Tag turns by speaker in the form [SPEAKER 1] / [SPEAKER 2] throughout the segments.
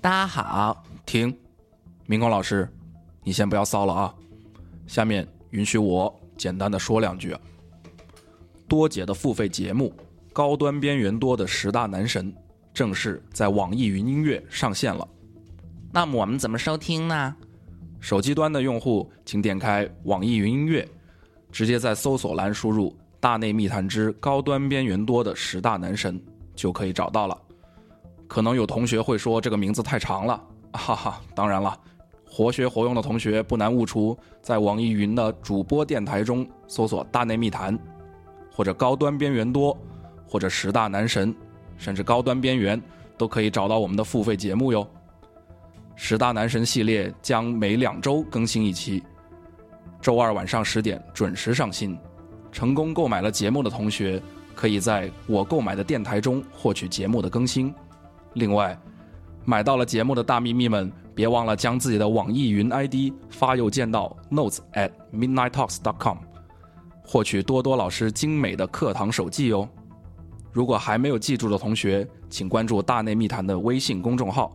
[SPEAKER 1] 大家好，停，明光老师，你先不要骚了啊。下面允许我简单的说两句。多姐的付费节目《高端边缘多的十大男神》正式在网易云音乐上线了。那么我们怎么收听呢？手机端的用户请点开网易云音乐，直接在搜索栏输入“大内密谈之高端边缘多的十大男神”就可以找到了。可能有同学会说这个名字太长了， 哈哈。当然了，活学活用的同学不难悟出，在网易云的主播电台中搜索“大内密谈”，或者“高端边缘多”，或者“十大男神”，甚至“高端边缘”，都可以找到我们的付费节目哟。十大男神系列将每两周更新一期，周二晚上十点准时上新。成功购买了节目的同学，可以在我购买的电台中获取节目的更新。另外，买到了节目的大秘密们，别忘了将自己的网易云 ID 发邮件到 notes at midnighttalks.com，获取多多老师精美的课堂手记哟。如果还没有记住的同学，请关注“大内密谈”的微信公众号，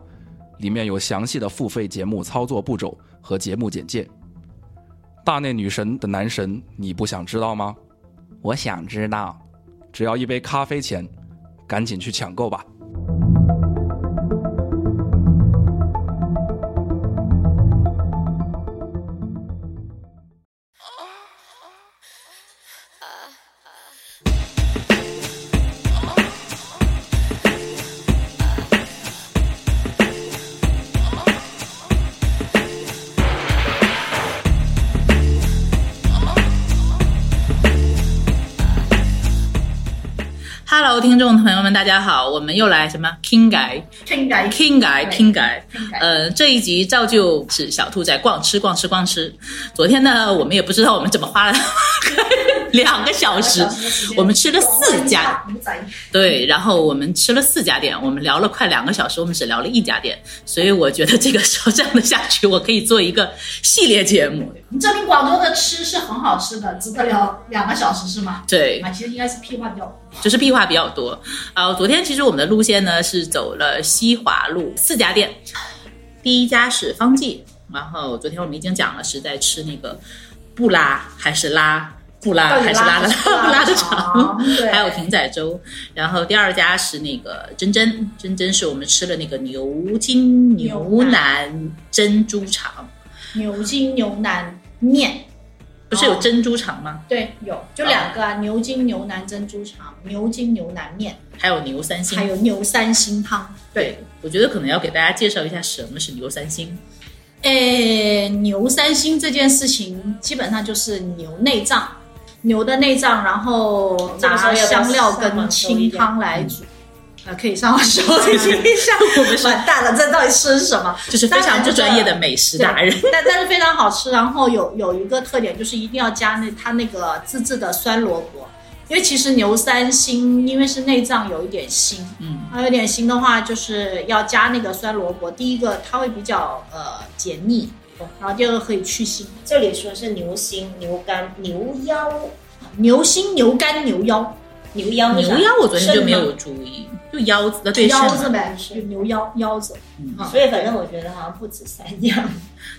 [SPEAKER 1] 里面有详细的付费节目操作步骤和节目简介。大内女神的男神，你不想知道吗？我想知道，只要一杯咖啡钱，赶紧去抢购吧。
[SPEAKER 2] Hello，听众朋友们，大家好，我们又来什么 King Guy
[SPEAKER 3] 听改
[SPEAKER 2] King Guy King Guy，
[SPEAKER 3] 对听改
[SPEAKER 2] 呃，这一集照旧是小兔在逛吃逛吃逛吃。昨天呢，我们也不知道我们怎么花了两个小 时，我们吃了四家，对，然后我们吃了四家店，我们聊了快两个小时，我们只聊了一家店，所以我觉得这个时候这样的下去，我可以做一个系列节目。
[SPEAKER 3] 证明广州的吃是很好吃的，值得聊两个小时是吗？
[SPEAKER 2] 对，
[SPEAKER 3] 啊，其实应该是屁话比较多。
[SPEAKER 2] 就是壁画比较多。啊，昨天其实我们的路线呢是走了西华路四家店，第一家是方记，然后昨天我们已经讲了是在吃那个布拉还是拉布拉啊还是拉的 拉哦布拉的肠。
[SPEAKER 3] 啊 对，
[SPEAKER 2] 还有艇仔粥，然后第二家是那个珍珍，珍珍是我们吃了那个牛筋牛
[SPEAKER 3] 牛
[SPEAKER 2] 腩珍珠肠，
[SPEAKER 3] 牛筋牛腩面，
[SPEAKER 2] 不是有
[SPEAKER 3] 哦
[SPEAKER 2] 珍珠肠吗？
[SPEAKER 3] 对，有就两个啊，牛筋牛腩珍珠肠、牛筋牛腩面，
[SPEAKER 2] 还有牛三星，
[SPEAKER 3] 还有牛三星汤。
[SPEAKER 2] 对，我觉得可能要给大家介绍一下什么是牛三星。
[SPEAKER 3] 诶，哎牛三星这件事情基本上就是牛内脏，牛的内脏，然后
[SPEAKER 4] 这个时候
[SPEAKER 3] 拿
[SPEAKER 4] 要不要
[SPEAKER 3] 香料
[SPEAKER 4] 上
[SPEAKER 3] 跟
[SPEAKER 4] 网搜一
[SPEAKER 3] 清
[SPEAKER 4] 下
[SPEAKER 3] 汤来煮。呃，可以上网搜 一下，
[SPEAKER 2] 我们是
[SPEAKER 3] 完蛋了，这到底吃什么？
[SPEAKER 2] 就是非常不专业的美食达人。
[SPEAKER 3] 但但是非常好吃。然后有有一个特点就是一定要加那它那个自制的酸萝卜，因为其实牛三星因为是内脏有一点腥，啊
[SPEAKER 2] 嗯，
[SPEAKER 3] 它有点腥的话就是要加那个酸萝卜。第一个它会比较呃解腻，然后第二个可以去腥。
[SPEAKER 4] 这里说是牛心、牛肝、牛腰、
[SPEAKER 3] 牛心、牛肝、牛腰，
[SPEAKER 4] 牛腰是啥
[SPEAKER 2] 嗯牛腰我昨天就没有注意，就腰子呃的对
[SPEAKER 3] 腰
[SPEAKER 2] 肾
[SPEAKER 3] 子
[SPEAKER 2] 嘛
[SPEAKER 3] 呗，就牛腰腰子。
[SPEAKER 4] 所以反正我觉得好像不止三样。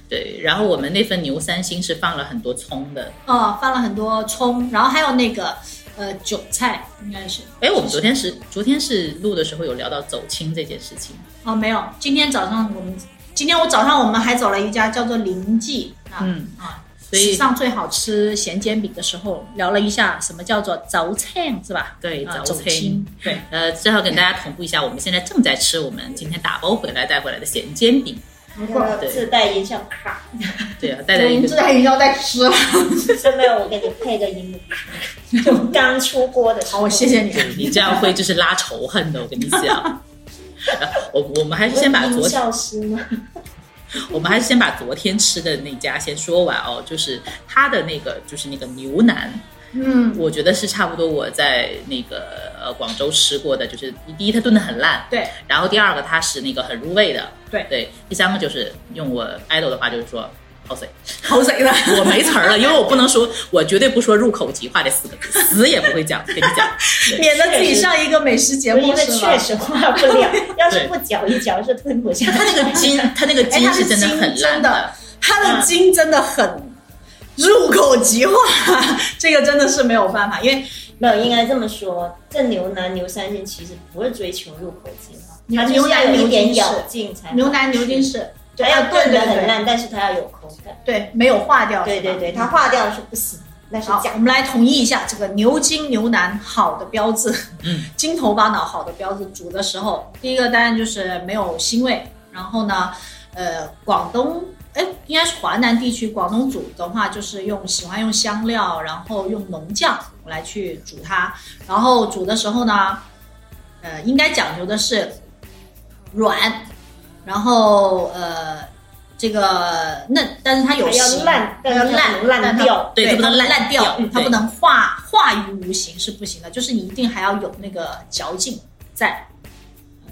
[SPEAKER 2] 对，然后我们那份牛三星是放了很多葱的。
[SPEAKER 3] 哦，放了很多葱，然后还有那个呃韭菜，应该是
[SPEAKER 2] 哎，我们昨天是昨天是录的时候有聊到走亲这件事情，
[SPEAKER 3] 哦，没有。今天早上我们，今天我早上我们还找了一家叫做林记啊、
[SPEAKER 2] 嗯
[SPEAKER 3] 啊，
[SPEAKER 2] 所以
[SPEAKER 3] 史上最好吃咸煎饼的时候，聊了一下什么叫做早餐是吧？
[SPEAKER 2] 对
[SPEAKER 3] 啊，
[SPEAKER 2] 呃走
[SPEAKER 3] 走
[SPEAKER 2] 亲
[SPEAKER 3] 亲。，对，
[SPEAKER 2] 呃，正好跟大家同步一下，我们现在正在吃我们今天打包回来带回来的咸煎饼。
[SPEAKER 3] 没错。
[SPEAKER 4] 那个自带音效卡，
[SPEAKER 2] 对啊，带着一
[SPEAKER 3] 这
[SPEAKER 2] 个
[SPEAKER 3] 还要再吃了，
[SPEAKER 4] 顺便我给你配个音卡，就刚出锅的时候。
[SPEAKER 3] 好，我谢谢你。
[SPEAKER 2] 你这样会就是拉仇恨的，我跟你讲。 呃我我们还是先把昨
[SPEAKER 4] 音
[SPEAKER 2] 天。
[SPEAKER 4] 效师吗？
[SPEAKER 2] 我们还是先把昨天吃的那家先说完哦，就是它的那个就是那个牛腩，
[SPEAKER 3] 嗯，
[SPEAKER 2] 我觉得是差不多我在那个呃广州吃过的，就是第一它炖的很烂，
[SPEAKER 3] 对，
[SPEAKER 2] 然后第二个它是那个很入味的，
[SPEAKER 3] 对
[SPEAKER 2] 对，第三个就是用我 idol 的话就是说好水，
[SPEAKER 3] 口水了。
[SPEAKER 2] 我没词儿了，因为我不能说，我绝对不说入口即化这四个字，死也不会讲。跟你讲，
[SPEAKER 3] 免得自己上一个美食节
[SPEAKER 4] 因
[SPEAKER 3] 目
[SPEAKER 4] 为
[SPEAKER 3] 是
[SPEAKER 4] 确
[SPEAKER 3] 吧？
[SPEAKER 4] 实化 不了，要是不嚼一嚼是吞不下
[SPEAKER 2] 他。那个筋，他那个
[SPEAKER 3] 哎，
[SPEAKER 2] 筋
[SPEAKER 3] 它
[SPEAKER 2] 是
[SPEAKER 3] 的
[SPEAKER 2] 真的很
[SPEAKER 3] 筋真
[SPEAKER 2] 烂
[SPEAKER 3] 的，它
[SPEAKER 4] 嗯
[SPEAKER 3] 的筋真的很入口即化， 这个真的是没有办法，因为
[SPEAKER 4] 没有，应该这么说，这牛腩牛三鲜其实不是追求入口即化，
[SPEAKER 3] 牛
[SPEAKER 4] 它就是要有一
[SPEAKER 3] 牛腩牛
[SPEAKER 4] 点
[SPEAKER 3] 筋是
[SPEAKER 4] 咬劲才好
[SPEAKER 3] 牛腩牛筋是
[SPEAKER 4] 它要哎炖的很烂，但是它要有口感。
[SPEAKER 3] 对，没有化掉。
[SPEAKER 4] 对对
[SPEAKER 3] 是吧
[SPEAKER 4] 对，它化掉是不行，那是
[SPEAKER 3] 好，
[SPEAKER 4] 假
[SPEAKER 3] 我。们来统一一下这个牛筋牛腩好的标志，
[SPEAKER 2] 嗯，
[SPEAKER 3] 筋头巴脑好的标志。煮的时候，第一个当然就是没有腥味，然后呢，呃，广东哎应该是华南地区，广东煮的话就是用喜欢用香料，然后用浓酱来去煮它，然后煮的时候呢，呃，应该讲究的是软，然后呃。这个嫩，但是它有
[SPEAKER 4] 还要
[SPEAKER 3] 形
[SPEAKER 4] 烂但是
[SPEAKER 3] 要
[SPEAKER 4] 它
[SPEAKER 3] 烂
[SPEAKER 4] 不能烂
[SPEAKER 3] 但它
[SPEAKER 4] 掉
[SPEAKER 2] 对它不能
[SPEAKER 3] 烂
[SPEAKER 2] 烂掉
[SPEAKER 3] 掉，它
[SPEAKER 2] 对
[SPEAKER 3] 不能化化于无形是不行的，就是你一定还要有那个嚼劲在，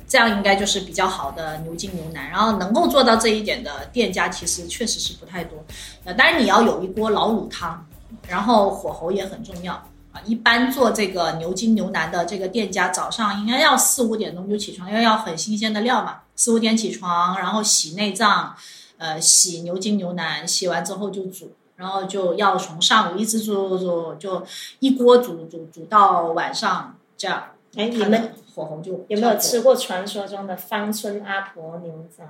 [SPEAKER 3] 这样应该就是比较好的牛筋牛腩。然后能够做到这一点的店家其实确实是不太多，呃，当然你要有一锅老卤汤，然后火候也很重要啊。一般做这个牛筋牛腩的这个店家，早上应该要四五点钟就起床，因为要很新鲜的料嘛，四五点起床，然后洗内脏，呃，洗牛筋牛腩，洗完之后就煮，然后就要从上午一直煮煮煮，就一锅煮煮煮到晚上这样。
[SPEAKER 4] 哎，你
[SPEAKER 3] 它的
[SPEAKER 4] 们
[SPEAKER 3] 火候就
[SPEAKER 4] 有没有
[SPEAKER 3] 差不多
[SPEAKER 4] 吃？过传说中的芳村阿婆牛杂？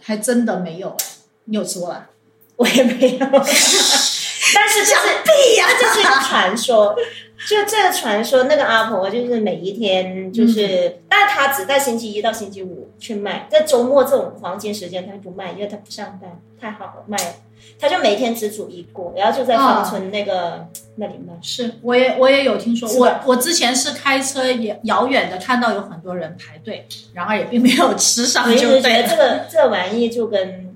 [SPEAKER 3] 还真的没有，你有吃过吧？
[SPEAKER 4] 我也没有，但是就是
[SPEAKER 3] 屁呀
[SPEAKER 4] 它就是一个传说。就这个传说，那个阿婆就是每一天就是，但她只在星期一到星期五去卖，在周末这种黄金时间她不卖，因为她不上班，太好卖了。她就每天只煮一锅，然后就在芳村那个、那里卖。
[SPEAKER 3] 是，我也我也有听说，
[SPEAKER 4] 是
[SPEAKER 3] 我
[SPEAKER 4] 吧
[SPEAKER 3] 我之前是开车也遥远的看到有很多人排队，然而也并没有吃上
[SPEAKER 4] 我一
[SPEAKER 3] 就
[SPEAKER 4] 直
[SPEAKER 3] 对
[SPEAKER 4] 觉得
[SPEAKER 3] 了。
[SPEAKER 4] 这个这玩意就跟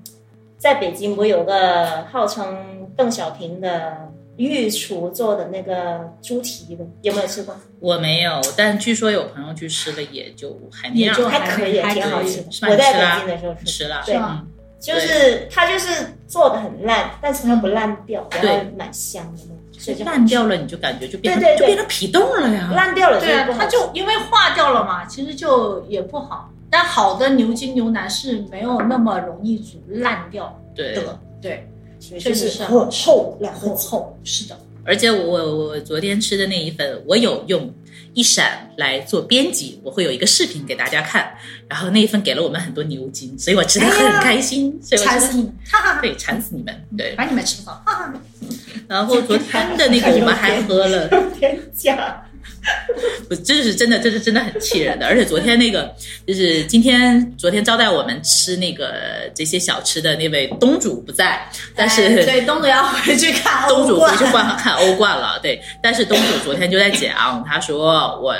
[SPEAKER 4] 在北京不有个号称邓小平的御厨做的那个猪蹄的，有没有吃过？
[SPEAKER 2] 我没有，但据说有朋友去吃了，也就还那
[SPEAKER 3] 也就
[SPEAKER 2] 样，
[SPEAKER 4] 还可以，
[SPEAKER 3] 还可以
[SPEAKER 4] 挺好吃
[SPEAKER 2] 是吧
[SPEAKER 4] 的。我
[SPEAKER 2] 你
[SPEAKER 4] 在
[SPEAKER 2] 吃啦
[SPEAKER 4] 北京的时候吃，
[SPEAKER 2] 吃了。
[SPEAKER 4] 对
[SPEAKER 2] 嗯，
[SPEAKER 4] 就是它就是做的很烂，但是它不烂掉，然
[SPEAKER 2] 对
[SPEAKER 4] 后蛮香的那种，所以就好吃
[SPEAKER 2] 烂掉了，你就感觉就变成
[SPEAKER 4] 对对对
[SPEAKER 2] 就变成皮冻了呀。
[SPEAKER 4] 烂掉了
[SPEAKER 3] 对啊
[SPEAKER 4] 就，
[SPEAKER 3] 它就因为化掉了嘛，其实就也不好。但好的牛筋牛腩是没有那么容易煮烂掉
[SPEAKER 2] 对，
[SPEAKER 3] 的，对，
[SPEAKER 4] 就
[SPEAKER 3] 确
[SPEAKER 4] 就
[SPEAKER 3] 实
[SPEAKER 4] 是
[SPEAKER 3] 是
[SPEAKER 4] 很厚两个
[SPEAKER 3] 很
[SPEAKER 4] 字，
[SPEAKER 3] 厚，是的，
[SPEAKER 2] 而且我我我昨天吃的那一份，我有用一闪来做编辑，我会有一个视频给大家看。然后那一份给了我们很多牛筋，所以我吃的很开 心，所以我
[SPEAKER 3] 馋
[SPEAKER 2] 吃
[SPEAKER 3] 死
[SPEAKER 2] 的
[SPEAKER 3] 你们，哈哈哈，
[SPEAKER 2] 对馋死你们 对。
[SPEAKER 3] 把你们吃饱，哈哈哈。
[SPEAKER 2] 然后昨天的那个我们还喝 了，
[SPEAKER 4] 有点假。
[SPEAKER 2] 我这是真的，这是真的很气人的。而且昨天那个就是今天昨天招待我们吃那个这些小吃的那位东主不在，但是、
[SPEAKER 3] 哎对东主要回去看
[SPEAKER 2] 东主
[SPEAKER 3] 欧
[SPEAKER 2] 回
[SPEAKER 3] 冠
[SPEAKER 2] 去看看欧冠了，对。但是东主昨天就在讲，他说我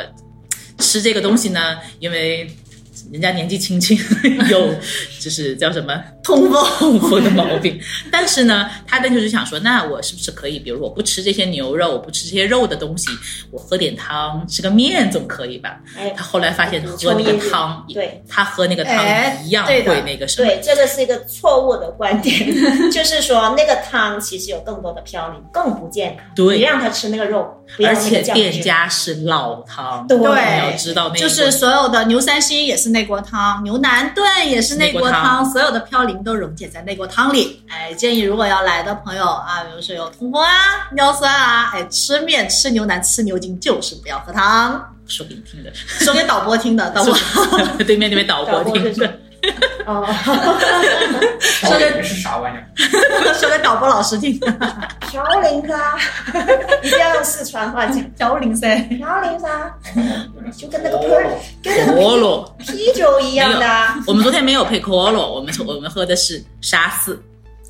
[SPEAKER 2] 吃这个东西呢，因为人家年纪轻轻，有就是叫什么
[SPEAKER 3] 通风，
[SPEAKER 2] 痛风的毛病。但是呢，他那就是想说，那我是不是可以，比如说我不吃这些牛肉，我不吃这些肉的东西，我喝点汤，吃个面总可以吧？
[SPEAKER 4] 哎，
[SPEAKER 2] 他后来发现喝那个汤，
[SPEAKER 4] 对
[SPEAKER 2] 他喝那个汤
[SPEAKER 3] 哎
[SPEAKER 2] 一样
[SPEAKER 3] 对的
[SPEAKER 2] 会那个什么。
[SPEAKER 4] 对，这个是一个错误的观点，就是说那个汤其实有更多的嘌呤，更不健康。
[SPEAKER 2] 对
[SPEAKER 4] 你让他吃那个肉，不要
[SPEAKER 2] 而
[SPEAKER 4] 那个
[SPEAKER 2] 且
[SPEAKER 4] 酱
[SPEAKER 2] 店
[SPEAKER 4] 汁
[SPEAKER 2] 家是老汤，
[SPEAKER 4] 对
[SPEAKER 2] 你要知道那
[SPEAKER 3] 就
[SPEAKER 2] 个
[SPEAKER 3] 是所有的牛三鲜也是那锅汤，牛腩炖也是那锅
[SPEAKER 2] 那锅
[SPEAKER 3] 汤，
[SPEAKER 2] 汤
[SPEAKER 3] 所有的嘌呤都溶解在那锅汤里。哎，建议如果要来的朋友啊，比如说有痛风啊、尿酸啊，哎，吃面、吃牛腩、吃牛筋就是不要喝汤。
[SPEAKER 2] 说给你听的，
[SPEAKER 3] 说给导播听的， 导播
[SPEAKER 2] 对面那位导播
[SPEAKER 4] 导播
[SPEAKER 2] 听
[SPEAKER 4] 就
[SPEAKER 2] 的
[SPEAKER 4] 是，哦，
[SPEAKER 5] 调理是啥玩意儿？
[SPEAKER 3] 说给导播老师听的。
[SPEAKER 4] 嘌呤啊， 一定要用四川话讲，
[SPEAKER 3] 调零噻，
[SPEAKER 4] 嘌呤啊，就跟那个喷
[SPEAKER 5] 哦，
[SPEAKER 4] 跟那
[SPEAKER 2] 可
[SPEAKER 4] 个
[SPEAKER 2] 乐。
[SPEAKER 4] 啤啤酒一样的啊。
[SPEAKER 2] 我们昨天没有配可乐，我们我们喝的是沙士，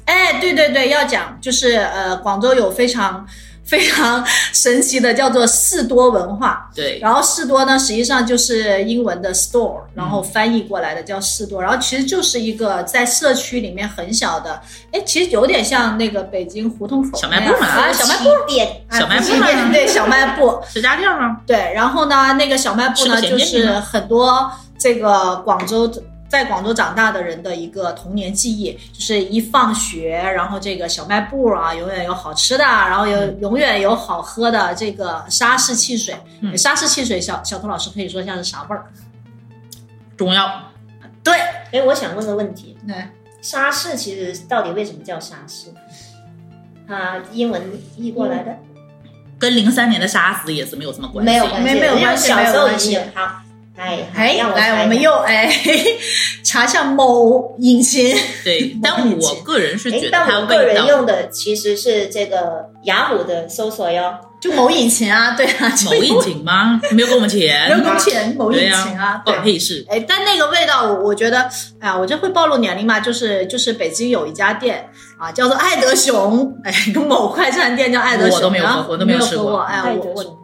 [SPEAKER 3] 哎，对对对，要讲就是呃，广州有非常非常神奇的叫做士多文化，
[SPEAKER 2] 对，
[SPEAKER 3] 然后士多呢，实际上就是英文的
[SPEAKER 2] 嗯
[SPEAKER 3] store，然后翻译过来的叫士多，然后其实就是一个在社区里面很小的，哎，其实有点像那个北京胡同口
[SPEAKER 2] 小
[SPEAKER 3] 那
[SPEAKER 2] 卖
[SPEAKER 3] 样
[SPEAKER 2] 部嘛
[SPEAKER 3] 啊，小卖部，
[SPEAKER 4] 部点，哎
[SPEAKER 2] 小卖部
[SPEAKER 3] 对
[SPEAKER 2] 嘛，
[SPEAKER 3] 对，小卖部，
[SPEAKER 2] 石家啊店嘛，
[SPEAKER 3] 对，然后呢，那个小卖部呢，
[SPEAKER 2] 吃个
[SPEAKER 3] 就
[SPEAKER 2] 甜面
[SPEAKER 3] 是很多这个广州在广州长大的人的一个童年记忆，就是一放学，然后这个小卖部啊，永远有好吃的，然后有永远有好喝的这个沙士汽水。
[SPEAKER 2] 嗯
[SPEAKER 3] 沙士汽水，小小涂老师可以说一下是啥味儿？
[SPEAKER 2] 中药
[SPEAKER 3] 对，
[SPEAKER 4] 哎，我想问个问题，
[SPEAKER 3] 对，
[SPEAKER 4] 沙士其实到底为什么叫沙士？啊，英文译过来的、
[SPEAKER 2] 跟零三年的杀死也是没有什么关系，
[SPEAKER 4] 没有关系，
[SPEAKER 3] 没没有
[SPEAKER 4] 因为
[SPEAKER 3] 关系
[SPEAKER 4] 小时候
[SPEAKER 3] 没有
[SPEAKER 4] 已
[SPEAKER 3] 关系
[SPEAKER 4] 经有它。哎，
[SPEAKER 3] 哎，
[SPEAKER 4] 让我
[SPEAKER 3] 来，
[SPEAKER 4] 猜
[SPEAKER 3] 我们
[SPEAKER 4] 一下
[SPEAKER 3] 又哎查一下某引擎，
[SPEAKER 2] 对，但我个人是
[SPEAKER 4] 哎
[SPEAKER 2] 觉，得
[SPEAKER 4] 但
[SPEAKER 2] 它
[SPEAKER 4] 我个
[SPEAKER 2] 味
[SPEAKER 4] 人
[SPEAKER 2] 道
[SPEAKER 4] 用的其实是这个雅虎的搜索哟，
[SPEAKER 3] 就某引擎啊，对啊，就
[SPEAKER 2] 某引擎吗？没有给我们
[SPEAKER 3] 刘
[SPEAKER 2] 钱，哦
[SPEAKER 3] 工钱某引
[SPEAKER 2] 对呀
[SPEAKER 3] 擎啊，对
[SPEAKER 2] 管。屁事。
[SPEAKER 3] 哎，但那个味道，我我觉得，哎呀，我这会暴露年龄嘛？就是就是北京有一家店啊，叫做爱德熊，哎，一个某快餐店叫爱德熊，
[SPEAKER 2] 我都没有喝
[SPEAKER 3] 然后
[SPEAKER 2] 我都
[SPEAKER 3] 没
[SPEAKER 2] 没有
[SPEAKER 3] 喝
[SPEAKER 2] 吃过
[SPEAKER 3] 哎，
[SPEAKER 4] 爱
[SPEAKER 3] 我
[SPEAKER 4] 德
[SPEAKER 3] 我
[SPEAKER 4] 熊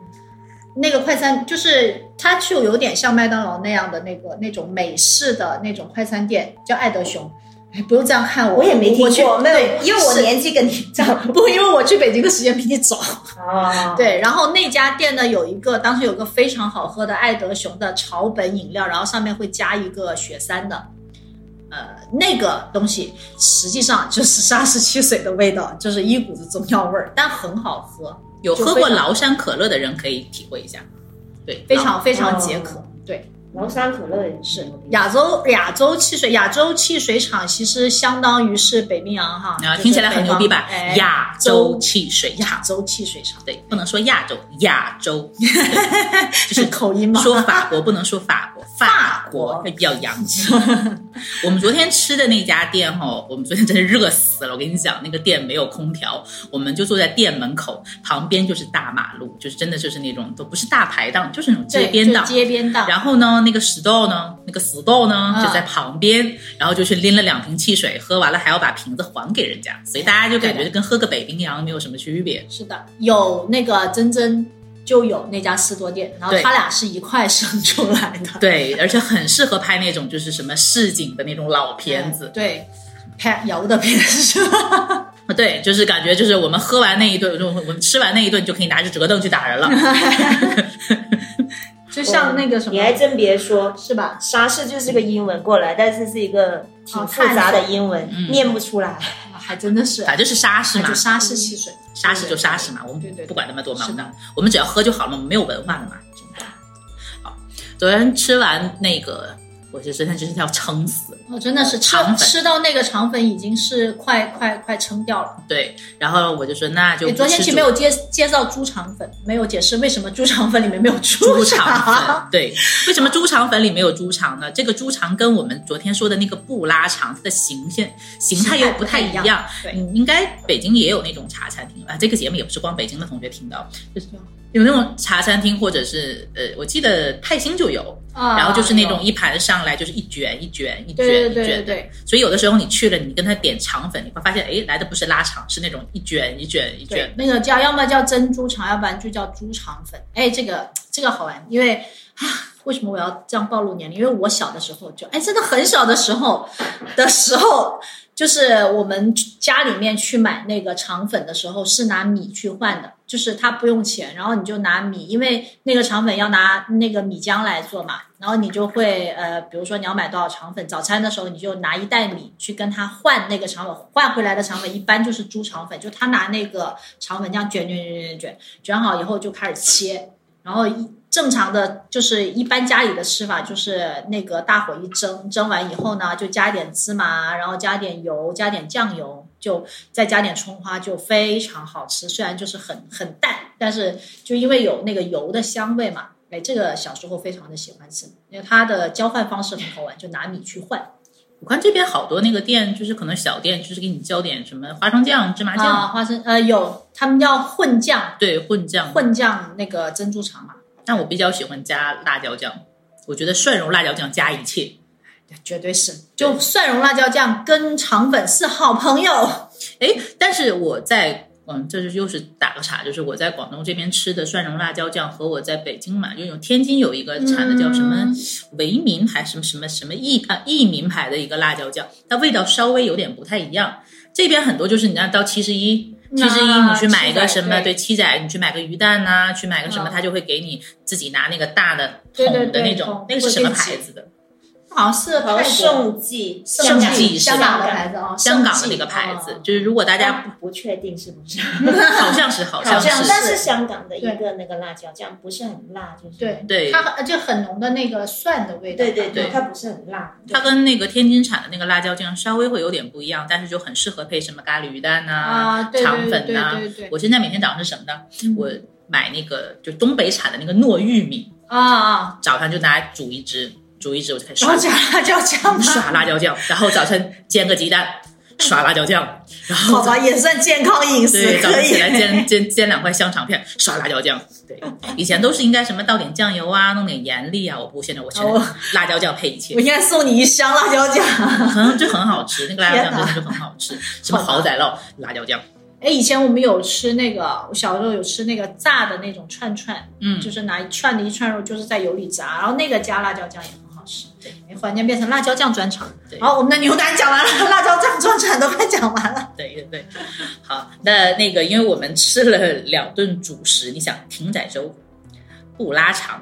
[SPEAKER 3] 那个快餐就是它就有点像麦当劳那样的那个那种美式的那种快餐店，叫爱德熊。哎，不用这样看我，
[SPEAKER 4] 我也没听
[SPEAKER 3] 我去
[SPEAKER 4] 过，没有，
[SPEAKER 3] 对
[SPEAKER 4] 因为我
[SPEAKER 3] 是
[SPEAKER 4] 年纪跟 你差不多
[SPEAKER 3] 不，因为我去北京的时间比你早。
[SPEAKER 4] 啊。
[SPEAKER 3] 对，然后那家店呢有一个，当时有个非常好喝的爱德熊的草本饮料，然后上面会加一个雪山的，呃，那个东西实际上就是沙士汽水的味道，就是一股子中药味儿，但很好喝，
[SPEAKER 2] 有
[SPEAKER 3] 就
[SPEAKER 2] 喝
[SPEAKER 3] 非
[SPEAKER 2] 过
[SPEAKER 3] 常
[SPEAKER 2] 崂山可乐的人可以体会一下，对，
[SPEAKER 3] 非常非常
[SPEAKER 4] 哦
[SPEAKER 3] 解渴。对，
[SPEAKER 4] 崂山可乐也
[SPEAKER 3] 是
[SPEAKER 4] 牛逼
[SPEAKER 3] 亚洲亚洲汽水，亚洲汽水厂其实相当于是北冰洋哈，
[SPEAKER 2] 啊，
[SPEAKER 3] 就是
[SPEAKER 2] 听起来很
[SPEAKER 3] 北
[SPEAKER 2] 牛逼
[SPEAKER 3] 方
[SPEAKER 2] 吧？
[SPEAKER 3] 哎、
[SPEAKER 2] 亚洲汽水
[SPEAKER 3] 亚
[SPEAKER 2] 厂，
[SPEAKER 3] 洲汽水厂，
[SPEAKER 2] 对，不能说亚洲，亚洲，
[SPEAKER 3] 是口音 吗？
[SPEAKER 2] 说法国不能说法国，法
[SPEAKER 3] 法
[SPEAKER 2] 国
[SPEAKER 3] 国
[SPEAKER 2] 这比较洋气。 我们昨天吃的那家店哦，我们昨天真的热死了。我跟你讲，那个店没有空调，我们就坐在店门口，旁边就是大马路，就是真的就是那种都不是大排档，就是那种街
[SPEAKER 3] 对
[SPEAKER 2] 边
[SPEAKER 3] 就
[SPEAKER 2] 档。
[SPEAKER 3] 街边档，
[SPEAKER 2] 然后呢，那个石豆呢，那个石豆呢
[SPEAKER 3] 嗯
[SPEAKER 2] 就在旁边，然后就去拎了两瓶汽水，喝完了还要把瓶子还给人家，所以大家就感觉
[SPEAKER 3] 对的
[SPEAKER 2] 就跟喝个北冰洋没有什么区别。
[SPEAKER 3] 是的，有那个珍珍就有那家士多店，然后
[SPEAKER 2] 对
[SPEAKER 3] 他俩是一块生出来的。
[SPEAKER 2] 对，而且很适合拍那种就是什么市井的那种老片子。
[SPEAKER 3] 对，拍摇的片子，
[SPEAKER 2] 啊对，就是感觉就是我们喝完那一顿，就我们吃完那一顿，就可以拿着折凳去打人 了。
[SPEAKER 3] 就像那个什
[SPEAKER 4] 哦你
[SPEAKER 3] 么，
[SPEAKER 4] 还真别说，
[SPEAKER 3] 是吧？哦
[SPEAKER 4] 沙士就是个英文过来，但是是一个挺复杂的英文，
[SPEAKER 2] 嗯
[SPEAKER 4] 念不出来。
[SPEAKER 3] 还真的是，
[SPEAKER 2] 反正就是沙士嘛嗯
[SPEAKER 3] 就，沙士汽水，
[SPEAKER 2] 沙士就沙士嘛，我们
[SPEAKER 3] 对对对
[SPEAKER 2] 不管那么多嘛
[SPEAKER 3] 是的，
[SPEAKER 2] 我们只要喝就好了嘛，我们没有文化的嘛。真的好，昨天吃完那个，我就真的真是要撑死了。
[SPEAKER 3] 哦我真的是吃
[SPEAKER 2] 肠粉
[SPEAKER 3] 吃到那个肠粉已经是快快快撑掉了。
[SPEAKER 2] 对，然后我就说那就
[SPEAKER 3] 你
[SPEAKER 2] 不
[SPEAKER 3] 昨天
[SPEAKER 2] 吃
[SPEAKER 3] 其实
[SPEAKER 2] 猪
[SPEAKER 3] 没有介介绍猪肠粉，没有解释为什么猪肠粉里面没有
[SPEAKER 2] 猪
[SPEAKER 3] 猪
[SPEAKER 2] 肠 粉，对，为什么猪肠粉里没有猪肠呢？这个猪肠跟我们昨天说的那个布拉肠它的形现形态又不太一
[SPEAKER 3] 形态不太
[SPEAKER 2] 样
[SPEAKER 3] 一样。对
[SPEAKER 2] 嗯，应该北京也有那种茶餐厅啊。这个节目也不是光北京的同学听到， 就是有那种茶餐厅，或者是呃，我记得泰兴就有，
[SPEAKER 3] 啊
[SPEAKER 2] 然后就是那种一盘上来就是一卷一卷一卷一卷
[SPEAKER 3] 对对对对
[SPEAKER 2] 的
[SPEAKER 3] 对，
[SPEAKER 2] 所以有的时候你去了，你跟他点肠粉，你会发现，哎，来的不是拉肠，是那种一卷一卷一卷
[SPEAKER 3] 对，那个叫要么叫珍珠肠，要不然就叫猪肠粉。哎，这个这个好玩，因为啊，为什么我要这样暴露年龄？因为我小的时候就，哎，真的很小的时候的时候，就是我们家里面去买那个肠粉的时候是拿米去换的，就是它不用钱，然后你就拿米，因为那个肠粉要拿那个米浆来做嘛，然后你就会呃，比如说你要买多少肠粉，早餐的时候你就拿一袋米去跟他换那个肠粉，换回来的肠粉一般就是猪肠粉，就他拿那个肠粉这样卷卷卷卷卷卷好以后就开始切，然后一正常的就是一般家里的吃法就是那个大火一蒸，蒸完以后呢就加一点芝麻，然后加点油，加点酱油，就再加点葱花，就非常好吃。虽然就是很很淡，但是就因为有那个油的香味嘛，哎，这个小时候非常的喜欢吃，因为它的交换方式很好玩，就拿米去换
[SPEAKER 2] 我看这边好多那个店，就是可能小店，就是给你浇点什么花生酱、芝麻酱，
[SPEAKER 3] 啊，花生呃有，他们叫混酱，
[SPEAKER 2] 对，混酱。
[SPEAKER 3] 混酱那个珍珠肠嘛。
[SPEAKER 2] 但我比较喜欢加辣椒酱，我觉得蒜蓉辣椒酱加一切。
[SPEAKER 3] 绝对是，就蒜蓉辣椒酱跟肠粉是好朋 友。
[SPEAKER 2] 哎，但是我在嗯，这就是又是打个岔，就是我在广东这边吃的蒜蓉辣椒酱和我在北京买，就有天津有一个产的叫什
[SPEAKER 3] 嗯
[SPEAKER 2] 么维民牌什么什么什么益啊益民牌的一个辣椒酱，它味道稍微有点不太一样。这边很多就是你看到七十一。七十一，
[SPEAKER 3] 啊
[SPEAKER 2] 你去买一个
[SPEAKER 3] 七
[SPEAKER 2] 什
[SPEAKER 3] 仔
[SPEAKER 2] 么？
[SPEAKER 3] 对
[SPEAKER 2] 对，七仔，你去买个鱼蛋呐、去买个什么，
[SPEAKER 3] 嗯
[SPEAKER 2] 他就会给你自己拿那个大的
[SPEAKER 3] 对对
[SPEAKER 2] 桶的
[SPEAKER 3] 对
[SPEAKER 2] 那种
[SPEAKER 3] 桶，
[SPEAKER 2] 那个是
[SPEAKER 3] 会
[SPEAKER 2] 什么
[SPEAKER 3] 给你
[SPEAKER 2] 牌
[SPEAKER 3] 挤
[SPEAKER 2] 子的？好像是
[SPEAKER 4] 好
[SPEAKER 3] 泰国
[SPEAKER 4] 像宋记，
[SPEAKER 2] 宋记
[SPEAKER 3] 香港的牌子哦，
[SPEAKER 2] 香港的那个牌子，就是如果大
[SPEAKER 4] 大
[SPEAKER 2] 家
[SPEAKER 4] 家不确定是不是，
[SPEAKER 2] 好像是好像
[SPEAKER 4] 好像
[SPEAKER 2] 是
[SPEAKER 4] 但是香港的一个那个辣椒酱不是很辣，就是
[SPEAKER 3] 对
[SPEAKER 2] 对
[SPEAKER 3] 它很就很浓的那个蒜的味道，嗯
[SPEAKER 4] 对对
[SPEAKER 2] 对
[SPEAKER 4] 它不是很辣，
[SPEAKER 2] 它跟那个天津产的那个辣椒酱稍微会有点不一样，但是就很适合配什么咖喱鱼蛋呐、
[SPEAKER 3] 啊，对
[SPEAKER 2] 肠
[SPEAKER 3] 对
[SPEAKER 2] 粉
[SPEAKER 3] 对
[SPEAKER 2] 呐、
[SPEAKER 3] 对对
[SPEAKER 2] 我现在每天早上是什么呢？我买那个就东北产的那个糯玉米，
[SPEAKER 3] 啊啊，
[SPEAKER 2] 早上就拿来煮一只，煮一只我就开始
[SPEAKER 3] 然后
[SPEAKER 2] 刷
[SPEAKER 3] 加辣椒 酱啊吧，
[SPEAKER 2] 刷辣椒酱，然后早晨煎个鸡蛋，刷辣椒酱，然后
[SPEAKER 3] 好吧，也算健康饮食，
[SPEAKER 2] 对，早
[SPEAKER 3] 可
[SPEAKER 2] 上
[SPEAKER 3] 以
[SPEAKER 2] 起来煎煎煎两块香肠片，刷辣椒酱。对，以前都是应该什么倒点酱油啊，弄点盐粒啊，我不，现在我现在
[SPEAKER 3] 哦
[SPEAKER 2] 辣椒酱配一切
[SPEAKER 3] 我，应该送你一箱辣椒酱。
[SPEAKER 2] 可能就很好吃，那个辣椒
[SPEAKER 3] 天
[SPEAKER 2] 酱
[SPEAKER 3] 哪
[SPEAKER 2] 真的就很好吃，什么
[SPEAKER 3] 好
[SPEAKER 2] 蚝仔烙、辣椒酱，
[SPEAKER 3] 哎，以前我们有吃那个，我小时候有吃那个炸的那种串串，
[SPEAKER 2] 嗯
[SPEAKER 3] 就是拿一串的一串肉，就是在油里炸，然后那个加辣椒酱也很好吃。对，哎忽然间变成辣椒酱专场。
[SPEAKER 2] 对
[SPEAKER 3] 好，我们的牛腩讲完了， 辣椒酱专场都快讲完了。
[SPEAKER 2] 对对对。好，那那个因为我们吃了两顿主食，你想艇仔粥、布拉肠、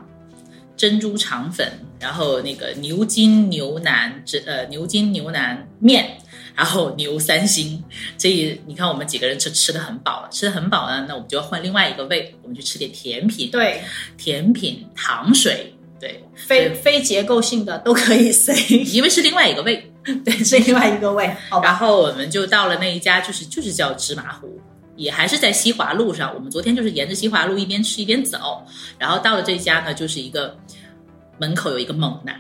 [SPEAKER 2] 珍珠肠粉，然后那个牛筋牛腩这呃牛筋牛腩面。然后牛三星，所以你看我们几个人吃吃的很饱了，吃的很饱呢，那我们就要换另外一个胃，我们去吃点甜品，
[SPEAKER 3] 对，
[SPEAKER 2] 甜品糖水，对，
[SPEAKER 3] 非
[SPEAKER 2] 对
[SPEAKER 3] 非结构性的都可以塞，
[SPEAKER 2] 因为是另外一个胃，
[SPEAKER 3] 对，是另外一个位，好吧？
[SPEAKER 2] 然后我们就到了那一家，就是就是叫芝麻糊，也还是在西华路上。我们昨天就是沿着西华路一边吃一边走，然后到了这家呢，就是一个门口有一个猛男，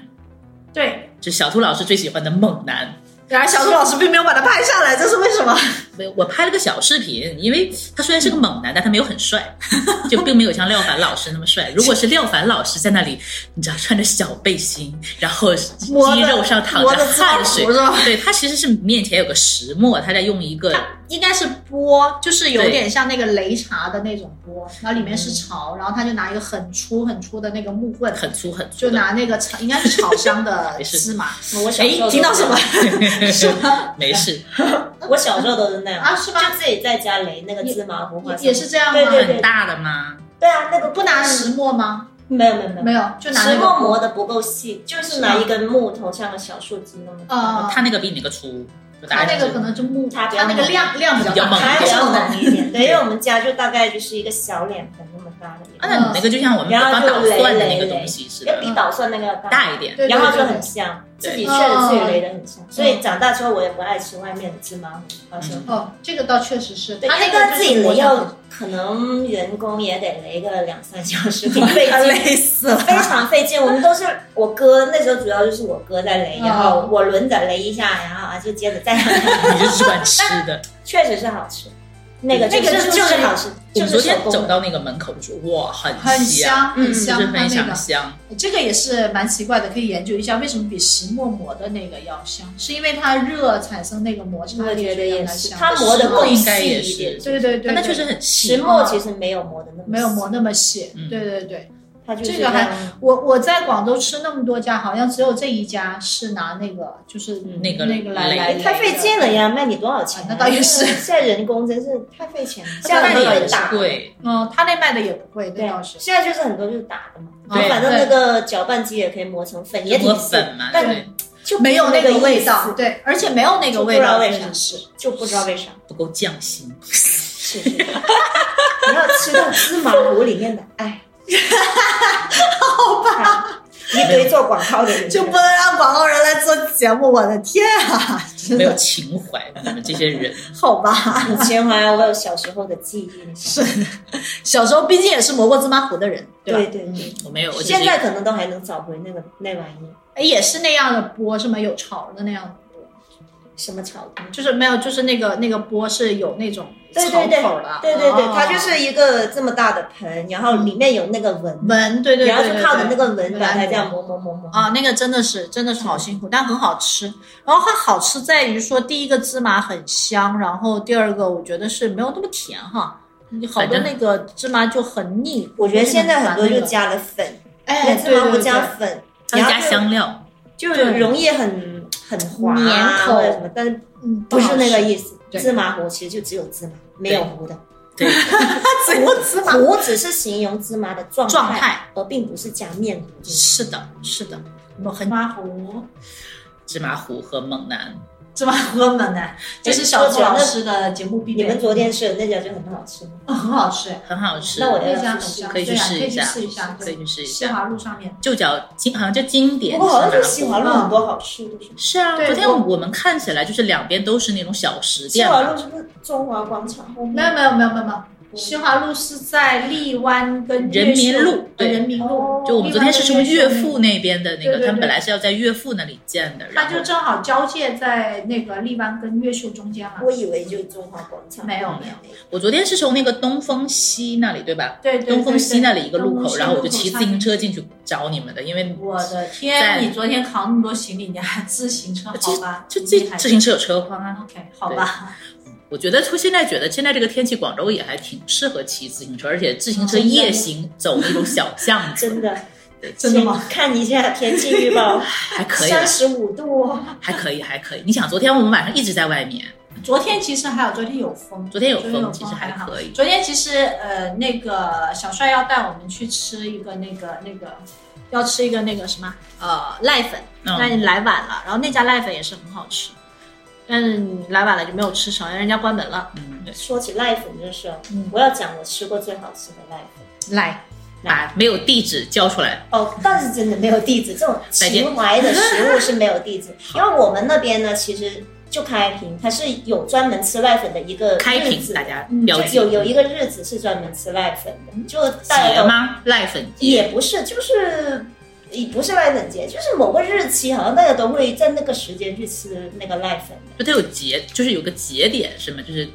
[SPEAKER 3] 对，
[SPEAKER 2] 就是小兔老师最喜欢的猛男。
[SPEAKER 3] 然而小杜老师并没有把它拍下来，这是为什么？
[SPEAKER 2] 没有，我拍了个小视频，因为他虽然是个猛男，但他没有很帅， 就并没有像廖凡老师那么帅。如果是廖凡老师在那里，你知道穿着小背心，然后
[SPEAKER 3] 磨
[SPEAKER 2] 肌
[SPEAKER 3] 得
[SPEAKER 2] 肉上淌
[SPEAKER 3] 磨
[SPEAKER 2] 着
[SPEAKER 3] 得
[SPEAKER 2] 汗水
[SPEAKER 3] 自然不，
[SPEAKER 2] 对他其实是面前有个石磨，他在用一个
[SPEAKER 3] 应该是波，就是有
[SPEAKER 2] 对嗯
[SPEAKER 3] 点像那个擂茶的那种波，然后里面是草，然后他就拿一个很粗很粗的那个木棍，
[SPEAKER 2] 很粗很粗
[SPEAKER 3] 就
[SPEAKER 2] 的，
[SPEAKER 3] 拿那个草，应该是草香的
[SPEAKER 2] 没事
[SPEAKER 3] 芝麻。
[SPEAKER 4] 我小时候
[SPEAKER 3] 哎，听到什么？
[SPEAKER 2] 是 没 事，
[SPEAKER 4] 我小时候都是那样
[SPEAKER 3] 啊是吗
[SPEAKER 4] 就自己在家擂那个芝麻糊花 生
[SPEAKER 3] 也是这样吗？
[SPEAKER 4] 对对
[SPEAKER 2] 很大的吗？
[SPEAKER 4] 对啊，那个
[SPEAKER 3] 不拿石磨吗？
[SPEAKER 4] 没有没有没有
[SPEAKER 3] 没有，就拿
[SPEAKER 4] 石
[SPEAKER 3] 那
[SPEAKER 4] 磨
[SPEAKER 3] 个
[SPEAKER 4] 磨的不够细，就是拿一根木头像个小树枝那么
[SPEAKER 3] 呃，
[SPEAKER 2] 它那个比你那个粗，就
[SPEAKER 3] 它
[SPEAKER 2] 大
[SPEAKER 3] 那
[SPEAKER 2] 家
[SPEAKER 3] 个可能就木，
[SPEAKER 4] 它比较
[SPEAKER 3] 它那个量量比较
[SPEAKER 2] 比较
[SPEAKER 3] 大，
[SPEAKER 2] 猛
[SPEAKER 4] 还
[SPEAKER 3] 还
[SPEAKER 4] 比
[SPEAKER 3] 是
[SPEAKER 4] 较
[SPEAKER 3] 猛 的
[SPEAKER 4] 猛一点。对，因为我们家就大概就是一个小脸盆那么大的一
[SPEAKER 2] 啊，
[SPEAKER 4] 个，
[SPEAKER 2] 那你那
[SPEAKER 3] 嗯
[SPEAKER 2] 个就像我们
[SPEAKER 4] 然后
[SPEAKER 2] 刚
[SPEAKER 4] 就
[SPEAKER 2] 捣蒜的
[SPEAKER 4] 垒
[SPEAKER 2] 那个
[SPEAKER 4] 垒
[SPEAKER 2] 东西似
[SPEAKER 4] 要比
[SPEAKER 2] 的，嗯
[SPEAKER 4] 捣蒜那个要
[SPEAKER 2] 大一点。
[SPEAKER 3] 对
[SPEAKER 4] 然后就很
[SPEAKER 3] 对哦嗯
[SPEAKER 4] 香，
[SPEAKER 2] 对
[SPEAKER 4] 自己确实自己擂的很香，所以长大之后我也不爱吃外面的芝麻糊花生。
[SPEAKER 2] 嗯
[SPEAKER 3] 哦，这个倒确实是，
[SPEAKER 4] 对，
[SPEAKER 3] 它那
[SPEAKER 4] 因为
[SPEAKER 3] 个
[SPEAKER 4] 自己
[SPEAKER 3] 磨
[SPEAKER 4] 擂要可能人工也得擂个两三小 时， 挺费劲的。
[SPEAKER 3] 累死了。
[SPEAKER 4] 非常费劲。我们都是我哥那时候主要就是我哥在雷，
[SPEAKER 3] 嗯
[SPEAKER 4] 然后我轮着雷一下，然后啊就接着再，
[SPEAKER 2] 你就只管吃的。
[SPEAKER 4] 确实是好吃。那个
[SPEAKER 3] 那个
[SPEAKER 4] 就是
[SPEAKER 3] 就是
[SPEAKER 4] 就是好吃，
[SPEAKER 2] 我
[SPEAKER 4] 就
[SPEAKER 2] 们昨
[SPEAKER 4] 是手
[SPEAKER 2] 天
[SPEAKER 4] 工
[SPEAKER 2] 走
[SPEAKER 4] 的。
[SPEAKER 2] 到那个门口就哇，很
[SPEAKER 3] 很
[SPEAKER 2] 香，
[SPEAKER 4] 啊
[SPEAKER 3] 香，很
[SPEAKER 2] 就
[SPEAKER 3] 香，
[SPEAKER 4] 嗯
[SPEAKER 2] 是
[SPEAKER 3] 它
[SPEAKER 2] 非
[SPEAKER 3] 那
[SPEAKER 2] 常
[SPEAKER 3] 个
[SPEAKER 2] 香。
[SPEAKER 3] 这个也是蛮奇怪的，可以研究一下为什么比石磨磨的那个要香，是因为它热产生那个摩擦
[SPEAKER 4] 我
[SPEAKER 3] 力
[SPEAKER 4] 觉得也是，
[SPEAKER 3] 香。
[SPEAKER 4] 它磨得更
[SPEAKER 2] 应该
[SPEAKER 4] 细
[SPEAKER 2] 也
[SPEAKER 4] 一
[SPEAKER 2] 是
[SPEAKER 4] 点，。
[SPEAKER 3] 对对对，
[SPEAKER 2] 但它确
[SPEAKER 3] 对
[SPEAKER 2] 实很
[SPEAKER 4] 石
[SPEAKER 2] 细，
[SPEAKER 4] 磨其实没有磨的那么细
[SPEAKER 3] 没有磨，那么细。
[SPEAKER 2] 嗯
[SPEAKER 3] 对对对，
[SPEAKER 4] 它就是
[SPEAKER 3] 这个还我我在广州吃那么多家，好像只有这一家是拿那个就是
[SPEAKER 4] 嗯
[SPEAKER 2] 那个
[SPEAKER 3] 那个来
[SPEAKER 2] 雷
[SPEAKER 3] 来，
[SPEAKER 4] 太费劲了。呀，卖你多少钱啊
[SPEAKER 3] 啊？那倒也是
[SPEAKER 4] 现在人工真是太 费钱了，现
[SPEAKER 2] 但
[SPEAKER 4] 在
[SPEAKER 2] 也
[SPEAKER 4] 很
[SPEAKER 2] 不是
[SPEAKER 4] 打。
[SPEAKER 2] 贵，
[SPEAKER 3] 嗯，他那卖的也不贵，那
[SPEAKER 4] 对
[SPEAKER 3] 倒，是。
[SPEAKER 4] 现在就是很多就是打的嘛，然后
[SPEAKER 2] 对
[SPEAKER 4] 反正那个搅拌机也可以磨成粉，也
[SPEAKER 2] 磨
[SPEAKER 4] 挺细，
[SPEAKER 2] 粉嘛，
[SPEAKER 4] 但
[SPEAKER 2] 对，
[SPEAKER 4] 就不
[SPEAKER 3] 没有
[SPEAKER 4] 那
[SPEAKER 3] 个
[SPEAKER 4] 意
[SPEAKER 3] 味
[SPEAKER 4] 思
[SPEAKER 3] 道，，对，而且没有那个味
[SPEAKER 4] 就
[SPEAKER 3] 道，
[SPEAKER 4] 不知道为啥
[SPEAKER 3] 确实是。
[SPEAKER 4] 就不知道为啥。
[SPEAKER 2] 不够匠心。
[SPEAKER 4] 是是，你要吃到芝麻糊里面的 哎爱，好吧？一堆做广告的 人
[SPEAKER 3] 就不能让广告人来做节目，我的天啊！真
[SPEAKER 2] 没有
[SPEAKER 3] 的，
[SPEAKER 2] 情怀，你们这些人，
[SPEAKER 3] 好吧。
[SPEAKER 4] 很情怀，我有小时候的记忆，你知道吗
[SPEAKER 3] 小时候毕竟也是磨过芝麻糊的嗯人，吧？
[SPEAKER 4] 对对对，
[SPEAKER 2] 我没有，我只是
[SPEAKER 4] 现在可能都还能找回那个那玩意，
[SPEAKER 3] 哎，也是那样的钵是吗？有槽的那样的，
[SPEAKER 4] 什么炒的。
[SPEAKER 3] 就是没有，就是那个那个钵是有那种
[SPEAKER 4] 对
[SPEAKER 3] 槽
[SPEAKER 4] 对对
[SPEAKER 3] 口的，
[SPEAKER 4] 对对对
[SPEAKER 3] 哦，
[SPEAKER 4] 它就是一个这么大的盆，然后里面有那个纹，
[SPEAKER 3] 纹，对嗯对对，
[SPEAKER 4] 然后就靠着那个
[SPEAKER 3] 对
[SPEAKER 4] 纹
[SPEAKER 3] 对
[SPEAKER 4] 把它
[SPEAKER 3] 对
[SPEAKER 4] 这样磨磨磨磨。
[SPEAKER 3] 啊，那个真的是真的是好辛苦，但很好吃。然后它好吃在于说，第一个芝麻很香，然后第二个我觉得是没有那么甜哈。你好多
[SPEAKER 2] 反正
[SPEAKER 3] 那个芝麻就很腻，
[SPEAKER 4] 我觉得现在很多就
[SPEAKER 3] 那个，
[SPEAKER 4] 加了粉，
[SPEAKER 3] 哎，
[SPEAKER 4] 芝
[SPEAKER 3] 对
[SPEAKER 4] 麻糊
[SPEAKER 3] 对对
[SPEAKER 4] 加，粉，
[SPEAKER 2] 他们加香料，
[SPEAKER 4] 就
[SPEAKER 3] 对
[SPEAKER 4] 容易很很滑啊
[SPEAKER 3] 粘口
[SPEAKER 4] 或者什么，但是
[SPEAKER 3] 嗯，
[SPEAKER 4] 不是那
[SPEAKER 3] 好
[SPEAKER 4] 个
[SPEAKER 3] 吃，
[SPEAKER 4] 意思。
[SPEAKER 3] 对
[SPEAKER 4] 芝麻糊其实就只有芝麻，没有糊的。
[SPEAKER 2] 对，
[SPEAKER 3] 只有 芝麻
[SPEAKER 4] 糊只是形容芝麻的状
[SPEAKER 3] 状态
[SPEAKER 4] 而并不是加面糊进去。
[SPEAKER 2] 是的，是的，
[SPEAKER 3] 有没有很花湖、
[SPEAKER 2] 芝麻糊和猛男，
[SPEAKER 3] 芝麻糊很猛的，这是小朱老师的节目必
[SPEAKER 4] 你
[SPEAKER 3] 备，
[SPEAKER 4] 们昨天吃的那家就很好吃，
[SPEAKER 3] 哦 很好吃，
[SPEAKER 2] 很好吃，
[SPEAKER 4] 那我
[SPEAKER 3] 那
[SPEAKER 4] 得
[SPEAKER 3] 家很
[SPEAKER 4] 去
[SPEAKER 3] 香，
[SPEAKER 2] 可以去
[SPEAKER 3] 对啊
[SPEAKER 2] 试
[SPEAKER 3] 可以
[SPEAKER 2] 一
[SPEAKER 3] 去
[SPEAKER 2] 下
[SPEAKER 3] 试一下，，
[SPEAKER 2] 可以去试一
[SPEAKER 3] 西
[SPEAKER 2] 下。
[SPEAKER 3] 华路上面，
[SPEAKER 2] 就叫经，好像叫经典
[SPEAKER 4] 不
[SPEAKER 2] 芝麻糊。
[SPEAKER 4] 过好像在西华路很多好吃的，是吗？
[SPEAKER 2] 是啊，
[SPEAKER 3] 对
[SPEAKER 2] 昨天
[SPEAKER 3] 我
[SPEAKER 2] 我们看起来就是两边都是那种小食
[SPEAKER 4] 西
[SPEAKER 2] 店
[SPEAKER 3] 啊
[SPEAKER 4] 华
[SPEAKER 2] 嘛
[SPEAKER 4] 路，是不是中华广场后面？
[SPEAKER 3] 没有没有没有没有没
[SPEAKER 2] 嗯
[SPEAKER 3] 有，西华路是在荔湾跟
[SPEAKER 2] 人民
[SPEAKER 3] 越秀
[SPEAKER 2] 路对
[SPEAKER 3] 呃人民路，
[SPEAKER 2] 就我们昨天是从岳父那边的那
[SPEAKER 3] 啊对对
[SPEAKER 2] 个，
[SPEAKER 3] 对
[SPEAKER 2] 他们本来是要在岳父那里见的，
[SPEAKER 3] 它
[SPEAKER 2] 然后
[SPEAKER 3] 就正好交界在那个荔湾跟越秀中间嘛，
[SPEAKER 4] 我以为就是中华广场，
[SPEAKER 3] 没有
[SPEAKER 4] 嗯
[SPEAKER 3] 没有，
[SPEAKER 2] 我昨天是从那个东风西那里对吧？
[SPEAKER 3] 对对对，
[SPEAKER 2] 东风西那里一个
[SPEAKER 3] 东
[SPEAKER 2] 路
[SPEAKER 3] 风
[SPEAKER 2] 口，
[SPEAKER 3] 西
[SPEAKER 2] 然后我就
[SPEAKER 3] 路口
[SPEAKER 2] 骑
[SPEAKER 3] 上
[SPEAKER 2] 自行
[SPEAKER 3] 面
[SPEAKER 2] 车进去找你们的，因为
[SPEAKER 3] 我的
[SPEAKER 2] 在
[SPEAKER 3] 天！你昨天扛那么多行李，你还自行车？好吧，
[SPEAKER 2] 就自
[SPEAKER 3] 厉害
[SPEAKER 2] 自行车有车筐啊。
[SPEAKER 3] OK，好吧。
[SPEAKER 2] 我觉得从现在觉得现在这个天气，广州也还挺适合骑自行车，而且自行车夜行走那种小巷 子
[SPEAKER 4] 真的
[SPEAKER 3] 真的吗？
[SPEAKER 4] 先看一下天气预 报，
[SPEAKER 2] 还可以了，
[SPEAKER 4] 三十五度哦，
[SPEAKER 2] 还可以，还可以。你想，昨天我们晚上一直在外面，
[SPEAKER 3] 昨天其实还有，昨天有风，
[SPEAKER 2] 昨天有
[SPEAKER 3] 有
[SPEAKER 2] 风，其实还
[SPEAKER 3] 好。
[SPEAKER 2] 可以。
[SPEAKER 3] 昨天其实呃，那个小帅要带我们去吃一个那个那个，要吃一个那个什么呃濑粉，
[SPEAKER 2] 嗯
[SPEAKER 3] 但你来晚了。然后那家濑粉也是很好吃，但是你来晚了就没有吃成，因为人家关门了。
[SPEAKER 2] 嗯，对
[SPEAKER 4] 说起濑粉这事儿
[SPEAKER 3] 嗯，
[SPEAKER 4] 我要讲我吃过最好吃的濑粉。
[SPEAKER 3] 来，
[SPEAKER 2] 把没有地址交出来。
[SPEAKER 4] 哦，但是真的没有地址，这种
[SPEAKER 2] 再见
[SPEAKER 4] 情怀的食物是没有 地址，因为我们那边呢，其实就开平，它是有专门吃濑粉的一个
[SPEAKER 2] 开
[SPEAKER 4] 日
[SPEAKER 2] 屏，
[SPEAKER 4] 子
[SPEAKER 2] 大家
[SPEAKER 3] 嗯
[SPEAKER 2] 标
[SPEAKER 4] 就
[SPEAKER 2] 记。
[SPEAKER 4] 有有一个日子是专门吃濑粉的，就大
[SPEAKER 2] 节
[SPEAKER 4] 概
[SPEAKER 2] 吗？濑粉节。
[SPEAKER 4] 也不是，就是也不是濑粉节，就是某个日期，好像大家都会在那个时间去吃那个濑粉。
[SPEAKER 2] 就它有节，就是有个节点是吗？就是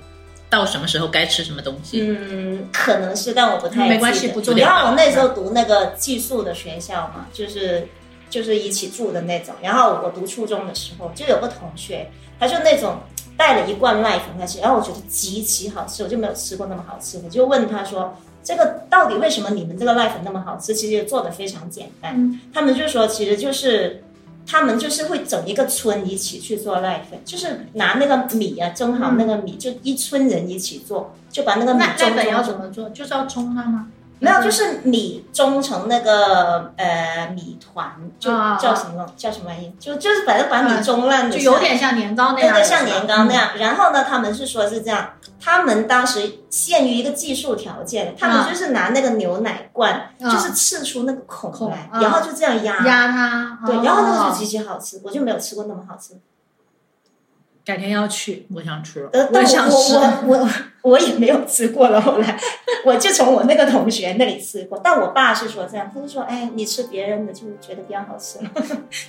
[SPEAKER 2] 到什么时候该吃什么东西。
[SPEAKER 4] 嗯，可能是，但我不太
[SPEAKER 3] 没关
[SPEAKER 4] 记
[SPEAKER 3] 系
[SPEAKER 4] 得
[SPEAKER 3] 不重
[SPEAKER 2] 要
[SPEAKER 4] 然后我那时候读那个寄宿的学校嘛，就是就是一起住的那种。然后我读初中的时候，就有个同学，他就那种带了一罐濑粉开始，然后我觉得极其好吃，我就没有吃过那么好吃的，就问他说。这个到底为什么你们这个濑粉那么好吃？其实做的非常简单，
[SPEAKER 3] 嗯
[SPEAKER 4] 他们就说其实就是他们就是会整一个村一起去做濑粉，就是拿那个米啊蒸好那个米，就一村人一起做，就把那个米
[SPEAKER 3] 那
[SPEAKER 4] 蒸
[SPEAKER 3] 濑粉要
[SPEAKER 4] 成
[SPEAKER 3] 怎么做？就是要冲它吗？
[SPEAKER 4] 没有，就是米中成那个呃米团，就
[SPEAKER 3] 啊
[SPEAKER 4] 叫什么、叫什么玩意，就就是反正把米中烂的、
[SPEAKER 3] 就有点像年糕那
[SPEAKER 4] 对
[SPEAKER 3] 样的
[SPEAKER 4] 对，
[SPEAKER 3] 是吧，嗯
[SPEAKER 4] 像年糕那样。然后呢，他们是说是这样，他们当时限于一个技术条件，他
[SPEAKER 3] 啊
[SPEAKER 4] 们就是拿那个牛奶罐，
[SPEAKER 3] 嗯
[SPEAKER 4] 就是刺出那个孔来，
[SPEAKER 3] 孔
[SPEAKER 4] 然后就这样
[SPEAKER 3] 嗯
[SPEAKER 4] 压。
[SPEAKER 3] 压它。
[SPEAKER 4] 啊对，然后那个就
[SPEAKER 3] 哦
[SPEAKER 4] 极其好吃，我就没有吃过那么好吃。
[SPEAKER 3] 改天要去。
[SPEAKER 2] 我想吃了，
[SPEAKER 4] 呃，但
[SPEAKER 3] 想
[SPEAKER 4] 我
[SPEAKER 3] 吃
[SPEAKER 4] 我我我 我也没有吃过了。后来我就从我那个同学那里吃过，但我爸是说这样，他就说，哎，你吃别人的就觉得比较好吃了。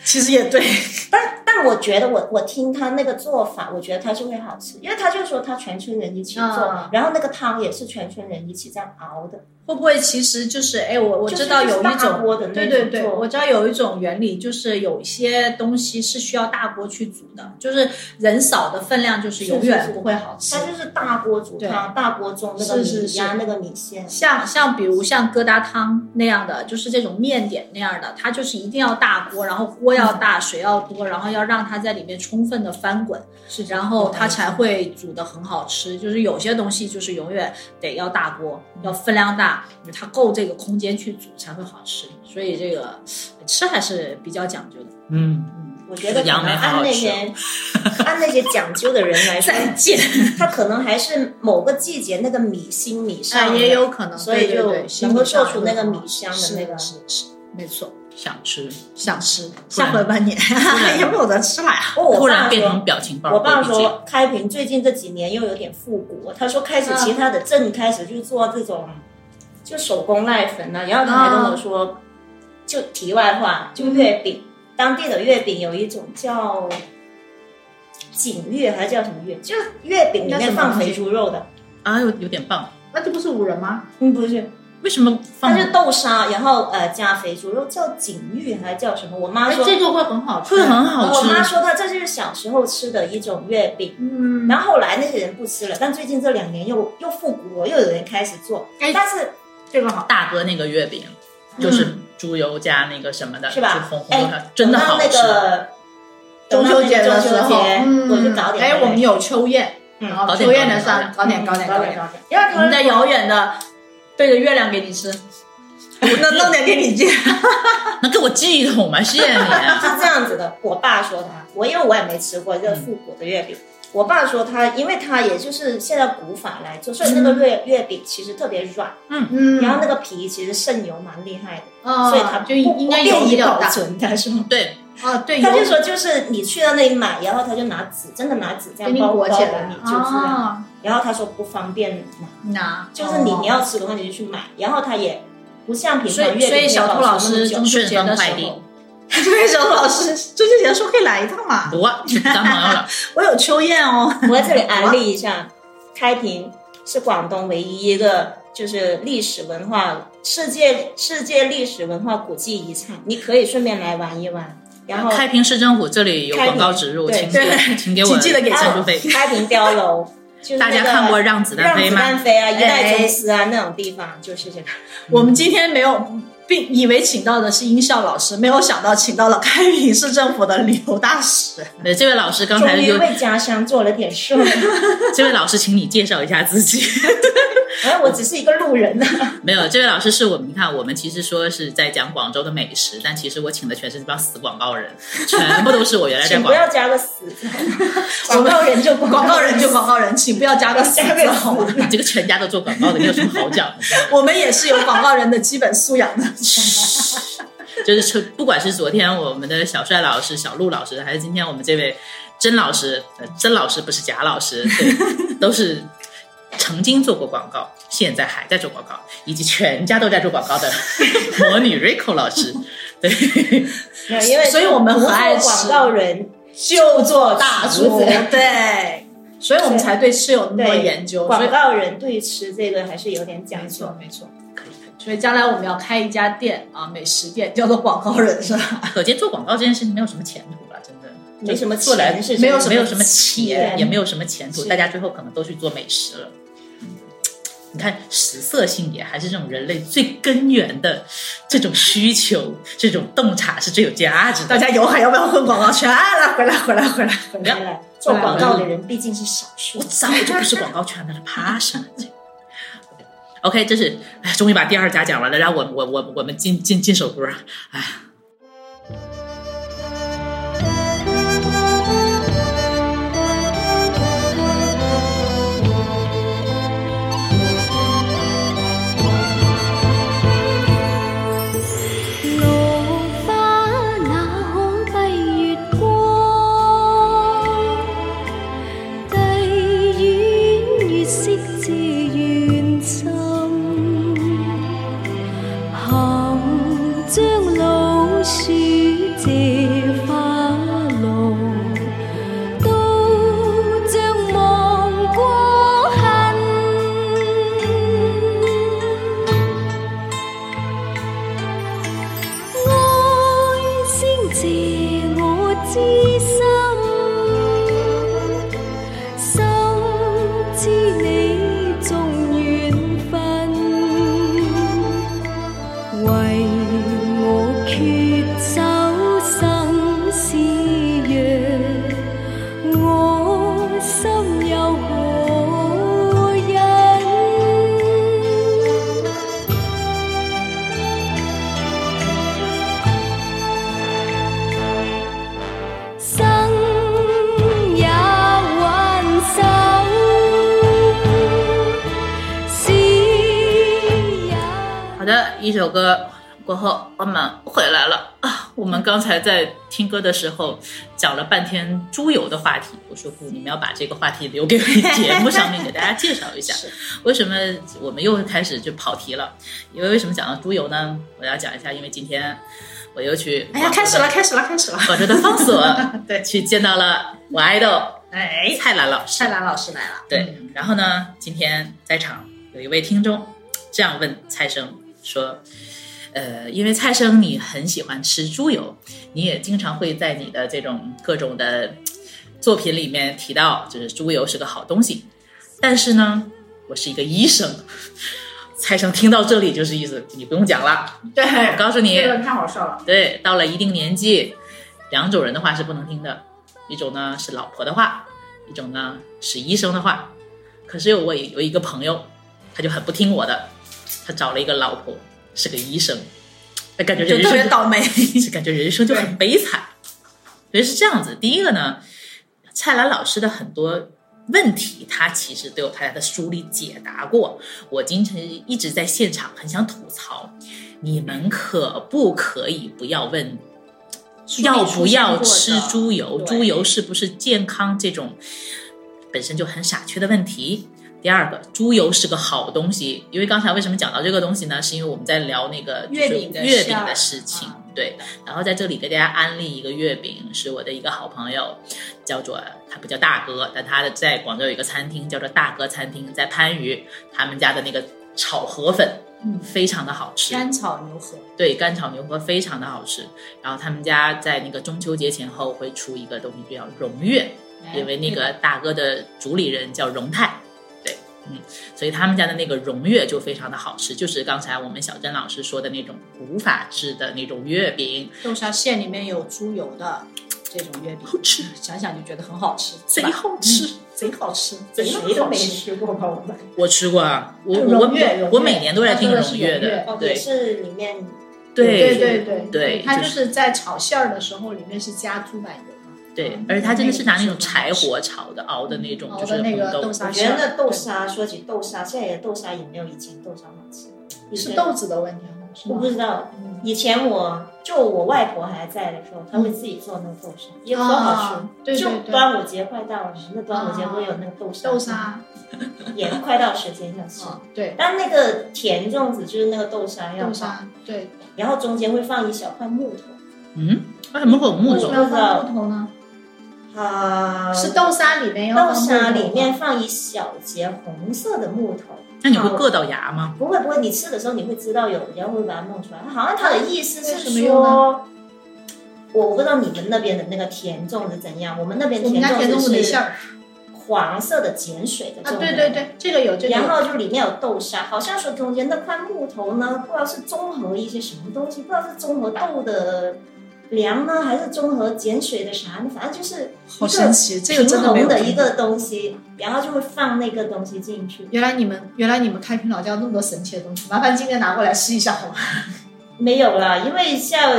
[SPEAKER 3] 其实也对，
[SPEAKER 4] 但我觉得我我听他那个做法，我觉得他就会好吃，因为他就说他全村人一起做，
[SPEAKER 3] 嗯
[SPEAKER 4] 然后那个汤也是全村人一起这样熬的。
[SPEAKER 3] 会不会其实就是哎，我我
[SPEAKER 4] 就是
[SPEAKER 3] 知道有一
[SPEAKER 4] 就是大
[SPEAKER 3] 种，
[SPEAKER 4] 锅的那
[SPEAKER 3] 对
[SPEAKER 4] 种
[SPEAKER 3] 对对，
[SPEAKER 4] 做
[SPEAKER 3] 我知道有一种原理，就是有一些东西是需要大锅去煮的，就是人少的分量就是永
[SPEAKER 4] 是
[SPEAKER 3] 远
[SPEAKER 4] 是是
[SPEAKER 3] 不会好吃。
[SPEAKER 4] 他就是大锅煮汤，大锅中那个米
[SPEAKER 3] 是是是
[SPEAKER 4] 压那个米线。
[SPEAKER 3] 像像比如像疙瘩汤那样的，就是这种面点那样的，它就是一定要大锅，然后锅要大，水要多，然后要让它在里面充分的翻滚，
[SPEAKER 4] 是
[SPEAKER 3] 然后它才会煮的很好吃。就是有些东西就是永远得要大锅，要分量大，它够这个空间去煮才会好吃。所以这个吃还是比较讲究的。
[SPEAKER 2] 嗯，
[SPEAKER 4] 我觉得可
[SPEAKER 2] 杨梅
[SPEAKER 4] 能
[SPEAKER 2] 好好
[SPEAKER 4] 按那些
[SPEAKER 3] 哦
[SPEAKER 4] 按那些讲究的人来 说，
[SPEAKER 3] 再 见，
[SPEAKER 4] 他可能还是某个季节那个米心米上的
[SPEAKER 3] 哎嗯也有可能，
[SPEAKER 4] 所以就
[SPEAKER 3] 对对对
[SPEAKER 4] 能够做出那个米
[SPEAKER 3] 心理
[SPEAKER 4] 香的
[SPEAKER 3] 上
[SPEAKER 4] 那个。
[SPEAKER 3] 是是是，没错，
[SPEAKER 2] 想吃。
[SPEAKER 3] 想吃，
[SPEAKER 2] 突然
[SPEAKER 3] 下回半年
[SPEAKER 2] 然
[SPEAKER 3] 也没有得吃了呀。
[SPEAKER 4] 不过
[SPEAKER 2] 突
[SPEAKER 4] 我
[SPEAKER 2] 然
[SPEAKER 4] 爸
[SPEAKER 2] 变成
[SPEAKER 4] 说，
[SPEAKER 2] 表情包。
[SPEAKER 4] 我爸
[SPEAKER 2] 回避键
[SPEAKER 4] 说开平最近这几年又有点复古，他说开始
[SPEAKER 3] 嗯
[SPEAKER 4] 其他的镇开始就做这种，就手工濑粉啊呐、然后他还跟我说，就题外话，就月饼，当地的月饼有一种叫。锦月还是叫什么月？就是月饼里
[SPEAKER 3] 那什
[SPEAKER 4] 面
[SPEAKER 3] 么
[SPEAKER 4] 放
[SPEAKER 3] 东西
[SPEAKER 4] 肥猪肉的，
[SPEAKER 2] 啊，有有点棒。
[SPEAKER 3] 那这不是五仁吗？
[SPEAKER 4] 嗯，不是，
[SPEAKER 2] 为什么放
[SPEAKER 4] 它？是豆沙，然后呃加肥猪肉，叫锦玉还是叫什么？我妈
[SPEAKER 3] 哎，
[SPEAKER 4] 说
[SPEAKER 3] 这个会很好吃，
[SPEAKER 2] 会很好
[SPEAKER 4] 我
[SPEAKER 2] 吃
[SPEAKER 4] 妈说她这就是小时候吃的一种月饼，
[SPEAKER 3] 嗯，
[SPEAKER 4] 然后后来那些人不吃了，但最近这两年又又复古了，又有人开始做，
[SPEAKER 3] 哎
[SPEAKER 4] 但是
[SPEAKER 3] 这个好，
[SPEAKER 2] 大哥那个月饼，就是猪油加那个什么的，
[SPEAKER 4] 嗯是吧
[SPEAKER 2] 呃就红红的
[SPEAKER 4] 哎，
[SPEAKER 2] 真的好
[SPEAKER 4] 等
[SPEAKER 2] 吃
[SPEAKER 4] 到。那个
[SPEAKER 3] 中秋节
[SPEAKER 4] 等到
[SPEAKER 3] 的
[SPEAKER 4] 那个
[SPEAKER 3] 时
[SPEAKER 4] 中秋
[SPEAKER 3] 候，
[SPEAKER 4] 节，
[SPEAKER 3] 嗯
[SPEAKER 4] 我就搞点来。
[SPEAKER 3] 哎，我们有秋宴，
[SPEAKER 4] 嗯
[SPEAKER 3] 然后
[SPEAKER 2] 搞点
[SPEAKER 3] 秋宴的
[SPEAKER 2] 搞
[SPEAKER 3] 上
[SPEAKER 2] 点
[SPEAKER 3] 搞点搞点
[SPEAKER 4] 搞
[SPEAKER 3] 搞
[SPEAKER 4] 点
[SPEAKER 3] 点，
[SPEAKER 4] 搞点，
[SPEAKER 3] 因为你们在遥远的对着月亮给你吃，
[SPEAKER 4] 我能弄点给你借。
[SPEAKER 2] 能给我寄一桶吗？谢谢你。
[SPEAKER 4] 是这样子的，我爸说他，我因为我也没吃过这个复古的月饼。我爸说他，因为他也就是现在古法来做，所以那个月月饼其实特别软，
[SPEAKER 3] 嗯
[SPEAKER 4] 然后那个皮其实渗油蛮厉害的，
[SPEAKER 3] 哦
[SPEAKER 4] 所以他
[SPEAKER 3] 就
[SPEAKER 4] 不
[SPEAKER 3] 应该
[SPEAKER 4] 不便
[SPEAKER 3] 油比
[SPEAKER 4] 于
[SPEAKER 3] 较
[SPEAKER 4] 保
[SPEAKER 3] 大。
[SPEAKER 4] 存。他说，
[SPEAKER 2] 对，
[SPEAKER 3] 哦，对，
[SPEAKER 4] 他
[SPEAKER 3] 油
[SPEAKER 4] 就说就是你去到那里买，然后他就拿纸，真的拿纸这
[SPEAKER 3] 给
[SPEAKER 4] 样
[SPEAKER 3] 你
[SPEAKER 4] 包
[SPEAKER 3] 裹
[SPEAKER 4] 包
[SPEAKER 3] 起
[SPEAKER 4] 给
[SPEAKER 3] 来，
[SPEAKER 4] 你，就这样。
[SPEAKER 3] 哦
[SPEAKER 4] 然后他说不方便拿，
[SPEAKER 3] 拿，
[SPEAKER 4] 就是你
[SPEAKER 3] 哦
[SPEAKER 4] 你要吃的话你就去买，然后他也不像平
[SPEAKER 3] 所
[SPEAKER 4] 常
[SPEAKER 3] 以
[SPEAKER 4] 月
[SPEAKER 3] 所
[SPEAKER 4] 饼
[SPEAKER 3] 以小
[SPEAKER 4] 那
[SPEAKER 3] 兔
[SPEAKER 4] 么
[SPEAKER 3] 老师
[SPEAKER 4] 久
[SPEAKER 3] 中秋节的
[SPEAKER 2] 顺丰
[SPEAKER 3] 时
[SPEAKER 2] 快递
[SPEAKER 3] 候，所以小兔老师中秋节的时候可以来一趟嘛？
[SPEAKER 2] 我当朋友 了。
[SPEAKER 3] 我有秋宴哦，
[SPEAKER 4] 我在这里安利一下，开平是广东唯一一个就是历史文化世界世界历史文化古迹遗产，你可以顺便来玩一玩。然后
[SPEAKER 2] 开平市政府这里有
[SPEAKER 4] 开平
[SPEAKER 2] 广告植入，
[SPEAKER 4] 哦对
[SPEAKER 2] 请给请给我
[SPEAKER 3] 请记得给
[SPEAKER 2] 赞助
[SPEAKER 4] 还
[SPEAKER 2] 费
[SPEAKER 4] 有。开平碉楼，就是那
[SPEAKER 2] 大
[SPEAKER 4] 个
[SPEAKER 2] 家看过《让子弹
[SPEAKER 4] 哦让
[SPEAKER 2] 飞》
[SPEAKER 4] 子弹
[SPEAKER 2] 吗？
[SPEAKER 4] 飞啊，一代宗师啊那种地方，就是这个。
[SPEAKER 3] 我们今天没有。并以为请到的是音效老师，没有想到请到了开平市政府的旅游大使。
[SPEAKER 2] 对，这位老师刚
[SPEAKER 4] 终
[SPEAKER 2] 才
[SPEAKER 4] 于
[SPEAKER 2] 就
[SPEAKER 4] 为家乡做了点 事儿。
[SPEAKER 2] 这位老师，请你介绍一下自己。
[SPEAKER 4] 哎，我只是一个路人啊呐、
[SPEAKER 2] 没有，这位老师是我们，你看，我们其实说是在讲广州的美食，但其实我请的全是这帮死广告人，全部都是我原来在
[SPEAKER 4] 请
[SPEAKER 2] 广
[SPEAKER 4] 不
[SPEAKER 2] 州。
[SPEAKER 4] 要加个死，广告人就
[SPEAKER 3] 广告人就
[SPEAKER 4] 广
[SPEAKER 3] 广告人，请不要加个死
[SPEAKER 4] 加
[SPEAKER 3] 字
[SPEAKER 4] 个
[SPEAKER 3] 好吗？
[SPEAKER 4] 死
[SPEAKER 2] 你 这个全家都做广告的，你有什么好讲的？
[SPEAKER 3] 我们也是有广告人的基本素养的。
[SPEAKER 2] 就是从不管是昨天我们的小帅老师、小陆老师，还是今天我们这位甄老师，呃，甄老师不是贾老师，对，都是曾经做过广告，现在还在做广告，以及全家都在做广告的 魔女 Rico 老师， 对，
[SPEAKER 4] 没有，因为
[SPEAKER 3] 所以我们很爱
[SPEAKER 4] 不做
[SPEAKER 3] 吃
[SPEAKER 4] 广告人
[SPEAKER 3] 就
[SPEAKER 4] 做
[SPEAKER 3] 大
[SPEAKER 4] 厨
[SPEAKER 3] 厨
[SPEAKER 4] 子。
[SPEAKER 3] 哦对，所以我们才对吃有那么多研究。所以
[SPEAKER 4] 广告人对吃这个还是有点讲
[SPEAKER 3] 没
[SPEAKER 4] 究
[SPEAKER 3] 错，。没错。所以将来我们要开一家店啊，美食店叫做广告人是吧？
[SPEAKER 2] 可见做广告这件事情没有什么前途了，真的。
[SPEAKER 4] 没什么
[SPEAKER 2] 做来
[SPEAKER 4] 钱是
[SPEAKER 3] 没有
[SPEAKER 2] 没有什么钱，
[SPEAKER 4] 钱
[SPEAKER 2] 也没有什么前途，
[SPEAKER 4] 是
[SPEAKER 2] 大家最后可能都去做美食了。嗯你看，食色性也还是这种人类最根源的这种需求，这种洞察是最有价值
[SPEAKER 3] 大
[SPEAKER 2] 的。
[SPEAKER 3] 家有海要不要混广告圈？啊来，回来，回来，回来，回来！
[SPEAKER 4] 钱了。做广告的人毕竟是少数
[SPEAKER 2] 我，早就不是广告圈的了，怕啥这 OK，这是哎，终于把第二家讲完了，让我我我我们进进进首歌，哎。
[SPEAKER 6] 露花那空蔽月光，地遠月色自願深，含將老鼠借花露，都將望過恨。爱先自我之心，心知你重缘分，Ờ. 为我决守生死约，我心有何忍？生也挽手，死也。
[SPEAKER 2] 好的，一首歌过后，我们回来了啊！我们刚才在听歌的时候讲了半天猪油的话题，我说不，你们要把这个话题留给节目上面给大家介绍一 下。 为什么我们又开始就跑题了？因为为什么讲到猪油呢？我要讲一下，因为今天我又去
[SPEAKER 3] 哎呀，开始了，开始了，开始了！
[SPEAKER 2] 广州的方所
[SPEAKER 3] 对，
[SPEAKER 2] 去见到了我爱豆
[SPEAKER 3] 哎，
[SPEAKER 2] 蔡澜老师。
[SPEAKER 3] 蔡澜老师来了，
[SPEAKER 2] 对，然后呢，今天在场有一位听众这样问蔡生说：“呃，因为蔡生你很喜欢吃猪油，你也经常会在你的这种各种的呃作品里面提到，就是猪油是个好东西。但是呢，我是一个医生。” 蔡生听到这里就是意思，你不用讲了，
[SPEAKER 3] 对，
[SPEAKER 2] 我告诉你，
[SPEAKER 3] 这个太好笑了。
[SPEAKER 2] 对，到了一定年纪，两种人的话是不能听的，一种呢是老婆的话，一种呢是医生的话。可是我有一个朋友，他就很不听我的，他找了一个老婆，是个医生，那感觉
[SPEAKER 3] 就
[SPEAKER 2] 人
[SPEAKER 3] 特别
[SPEAKER 2] 生
[SPEAKER 3] 倒霉。
[SPEAKER 2] 是感觉人生就很悲惨。所以是这样子，第一个呢，蔡澜老师的很多问题，他其实都有他在他的书里解答过。我经常一直在现场很想吐槽，你们可不可以不要问
[SPEAKER 3] 书里
[SPEAKER 2] 要不要
[SPEAKER 3] 出现
[SPEAKER 2] 吃
[SPEAKER 3] 过的
[SPEAKER 2] 猪油，
[SPEAKER 3] 对
[SPEAKER 2] 猪油是不是健康这种本身就很傻缺的问题。第二个，猪油是个好东西，因为刚才为什么讲到这个东西呢？是因为我们在聊那个就是
[SPEAKER 3] 月饼的
[SPEAKER 2] 月
[SPEAKER 3] 事
[SPEAKER 2] 饼
[SPEAKER 3] 儿
[SPEAKER 2] 的事情
[SPEAKER 3] 啊，
[SPEAKER 2] 对。然后在这里给大家安利一个月饼，是我的一个好朋友，叫做他不叫大哥，但他的在广州有一个餐厅叫做大哥餐厅，在番禺，他们家的那个炒河粉，
[SPEAKER 3] 嗯
[SPEAKER 2] 非常的好吃，
[SPEAKER 3] 干炒牛河，
[SPEAKER 2] 对，干炒牛河非常的好吃。然后他们家在那个中秋节前后会出一个东西，叫融月，
[SPEAKER 3] 哎
[SPEAKER 2] 因为那个大哥的主理人叫荣泰，对，嗯，所以他们家的那个融月就非常的好吃，就是刚才我们小珍老师说的那种古法制的那种月饼，
[SPEAKER 3] 豆沙馅里面有猪油的这种月饼，嗯
[SPEAKER 2] 好吃，
[SPEAKER 3] 想想就觉得很好吃，
[SPEAKER 2] 贼
[SPEAKER 3] 是吧
[SPEAKER 2] 好吃。
[SPEAKER 3] 贼好吃，
[SPEAKER 2] 贼好
[SPEAKER 4] 谁都没
[SPEAKER 3] 吃
[SPEAKER 4] 吃过吧？我们
[SPEAKER 2] 我吃过啊，我
[SPEAKER 4] 就
[SPEAKER 2] 我我
[SPEAKER 4] 融月融
[SPEAKER 2] 我
[SPEAKER 4] 月
[SPEAKER 2] 每年都来
[SPEAKER 3] 他
[SPEAKER 2] 订
[SPEAKER 3] 说的
[SPEAKER 2] 融
[SPEAKER 3] 是
[SPEAKER 2] 月
[SPEAKER 3] 融月
[SPEAKER 2] 的，
[SPEAKER 4] 哦，也
[SPEAKER 2] 对
[SPEAKER 4] 是里面
[SPEAKER 3] 对
[SPEAKER 2] 对
[SPEAKER 3] 对对
[SPEAKER 2] 对
[SPEAKER 3] 它
[SPEAKER 2] 就
[SPEAKER 3] 就是在炒馅儿的时候，里面是加猪板油嘛，
[SPEAKER 2] 对
[SPEAKER 3] 嗯，
[SPEAKER 2] 而且他真的是拿那
[SPEAKER 3] 那
[SPEAKER 2] 种
[SPEAKER 3] 个
[SPEAKER 2] 柴
[SPEAKER 3] 是很
[SPEAKER 2] 火炒的熬的那种，
[SPEAKER 3] 熬
[SPEAKER 2] 就
[SPEAKER 3] 的
[SPEAKER 2] 是
[SPEAKER 3] 那
[SPEAKER 2] 红
[SPEAKER 3] 个
[SPEAKER 2] 豆
[SPEAKER 3] 豆沙
[SPEAKER 4] 我觉得那豆沙，说起豆沙，现在的豆沙也没有以前豆沙好吃。以前
[SPEAKER 3] 是豆子的问题吗？是
[SPEAKER 4] 我
[SPEAKER 3] 吗
[SPEAKER 4] 不？知道，
[SPEAKER 3] 嗯
[SPEAKER 4] 以前我就我外婆还在的时候，她会自己做那个豆沙，也很好
[SPEAKER 3] 啊
[SPEAKER 4] 吃。，
[SPEAKER 3] 嗯对对
[SPEAKER 4] 就
[SPEAKER 3] 对，
[SPEAKER 4] 端午节快到了，那端午节不会有那个豆沙？
[SPEAKER 3] 豆沙，
[SPEAKER 4] 嗯也快到时间要吃。
[SPEAKER 3] 嗯对，
[SPEAKER 4] 但那个甜粽子就是那个豆沙要
[SPEAKER 3] 豆
[SPEAKER 4] 放，
[SPEAKER 3] 沙，对，
[SPEAKER 4] 然后中间会放一小块木头。
[SPEAKER 2] 嗯，为什么会有木
[SPEAKER 3] 为什
[SPEAKER 2] 种
[SPEAKER 3] 么？要放木头呢？
[SPEAKER 4] 啊，
[SPEAKER 3] 是豆沙里面要放木
[SPEAKER 4] 豆
[SPEAKER 3] 头
[SPEAKER 4] 沙里面放一小节红色的木头。
[SPEAKER 2] 那你会硌到牙吗？
[SPEAKER 4] 不会不会，你吃的时候你会知道有人会把它弄出来。好像它的意思
[SPEAKER 3] 为
[SPEAKER 4] 是
[SPEAKER 3] 什么用
[SPEAKER 4] 说，我我不知道你们那边的那个甜粽子怎样，我们那边
[SPEAKER 3] 我们
[SPEAKER 4] 甜
[SPEAKER 3] 家甜粽
[SPEAKER 4] 粽
[SPEAKER 3] 子没
[SPEAKER 4] 子
[SPEAKER 3] 馅
[SPEAKER 4] 是
[SPEAKER 3] 儿
[SPEAKER 4] 黄色的碱水的粽
[SPEAKER 3] 啊，
[SPEAKER 4] 子，
[SPEAKER 3] 对对。对，这个有这个
[SPEAKER 4] 然
[SPEAKER 3] 有，
[SPEAKER 4] 后就里面有豆沙，好像说中间那块木头呢，不知道是综合一些什么东西，不知道是综合豆的粮呢，还是综合碱水的啥，反正就是
[SPEAKER 3] 好神奇，这个
[SPEAKER 4] 平
[SPEAKER 3] 真的没
[SPEAKER 4] 衡
[SPEAKER 3] 有
[SPEAKER 4] 的
[SPEAKER 3] 听
[SPEAKER 4] 一
[SPEAKER 3] 过
[SPEAKER 4] 个东西，然后就会放那个东西进去。
[SPEAKER 3] 原来你们原来你们开平老家有那么多神奇的东西，麻烦今天拿过来试一下好吗？
[SPEAKER 4] 没有啦，因为像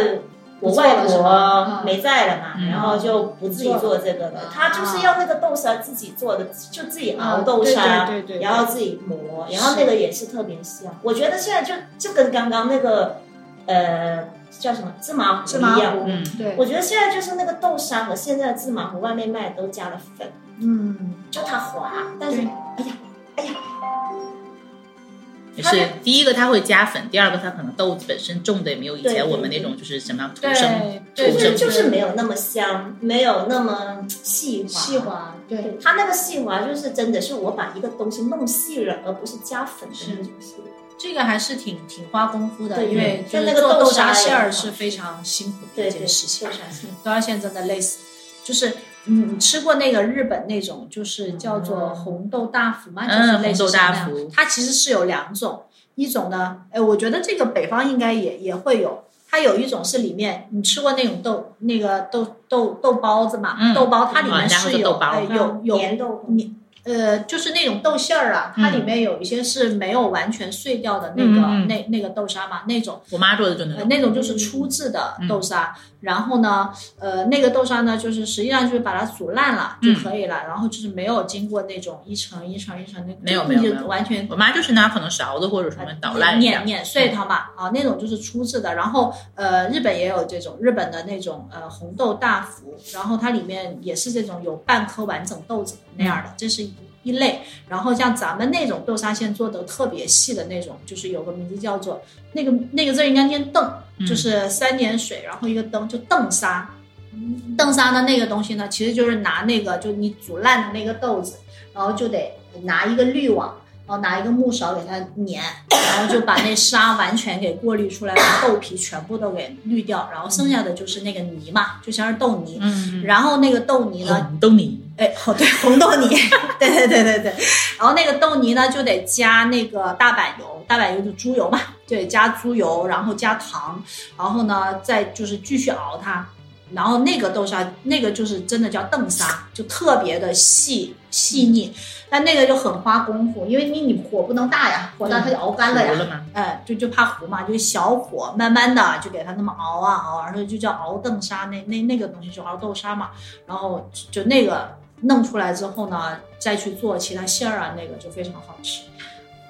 [SPEAKER 4] 我外婆没在了嘛，
[SPEAKER 2] 嗯
[SPEAKER 4] 然后就不自己做这个了
[SPEAKER 3] 嗯。
[SPEAKER 4] 她就是要那个豆沙自己做的，就自己熬豆
[SPEAKER 3] 啊
[SPEAKER 4] 沙，
[SPEAKER 3] 对对对对对
[SPEAKER 4] 然后自己磨，然后那个也是特别香。我觉得现在就就跟刚刚那个呃叫什么芝麻糊
[SPEAKER 3] 芝麻
[SPEAKER 4] 一样。
[SPEAKER 3] 糊
[SPEAKER 2] 嗯，
[SPEAKER 3] 对，
[SPEAKER 4] 我觉得现在就是那个豆沙和现在的芝麻糊外面卖的都加了粉，
[SPEAKER 3] 嗯，
[SPEAKER 4] 就它滑，但是
[SPEAKER 3] 对
[SPEAKER 4] 哎呀哎呀，
[SPEAKER 2] 也是第一个它会加粉，第二个它可能豆子本身种的也没有以
[SPEAKER 4] 对
[SPEAKER 2] 前我们那种就是什么样土生，
[SPEAKER 3] 对，
[SPEAKER 4] 就
[SPEAKER 2] 对
[SPEAKER 4] 是
[SPEAKER 2] 对
[SPEAKER 4] 就是没有那么香，没有那么细滑
[SPEAKER 3] 细滑，对，
[SPEAKER 4] 它那个细滑就是真的是我把一个东西弄细了，而不是加粉的那种细。
[SPEAKER 3] 这个还是挺挺花功夫的，
[SPEAKER 4] 对
[SPEAKER 3] 因为就
[SPEAKER 4] 对
[SPEAKER 3] 是
[SPEAKER 4] 那个
[SPEAKER 3] 做
[SPEAKER 4] 豆
[SPEAKER 3] 豆
[SPEAKER 4] 沙
[SPEAKER 3] 沙
[SPEAKER 4] 也
[SPEAKER 3] 馅儿
[SPEAKER 4] 好
[SPEAKER 3] 是非常辛苦的
[SPEAKER 4] 对
[SPEAKER 3] 一
[SPEAKER 4] 对，
[SPEAKER 3] 件事情
[SPEAKER 4] 豆，沙馅
[SPEAKER 3] 豆沙馅真的累死，就是。嗯，你吃过那个日本那种，就是叫做红豆大福吗？
[SPEAKER 2] 嗯
[SPEAKER 3] 就是类似
[SPEAKER 2] 红豆大
[SPEAKER 3] 像那样
[SPEAKER 2] 福
[SPEAKER 3] 它其实是有两种，一种呢，哎，我觉得这个北方应该也也会有，它有一种是里面你吃过那种豆那个豆豆豆包子嘛，
[SPEAKER 2] 嗯
[SPEAKER 3] 豆包它里
[SPEAKER 2] 老
[SPEAKER 3] 面
[SPEAKER 2] 人家
[SPEAKER 3] 是
[SPEAKER 2] 会做
[SPEAKER 3] 有
[SPEAKER 2] 豆包
[SPEAKER 3] 哎有有
[SPEAKER 4] 粘豆
[SPEAKER 3] 呃，就是那种豆馅儿啊，它
[SPEAKER 2] 嗯
[SPEAKER 3] 里面有一些是没有完全碎掉的那个、
[SPEAKER 2] 嗯嗯嗯
[SPEAKER 3] 那那个豆沙嘛，那种
[SPEAKER 2] 我妈做的就那
[SPEAKER 3] 呃
[SPEAKER 2] 种，嗯
[SPEAKER 3] 那种就是初制的豆沙。然后呢，呃，那个豆沙呢，就是实际上就是把它煮烂了就
[SPEAKER 2] 嗯
[SPEAKER 3] 可以了，然后就是没有经过那种一层一层一层的，
[SPEAKER 2] 没有
[SPEAKER 3] 就
[SPEAKER 2] 没有
[SPEAKER 3] 就
[SPEAKER 2] 没有
[SPEAKER 3] 完全
[SPEAKER 2] 我妈就是拿可能勺子或者什么捣烂一
[SPEAKER 3] 啊碾
[SPEAKER 2] 样，嗯
[SPEAKER 3] 碾呃碎它嘛，啊，那种就是初制的。然后呃，日本也有这种日本的那种呃红豆大福，然后它里面也是这种有半颗完整豆子那样
[SPEAKER 2] 嗯
[SPEAKER 3] 的，这是一一类。然后像咱们那种豆沙馅做得特别细的那种，就是有个名字叫做那个那个字儿应该念邓，
[SPEAKER 2] 嗯
[SPEAKER 3] 就是三点水，然后一个灯，就邓沙。
[SPEAKER 2] 嗯
[SPEAKER 3] 邓沙的那个东西呢，其实就是拿那个，就你煮烂的那个豆子，然后就得拿一个滤网，然后拿一个木勺给它碾， 然后就把那沙完全给过滤出来，把豆皮全部都给滤掉，然后剩下的就是那个泥嘛，就像是豆泥。
[SPEAKER 2] 嗯，
[SPEAKER 3] 然后那个豆泥呢，
[SPEAKER 2] 红豆泥，
[SPEAKER 3] 哎，哦对， 红豆泥，对对对对对。然后那个豆泥呢，就得加那个大阪油，大阪油就是猪油嘛，对，加猪油，然后加糖，然后呢再就是继续熬它。然后那个豆沙，那个就是真的叫邓沙，就特别的细细腻，但那个就很花功夫，因为你你火不能大呀，火大它就熬干了呀，
[SPEAKER 2] 嘛，
[SPEAKER 3] 哎，就就怕糊嘛，就小火慢慢的就给它那么熬啊熬啊，然后就叫熬豆沙，那那那个东西就熬豆沙嘛，然后就就那个弄出来之后呢，再去做其他馅儿啊，那个就非常好吃。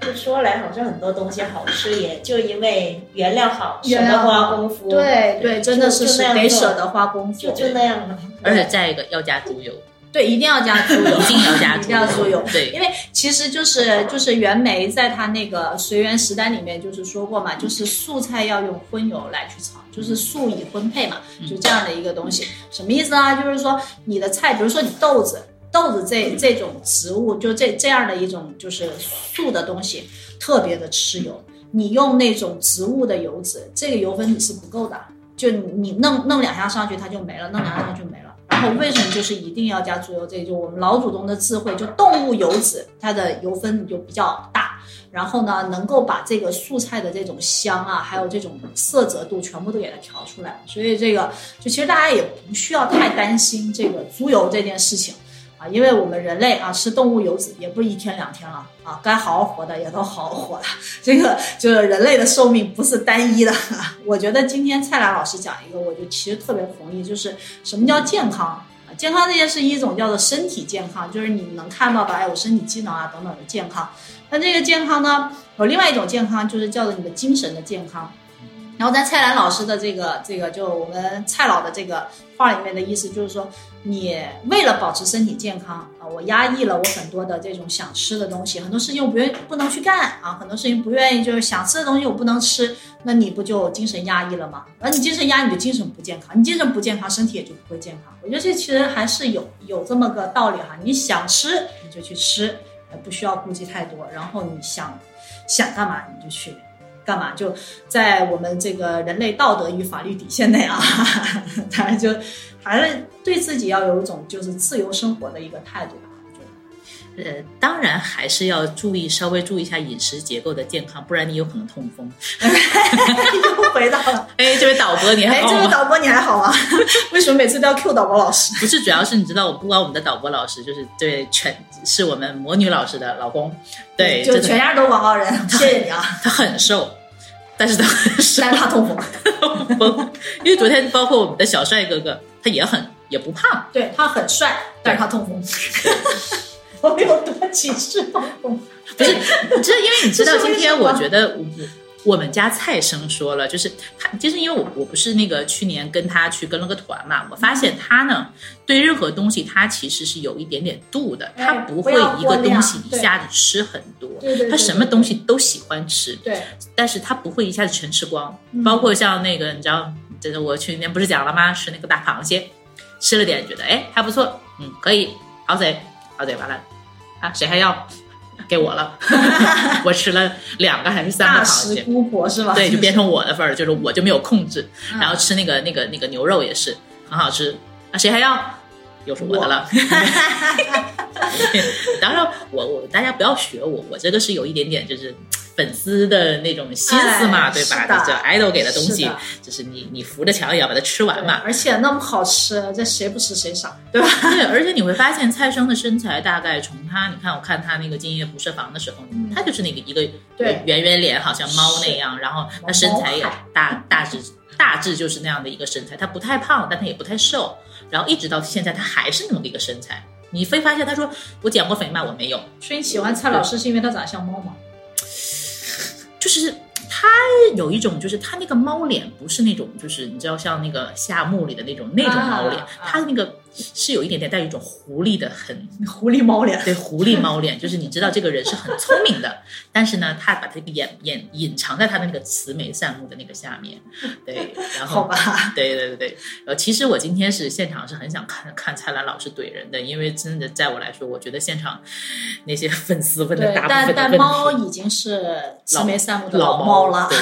[SPEAKER 4] 就说来好像很多东西好吃，也就因为原料好，舍
[SPEAKER 3] 原料
[SPEAKER 4] 得
[SPEAKER 3] 好
[SPEAKER 4] 花功夫，，
[SPEAKER 3] 对对，真的是
[SPEAKER 4] 就那
[SPEAKER 3] 是
[SPEAKER 4] 样
[SPEAKER 3] 得
[SPEAKER 4] 做
[SPEAKER 3] 舍得花功夫，
[SPEAKER 4] 就就那样了。
[SPEAKER 2] 而且再一个要加猪油，
[SPEAKER 3] 对，一定要加猪油，
[SPEAKER 2] 一定要加
[SPEAKER 3] 一
[SPEAKER 2] 猪
[SPEAKER 3] 定要猪油。因
[SPEAKER 2] 对，
[SPEAKER 3] 为其实就是就是袁枚在他那个《随园食单》里面就是说过嘛，就是素菜要用荤油来去炒，就是素以荤配嘛，就这样的一个东西。什么意思啊？就是说你的菜，比如说你豆子，豆子这这种植物，就这这样的一种就是素的东西，特别的吃油。你用那种植物的油脂，这个油分你是不够的，就你你弄弄两下上去它就没了，弄两下上去没了。然后为什么就是一定要加猪油？这个就我们老祖宗的智慧，就动物油脂它的油分就比较大，然后呢能够把这个素菜的这种香啊，还有这种色泽度全部都给它调出来。所以这个就其实大家也不需要太担心这个猪油这件事情。啊，因为我们人类啊吃动物油脂也不是一天两天了啊，该好好活的也都好好活了。这个就是人类的寿命不是单一的。我觉得今天蔡澜老师讲一个，我就其实特别同意，就是什么叫健康啊？健康这件事，一种叫做身体健康，就是你能看到的，哎，我身体机能啊等等的健康。那这个健康呢，有另外一种健康，就是叫做你的精神的健康。然后在蔡澜老师的这个这个，就我们蔡老的这个话里面的意思，就是说，你为了保持身体健康啊，我压抑了我很多的这种想吃的东西，很多事情我不愿不能去干啊，很多事情不愿意就是想吃的东西我不能吃，那你不就精神压抑了吗？而你精神压抑，你就精神不健康，你精神不健康，身体也就不会健康。我觉得这其实还是有有这么个道理哈，你想吃你就去吃，呃不需要顾忌太多，然后你想想干嘛你就去。干嘛？就在我们这个人类道德与法律底线内啊， 当然就还是对自己要有一种就是自由生活的一个态度吧。我觉得
[SPEAKER 2] 呃，当然还是要注意稍微注意一下饮食结构的健康，不然你有可能痛风。
[SPEAKER 3] 又回到了，
[SPEAKER 2] 哎，哦这位导播你还
[SPEAKER 3] 哎，
[SPEAKER 2] 好
[SPEAKER 3] 这位
[SPEAKER 2] 吗？
[SPEAKER 3] 导播你还好吗？ 为什么每次都要 Q 导播老师？
[SPEAKER 2] 不是，主要是你知道，不光我们的导播老师，就是对全是我们魔女老师的老公，对，
[SPEAKER 3] 就
[SPEAKER 2] 真的
[SPEAKER 3] 全家都广告人， 谢谢你啊，
[SPEAKER 2] 他很瘦，但是他很瘦，
[SPEAKER 3] 但是他痛风，
[SPEAKER 2] 因为昨天包括我们的小帅哥哥，他也很也不胖，
[SPEAKER 3] 对他很帅，但是他 痛风。我们有多歧视痛风？
[SPEAKER 2] 不 是，这因为你知道，
[SPEAKER 3] 这是
[SPEAKER 2] 今
[SPEAKER 3] 为什
[SPEAKER 2] 天
[SPEAKER 3] 么
[SPEAKER 2] 我觉得我我们家蔡生说了，就是他，就是因为我我不是那个去年跟他去跟了个团嘛，我发现他呢对任何东西他其实是有一点点度的，
[SPEAKER 3] 哎
[SPEAKER 2] 他不会
[SPEAKER 3] 不要
[SPEAKER 2] 一个
[SPEAKER 3] 过量
[SPEAKER 2] 东西一
[SPEAKER 3] 对
[SPEAKER 2] 下子吃很多，
[SPEAKER 3] 对对
[SPEAKER 2] 他什么东西？都喜欢吃，
[SPEAKER 3] 对，
[SPEAKER 2] 但是他不会一下子全吃光，
[SPEAKER 3] 嗯
[SPEAKER 2] 包括像那个你知道，就是我去年不是讲了吗？是那个大螃蟹，吃了点觉得哎还不错，嗯可以，好嘴好嘴完了啊谁还要？给我 了，我吃了两个还是三
[SPEAKER 3] 大
[SPEAKER 2] 个螃
[SPEAKER 3] 食
[SPEAKER 2] 蟹，
[SPEAKER 3] 姑婆是吧？
[SPEAKER 2] 对，就变成我的份儿，就是我就没有控制。
[SPEAKER 3] 嗯
[SPEAKER 2] 然后吃那个那个那个牛肉也是很好吃啊，谁还要？又是我的了。 当然，我我大家不要学我，我这个是有一点点就是粉丝的那种心思嘛，
[SPEAKER 3] 哎
[SPEAKER 2] 对吧？
[SPEAKER 3] 是的
[SPEAKER 2] 这 idol 给的东
[SPEAKER 3] 是
[SPEAKER 2] 西
[SPEAKER 3] 的，
[SPEAKER 2] 就是你你扶着墙也要把它吃完
[SPEAKER 3] 对
[SPEAKER 2] 嘛。
[SPEAKER 3] 而且那么好吃，这谁不吃谁傻？
[SPEAKER 2] 对，而且你会发现蔡生的身材大概从他，你看我看他那个《今夜不设防》的时候，
[SPEAKER 3] 嗯
[SPEAKER 2] 他就是那个一个
[SPEAKER 3] 对
[SPEAKER 2] 圆圆脸，好像猫那样，然后他身材也
[SPEAKER 3] 猫
[SPEAKER 2] 大大致大致就是那样的一个身材，他不太胖，但他也不太瘦，然后一直到现在他还是那么个一个身材。你会发现，他说我减过肥吗？我没有，
[SPEAKER 3] 所以你喜欢蔡老师是因为他长得像猫吗？
[SPEAKER 2] 就是他有一种，就是他那个猫脸不是那种，就是你知道像那个夏目里的那种那种猫脸
[SPEAKER 3] 啊，啊
[SPEAKER 2] 他那个是有一点点带有一种狐狸的很
[SPEAKER 3] 狐狸猫脸。
[SPEAKER 2] 对，狐狸猫脸，就是你知道这个人是很聪明的，但是呢，他把这个掩掩隐藏在他的那个慈眉善目的那个下面，对，然
[SPEAKER 3] 好
[SPEAKER 2] 后
[SPEAKER 3] 吧，
[SPEAKER 2] 对对对对，呃，其实我今天是现场是很想看看蔡澜老师怼人的，因为真的在我来说，我觉得现场那些粉丝问的
[SPEAKER 3] 对
[SPEAKER 2] 大，部
[SPEAKER 3] 但
[SPEAKER 2] 分的
[SPEAKER 3] 但
[SPEAKER 2] 问
[SPEAKER 3] 猫
[SPEAKER 2] 题。
[SPEAKER 3] 已经是慈眉善目的
[SPEAKER 2] 老
[SPEAKER 3] 猫
[SPEAKER 2] 了
[SPEAKER 3] 了，，
[SPEAKER 2] 对，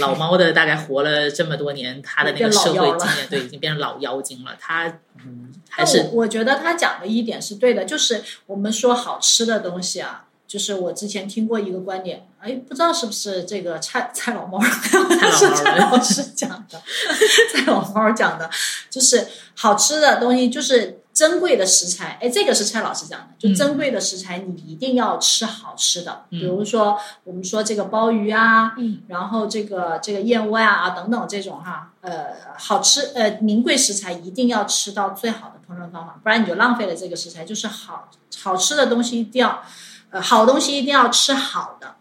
[SPEAKER 2] 老猫的大概活了这么多年，他的那个
[SPEAKER 3] 变老
[SPEAKER 2] 社
[SPEAKER 3] 妖
[SPEAKER 2] 会
[SPEAKER 3] 了
[SPEAKER 2] 经验，对，已经变成老妖精了。他嗯，还
[SPEAKER 3] 但
[SPEAKER 2] 是
[SPEAKER 3] 我我觉得他讲的一点是对的，就是我们说好吃的东西啊，就是我之前听过一个观点，哎，不知道是不是这个蔡蔡老猫儿，
[SPEAKER 2] 老猫儿
[SPEAKER 3] 是蔡老师讲的， 蔡老猫儿讲的，就是好吃的东西，就是珍贵的食材。哎，这个是蔡老师讲的，就
[SPEAKER 2] 嗯
[SPEAKER 3] 珍贵的食材，你一定要吃好吃的。
[SPEAKER 2] 嗯
[SPEAKER 3] 比如说我们说这个鲍鱼啊，
[SPEAKER 2] 嗯，
[SPEAKER 3] 然后这个这个燕窝呀啊等等这种哈，呃，好吃呃名贵食材一定要吃到最好的烹饪方法，不然你就浪费了这个食材。就是好好吃的东西一定要，呃，好东西一定要吃好的，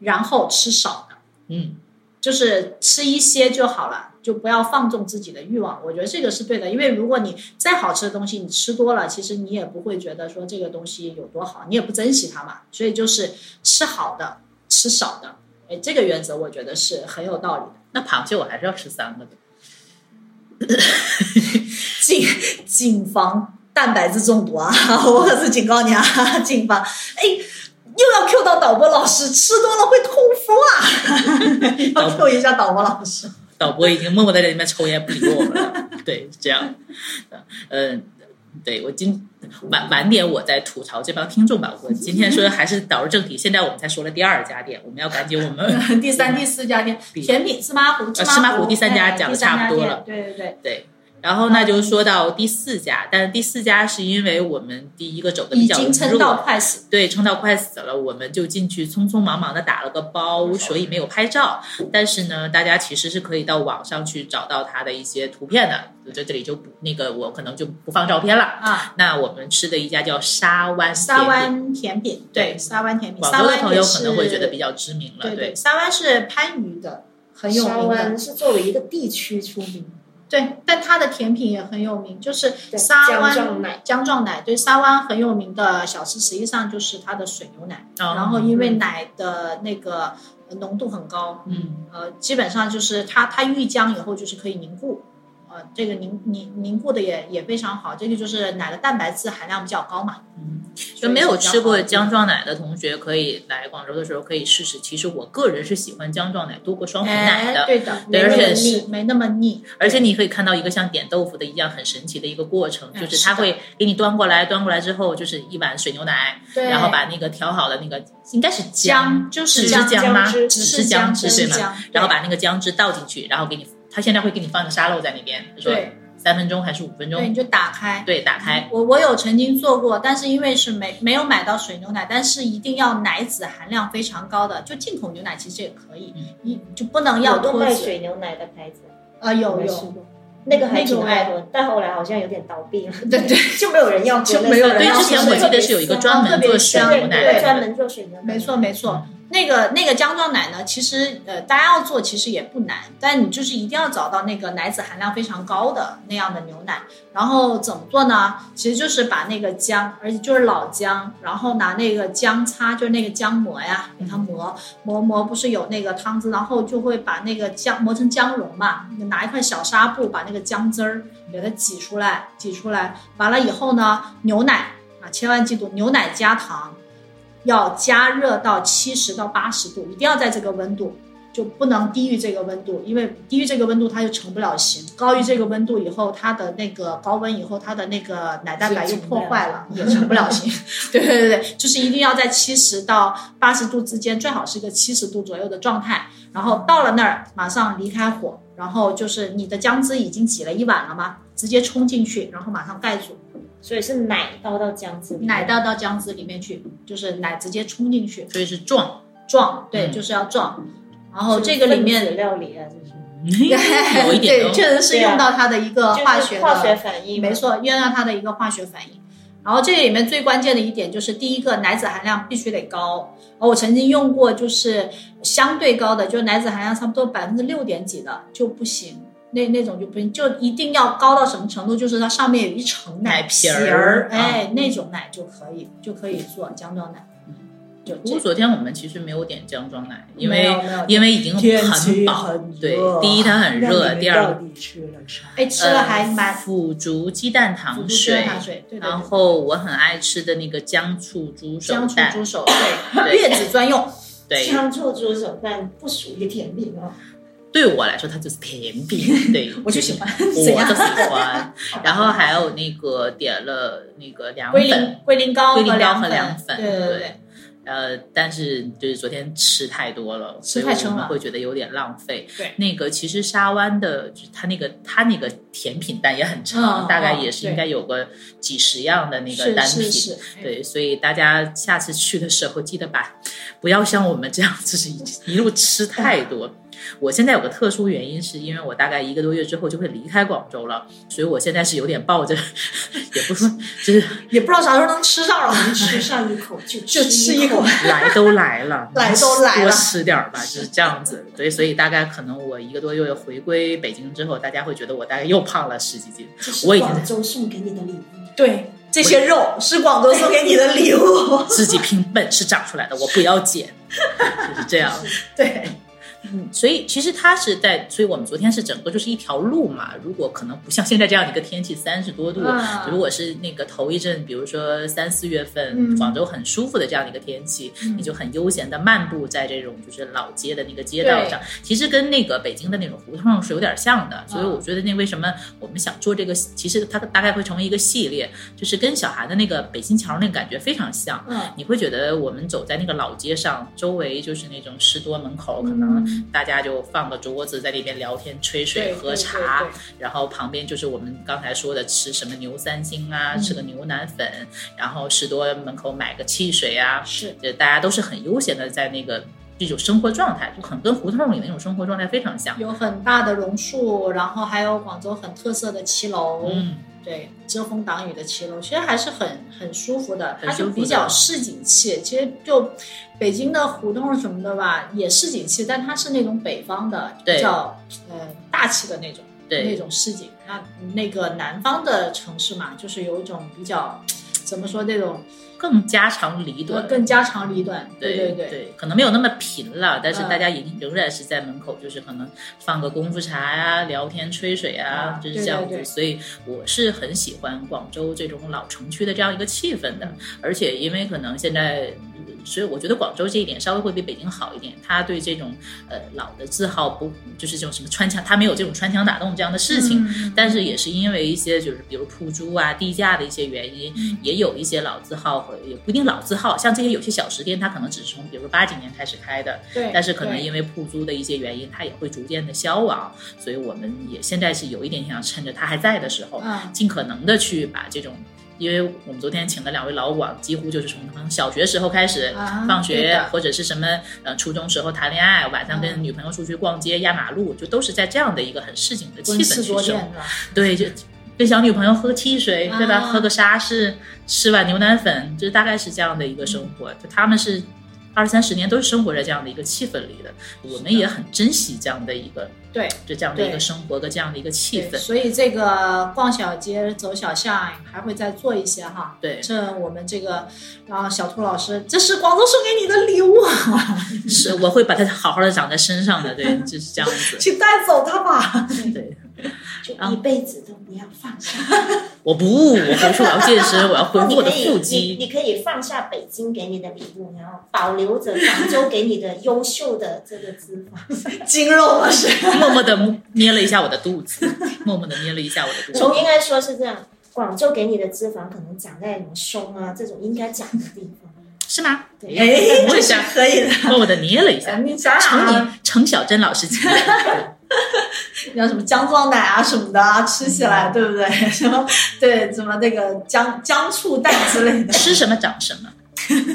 [SPEAKER 3] 然后吃少的，
[SPEAKER 2] 嗯，
[SPEAKER 3] 就是吃一些就好了。就不要放纵自己的欲望，我觉得这个是对的。因为如果你再好吃的东西，你吃多了，其实你也不会觉得说这个东西有多好，你也不珍惜它嘛。所以就是吃好的，吃少的，哎，这个原则我觉得是很有道理的。
[SPEAKER 2] 那螃蟹我还是要吃三个的。
[SPEAKER 3] 谨谨防蛋白质中毒啊！ 我可是警告你啊，谨防！哎，又要 Q 到导播老师，吃多了会痛风啊！要 Q 一下导播老师。
[SPEAKER 2] 导播已经默默地在那边抽烟不理我们了。 对，是这样。嗯、对我今晚晚点我再吐槽这帮听众吧。我今天说还是导入正题，现在我们才说了第二家店，我们要赶紧我 们
[SPEAKER 3] 第三、第四家店，甜品芝麻糊，芝
[SPEAKER 2] 呃芝麻
[SPEAKER 3] 糊
[SPEAKER 2] 糊第三家
[SPEAKER 3] 哎
[SPEAKER 2] 讲得
[SPEAKER 3] 第三
[SPEAKER 2] 差不多
[SPEAKER 3] 家店
[SPEAKER 2] 了
[SPEAKER 3] 对对对，
[SPEAKER 2] 对。然后那就说到第四家，但是第四家是因为我们第一个走的比
[SPEAKER 3] 已
[SPEAKER 2] 较
[SPEAKER 3] 经撑
[SPEAKER 2] 弱，
[SPEAKER 3] 到快死。
[SPEAKER 2] 对，撑到快死了，我们就进去匆匆忙忙的打了个包，所以没有拍照。但是呢，大家其实是可以到网上去找到它的一些图片的。我在这里就不那个，我可能就不放照片了。
[SPEAKER 3] 啊，
[SPEAKER 2] 那我们吃的一家叫沙湾
[SPEAKER 3] 沙
[SPEAKER 2] 铁饼，
[SPEAKER 3] 湾甜品，对，
[SPEAKER 2] 嗯对
[SPEAKER 3] 沙湾甜品，
[SPEAKER 2] 广
[SPEAKER 3] 沙
[SPEAKER 2] 州的
[SPEAKER 3] 湾
[SPEAKER 2] 朋
[SPEAKER 3] 也
[SPEAKER 2] 友
[SPEAKER 3] 是
[SPEAKER 2] 可能会觉得比较知名了。
[SPEAKER 3] 对对，沙湾是番禺的，很有
[SPEAKER 4] 沙
[SPEAKER 3] 名的
[SPEAKER 4] 湾。是作为一个地区出名，
[SPEAKER 3] 对，但它的甜品也很有名，就是
[SPEAKER 4] 对
[SPEAKER 3] 沙湾
[SPEAKER 4] 姜撞奶
[SPEAKER 3] 姜撞奶，对，沙湾很有名的小吃，实际上就是它的水牛奶。
[SPEAKER 2] 哦
[SPEAKER 3] 然后因为奶的那个浓度很高，
[SPEAKER 2] 嗯，
[SPEAKER 3] 呃，基本上就是它它遇浆以后就是可以凝固，呃，这个凝凝凝固的也也非常好，这个就是奶的蛋白质含量比较高嘛。
[SPEAKER 2] 嗯就
[SPEAKER 3] 所以
[SPEAKER 2] 没
[SPEAKER 3] 是
[SPEAKER 2] 有
[SPEAKER 3] 比较
[SPEAKER 2] 吃过
[SPEAKER 3] 好的
[SPEAKER 2] 姜撞奶的同学，可以来广州的时候可以试试。其实我个人是喜欢姜撞奶多过双皮奶的
[SPEAKER 3] 哎，，对的，
[SPEAKER 2] 对
[SPEAKER 3] 没那
[SPEAKER 2] 而
[SPEAKER 3] 么
[SPEAKER 2] 且是
[SPEAKER 3] 腻，没那么腻，
[SPEAKER 2] 而且你可以看到一个像点豆腐的一样很神奇的一个过程，
[SPEAKER 3] 嗯
[SPEAKER 2] 就是
[SPEAKER 3] 是
[SPEAKER 2] 它
[SPEAKER 3] 的
[SPEAKER 2] 会给你端过来，端过来之后就是一碗水牛奶，
[SPEAKER 3] 对，
[SPEAKER 2] 然后把那个调好的那个应该是姜，
[SPEAKER 3] 姜就是
[SPEAKER 2] 只是姜吗？
[SPEAKER 4] 汁
[SPEAKER 2] 只
[SPEAKER 3] 是
[SPEAKER 2] 是姜
[SPEAKER 3] 汁
[SPEAKER 2] 汁
[SPEAKER 3] 是
[SPEAKER 2] 对吗？
[SPEAKER 3] 姜，
[SPEAKER 2] 然后
[SPEAKER 3] 对
[SPEAKER 2] 把那个姜汁倒进去，然后给你，他现在会给你放个沙漏在那边，他说
[SPEAKER 3] 对
[SPEAKER 2] 三分钟还是五分
[SPEAKER 3] 对
[SPEAKER 2] 钟，
[SPEAKER 3] 你就打开。
[SPEAKER 2] 对，打开，
[SPEAKER 3] 我我有曾经做过，但是因为是没没有买到水牛奶，但是一定要奶脂含量非常高的，就进口牛奶其实也可以
[SPEAKER 2] 嗯，
[SPEAKER 3] 你就不能要
[SPEAKER 4] 有个
[SPEAKER 3] 脱
[SPEAKER 4] 卖
[SPEAKER 3] 脂
[SPEAKER 4] 水牛奶的牌子，
[SPEAKER 3] 啊，有
[SPEAKER 4] 我没吃
[SPEAKER 3] 有，
[SPEAKER 4] 过。那个还挺爱喝，但后来好像有点倒闭了。对对，就没有人要喝。
[SPEAKER 3] 就没有人
[SPEAKER 2] 对，
[SPEAKER 3] 要
[SPEAKER 2] 之
[SPEAKER 3] 喝
[SPEAKER 2] 前我记得是有一个专门做水
[SPEAKER 3] 香
[SPEAKER 2] 牛奶的
[SPEAKER 4] 对，专
[SPEAKER 2] 人，
[SPEAKER 4] 门做水牛奶。
[SPEAKER 3] 没错没错。那个那个姜撞奶呢，其实呃，大家要做其实也不难，但你就是一定要找到那个奶脂含量非常高的那样的牛奶。然后怎么做呢？其实就是把那个姜，而且就是老姜，然后拿那个姜擦，就是那个姜磨呀，给它磨磨磨，不是有那个汤汁，然后就会把那个姜磨成姜蓉嘛，拿一块小纱布把那个姜汁儿给它挤出来，挤出来，完了以后呢，牛奶啊，千万记住牛奶加糖，要加热到七十到八十度，一定要在这个温度，就不能低于这个温度，因为低于这个温度它就成不了型，高于这个温度以后，它的那个高温以后，它的那个奶蛋白又破坏了，也成不了型。 对对对对，就是一定要在七十到八十度之间，最好是一个七十度左右的状态。然后到了那儿，马上离开火，然后就是你的姜汁已经挤了一碗了嘛，直接冲进去，然后马上盖住。
[SPEAKER 4] 所以是奶倒到姜汁里。
[SPEAKER 3] 奶倒到姜汁里面去，就是奶直接冲进去
[SPEAKER 2] 所以是撞，
[SPEAKER 3] 撞，对，
[SPEAKER 2] 嗯
[SPEAKER 3] 就是要撞。然后哦这个里
[SPEAKER 4] 分 子
[SPEAKER 3] 面，
[SPEAKER 4] 料理啊，就是
[SPEAKER 2] 有一点
[SPEAKER 3] 对，
[SPEAKER 2] 哦
[SPEAKER 3] 确实是
[SPEAKER 4] 对啊
[SPEAKER 3] 用到它的一个呃化
[SPEAKER 4] 就是
[SPEAKER 3] 学的
[SPEAKER 4] 化学反应嘛。
[SPEAKER 3] 没错，要让它的一个化学反应。然后这个里面最关键的一点就是，第一个奶脂含量必须得高。哦而我曾经用过，就是相对高的，就是奶脂含量差不多百分之六点几的就不行，那那种就不行，就一定要高到什么程度？就是它上面有一层
[SPEAKER 2] 奶
[SPEAKER 3] 皮
[SPEAKER 2] 皮儿，
[SPEAKER 3] 儿哎，那种奶就可以，就可以做姜撞奶。就
[SPEAKER 2] 不过
[SPEAKER 3] 这
[SPEAKER 2] 昨天我们其实没有点姜撞奶，因
[SPEAKER 3] 没
[SPEAKER 2] 为
[SPEAKER 3] 有没有
[SPEAKER 2] 因为已经
[SPEAKER 7] 天
[SPEAKER 2] 很
[SPEAKER 7] 气
[SPEAKER 2] 饱，
[SPEAKER 7] 很
[SPEAKER 2] 对
[SPEAKER 7] 热，
[SPEAKER 2] 第一它很热，第二
[SPEAKER 7] 那你们到底吃了啥？
[SPEAKER 3] 哎吃了还
[SPEAKER 2] 呃
[SPEAKER 3] 蛮
[SPEAKER 2] 腐竹鸡蛋
[SPEAKER 3] 辅
[SPEAKER 2] 糖
[SPEAKER 3] 助鸡蛋
[SPEAKER 2] 水，
[SPEAKER 3] 糖水，对对对
[SPEAKER 2] 然后我很爱吃的那个姜醋猪呃手
[SPEAKER 3] 姜醋
[SPEAKER 2] 蛋，
[SPEAKER 3] 猪手，对，
[SPEAKER 2] 对
[SPEAKER 3] 月子专用。
[SPEAKER 2] 对，
[SPEAKER 4] 香醋猪手饭不属于甜品哦。
[SPEAKER 2] 对我来说它就是甜品，对
[SPEAKER 3] 我就喜欢
[SPEAKER 2] 我就
[SPEAKER 3] 怎
[SPEAKER 2] 喜
[SPEAKER 3] 样
[SPEAKER 2] 欢。然后还有那个点了那个凉
[SPEAKER 3] 龟
[SPEAKER 2] 粉
[SPEAKER 3] 苓，龟苓膏
[SPEAKER 2] 龟
[SPEAKER 3] 和
[SPEAKER 2] 苓膏
[SPEAKER 3] 凉
[SPEAKER 2] 和
[SPEAKER 3] 粉
[SPEAKER 2] 凉粉，
[SPEAKER 3] 对对对。
[SPEAKER 2] 呃，但是就是昨天吃太多了，
[SPEAKER 3] 吃
[SPEAKER 2] 所以
[SPEAKER 3] 太撑
[SPEAKER 2] 我们
[SPEAKER 3] 了
[SPEAKER 2] 会觉得有点浪费。
[SPEAKER 3] 对
[SPEAKER 2] 那个其实沙湾的，就是它那个它那个甜品单也很长，
[SPEAKER 3] 嗯
[SPEAKER 2] 大概
[SPEAKER 3] 嗯
[SPEAKER 2] 也是
[SPEAKER 3] 对
[SPEAKER 2] 应该有个几十样的那个
[SPEAKER 3] 是
[SPEAKER 2] 单品。
[SPEAKER 3] 是是，
[SPEAKER 2] 对，所以大家下次去的时候，记得把不要像我们这样，就是一一路吃太
[SPEAKER 3] 嗯
[SPEAKER 2] 多。 我现在有个特殊原因，是因为我大概一个多月之后就会离开广州了，所以我现在是有点抱着， 也不是说就是
[SPEAKER 3] 也不知道啥时候能吃上了。
[SPEAKER 4] 能吃上一口就
[SPEAKER 3] 就吃一口，，
[SPEAKER 2] 来都来了
[SPEAKER 3] 来都来
[SPEAKER 2] 多
[SPEAKER 3] 了
[SPEAKER 2] 吃点儿吧，就是这样子。对，所以大概可能我一个多月回归北京之后，大家会觉得我大概又胖了十几斤。
[SPEAKER 4] 这是
[SPEAKER 2] 我已经
[SPEAKER 4] 广州送给你的礼物，
[SPEAKER 3] 对，这些肉是广州送给你的礼物。
[SPEAKER 2] 自己凭本事长出来的，我不要 减，就是这样。
[SPEAKER 3] 对，
[SPEAKER 2] 嗯，所以其实它是在，所以我们昨天是整个就是一条路嘛。如果可能不像现在这样的一个天气，三十多度，
[SPEAKER 3] 啊
[SPEAKER 2] 如果是那个头一阵，比如说三四月份，
[SPEAKER 3] 嗯
[SPEAKER 2] 广州很舒服的这样的一个天气，
[SPEAKER 3] 嗯
[SPEAKER 2] 你就很悠闲的漫步在这种就是老街的那个街道上，其实跟那个北京的那种胡同是有点像
[SPEAKER 3] 嗯
[SPEAKER 2] 的。所以我觉得那为什么我们想做这个，其实它大概会成为一个系列，就是跟小韩的那个北新桥那个感觉非常像。
[SPEAKER 3] 嗯，
[SPEAKER 2] 你会觉得我们走在那个老街上，周围就是那种士多门口，可能大家就放个桌子在里边聊天、吹水、
[SPEAKER 3] 嗯对
[SPEAKER 2] 喝
[SPEAKER 3] 对
[SPEAKER 2] 茶
[SPEAKER 3] 对对，
[SPEAKER 2] 然后旁边就是我们刚才说的吃什么牛三星啊，
[SPEAKER 3] 嗯
[SPEAKER 2] 吃个牛腩粉，然后士多门口买个汽水啊，
[SPEAKER 3] 是
[SPEAKER 2] 就大家都是很悠闲的在那个这种生活状态，就很跟胡同里那种生活状态非常像。
[SPEAKER 3] 有很大的榕树，然后还有广州很特色的骑楼，
[SPEAKER 2] 嗯，
[SPEAKER 3] 对，遮风挡雨的骑楼，其实还是很很舒服的，
[SPEAKER 2] 很
[SPEAKER 3] 它
[SPEAKER 2] 舒服的
[SPEAKER 3] 就比较市井气。其实就北京的胡同什么的吧，也市井气，但它是那种北方的
[SPEAKER 2] 对
[SPEAKER 3] 比较呃大气的那种那
[SPEAKER 2] 对，
[SPEAKER 3] 种市井。那那个南方的城市嘛，就是有一种比较怎么说那种
[SPEAKER 2] 更家长里
[SPEAKER 3] 呃
[SPEAKER 2] 短。
[SPEAKER 3] 更家长里短，
[SPEAKER 2] 对
[SPEAKER 3] 对对，
[SPEAKER 2] 对，可能没有那么频了，但是
[SPEAKER 3] 嗯
[SPEAKER 2] 大家也仍然是在门口，就是可能放个功夫茶呀、聊天吹水啊，
[SPEAKER 3] 嗯啊
[SPEAKER 2] 就是这样子。
[SPEAKER 3] 对对对
[SPEAKER 2] 所以我是很喜欢广州这种老城区的这样一个气氛
[SPEAKER 3] 嗯
[SPEAKER 2] 的，而且因为可能现在。呃所以我觉得广州这一点稍微会比北京好一点，他对这种呃老的字号不就是这种什么穿墙，他没有这种穿墙打洞这样的事情，
[SPEAKER 3] 嗯
[SPEAKER 2] 但是也是因为一些就是比如铺租啊、地价的一些原因，也有一些老字号和也不一定老字号，像这些有些小食店，它可能只是从比如说八几年开始开的，
[SPEAKER 3] 对，
[SPEAKER 2] 但是可能
[SPEAKER 3] 对
[SPEAKER 2] 因为铺租的一些原因，它也会逐渐的消亡，所以我们也现在是有一点想趁着它还在的时候，
[SPEAKER 3] 嗯
[SPEAKER 2] 尽可能的去把这种。因为我们昨天请的两位老广，几乎就是从可能小学时候开始，
[SPEAKER 3] 啊
[SPEAKER 2] 放
[SPEAKER 3] 对
[SPEAKER 2] 学
[SPEAKER 3] 的
[SPEAKER 2] 或者是什么呃初中时候谈恋爱，晚上跟
[SPEAKER 3] 嗯
[SPEAKER 2] 女朋友出去逛街压马路，就都是在这样的一个很市井的气
[SPEAKER 3] 温
[SPEAKER 2] 氛
[SPEAKER 3] 室
[SPEAKER 2] 去
[SPEAKER 3] 多
[SPEAKER 2] 生活
[SPEAKER 3] 变是吧？
[SPEAKER 2] 对，就跟小女朋友喝汽水，对吧？
[SPEAKER 3] 啊
[SPEAKER 2] 喝个沙士，吃碗牛腩粉，就是大概是这样的一个生活。就他们是二三十年都是生活在这样的一个气氛里的，我们也很珍惜这样的一个，
[SPEAKER 3] 对，
[SPEAKER 2] 就这样的一个
[SPEAKER 3] 对
[SPEAKER 2] 生活和这样的一个气
[SPEAKER 3] 对，
[SPEAKER 2] 氛。
[SPEAKER 3] 所以这个逛小街、走小巷还会再做一些哈。
[SPEAKER 2] 对
[SPEAKER 3] 趁我们这个，然后小兔老师，这是广州送给你的礼物啊，
[SPEAKER 2] 是，我会把它好好的长在身上的，对，就是这样子。
[SPEAKER 3] 请带走它吧。
[SPEAKER 2] 对，
[SPEAKER 4] 就
[SPEAKER 2] 啊
[SPEAKER 4] 一辈子都不要放下。
[SPEAKER 2] 我不悟，我回去我要健身，我要恢
[SPEAKER 4] 你
[SPEAKER 2] 复我
[SPEAKER 4] 可
[SPEAKER 2] 的
[SPEAKER 4] 以，
[SPEAKER 2] 腹
[SPEAKER 4] 你
[SPEAKER 2] 肌。
[SPEAKER 4] 你可以放下北京给你的礼物，然后保留着广州给你的优秀的这个资 源，
[SPEAKER 3] 精肉了是，
[SPEAKER 2] 默默的捏了一下我的肚子，默默的捏了一下我的肚子。
[SPEAKER 4] 从应该说是这样，广州给你的脂肪可能长在你胸啊这种应该长的地方。
[SPEAKER 2] 是吗？
[SPEAKER 4] 对
[SPEAKER 2] 哎摸一
[SPEAKER 3] 哎这是
[SPEAKER 2] 下
[SPEAKER 3] 可以的。
[SPEAKER 2] 默默的捏了一下。
[SPEAKER 3] 你想想
[SPEAKER 2] 成
[SPEAKER 3] 啊，
[SPEAKER 2] 你程小珍老师经验，
[SPEAKER 3] 像什么姜撞奶啊什么的啊，吃起来对不对？ 什么对，什么那个姜姜醋蛋之类的。
[SPEAKER 2] 吃什么长什 么。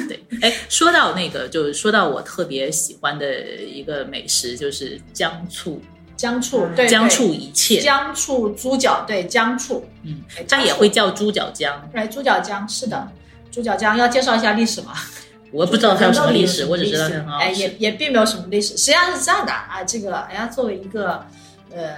[SPEAKER 2] 对，哎，说到那个，就是说到我特别喜欢的一个美食，就是姜醋，
[SPEAKER 3] 姜醋，对，
[SPEAKER 2] 姜
[SPEAKER 3] 对
[SPEAKER 2] 醋一切，
[SPEAKER 3] 姜醋猪脚，对，姜醋，
[SPEAKER 2] 嗯
[SPEAKER 3] 哎，
[SPEAKER 2] 它也会叫猪脚姜，
[SPEAKER 3] 哎，猪脚姜是的，猪脚姜要介绍一下历史吗？
[SPEAKER 2] 我不知道它有什么历史，我只知道它很好
[SPEAKER 3] 哎，
[SPEAKER 2] 吃。
[SPEAKER 3] 也也并没有什么历史。实际上是这样的啊，这个哎呀，作为一个呃，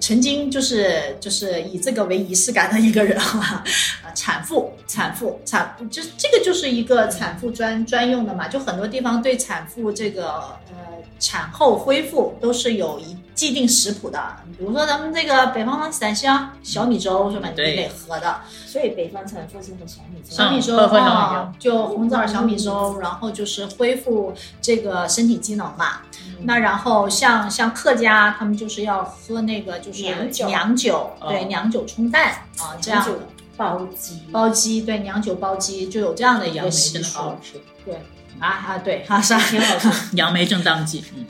[SPEAKER 3] 曾经就是就是以这个为仪式感的一个人啊，啊，产妇，产妇，产就是这个就是一个产妇专专用的嘛，就很多地方对产妇这个呃产后恢复都是有一既定食谱的，比如说咱们这个北方的陕西啊，小米粥是吧？你
[SPEAKER 2] 嗯对嗯
[SPEAKER 3] 得喝的，
[SPEAKER 4] 所以北方产妇是很小米粥，
[SPEAKER 3] 小米粥
[SPEAKER 2] 嗯会会
[SPEAKER 3] 啊，就红枣小米粥，然后就是恢复这个身体机能嘛。
[SPEAKER 4] 嗯
[SPEAKER 2] 嗯
[SPEAKER 3] 那然后像像客家，他们就是要喝那个就是
[SPEAKER 4] 娘酒
[SPEAKER 3] 娘酒
[SPEAKER 2] 哦
[SPEAKER 3] 对，娘酒冲蛋啊，这样哦
[SPEAKER 4] 就包鸡，
[SPEAKER 3] 煲鸡，对，娘酒煲鸡就有这样的一
[SPEAKER 2] 杨梅
[SPEAKER 3] 个习
[SPEAKER 2] 真的好
[SPEAKER 3] 俗
[SPEAKER 2] 好。吃，
[SPEAKER 3] 对，啊啊，对，哈是啊， 挺好吃。
[SPEAKER 2] 杨梅正当季，嗯，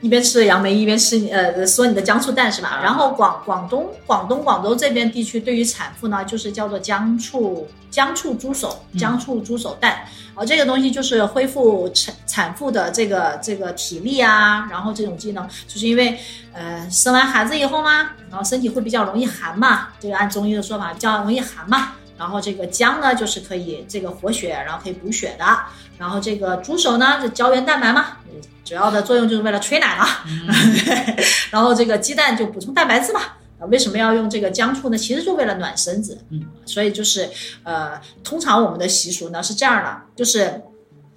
[SPEAKER 3] 一边吃杨梅，一边吃呃说你的江醋蛋是吧？然后广广东、广东、广州这边地区对于产妇呢，就是叫做姜醋姜醋猪手、姜醋猪手蛋，哦，这个东西就是恢复产产妇的这个这个体力啊，然后这种机能，就是因为呃生完孩子以后嘛，然后身体会比较容易寒嘛，这个按中医的说法比较容易寒嘛。然后这个姜呢，就是可以这个活血，然后可以补血的。然后这个猪手呢，是胶原蛋白嘛，嗯主要的作用就是为了催奶嘛。然后这个鸡蛋就补充蛋白质嘛。啊为什么要用这个姜醋呢？其实就为了暖身子。
[SPEAKER 2] 嗯，
[SPEAKER 3] 所以就是呃，通常我们的习俗呢是这样的，就是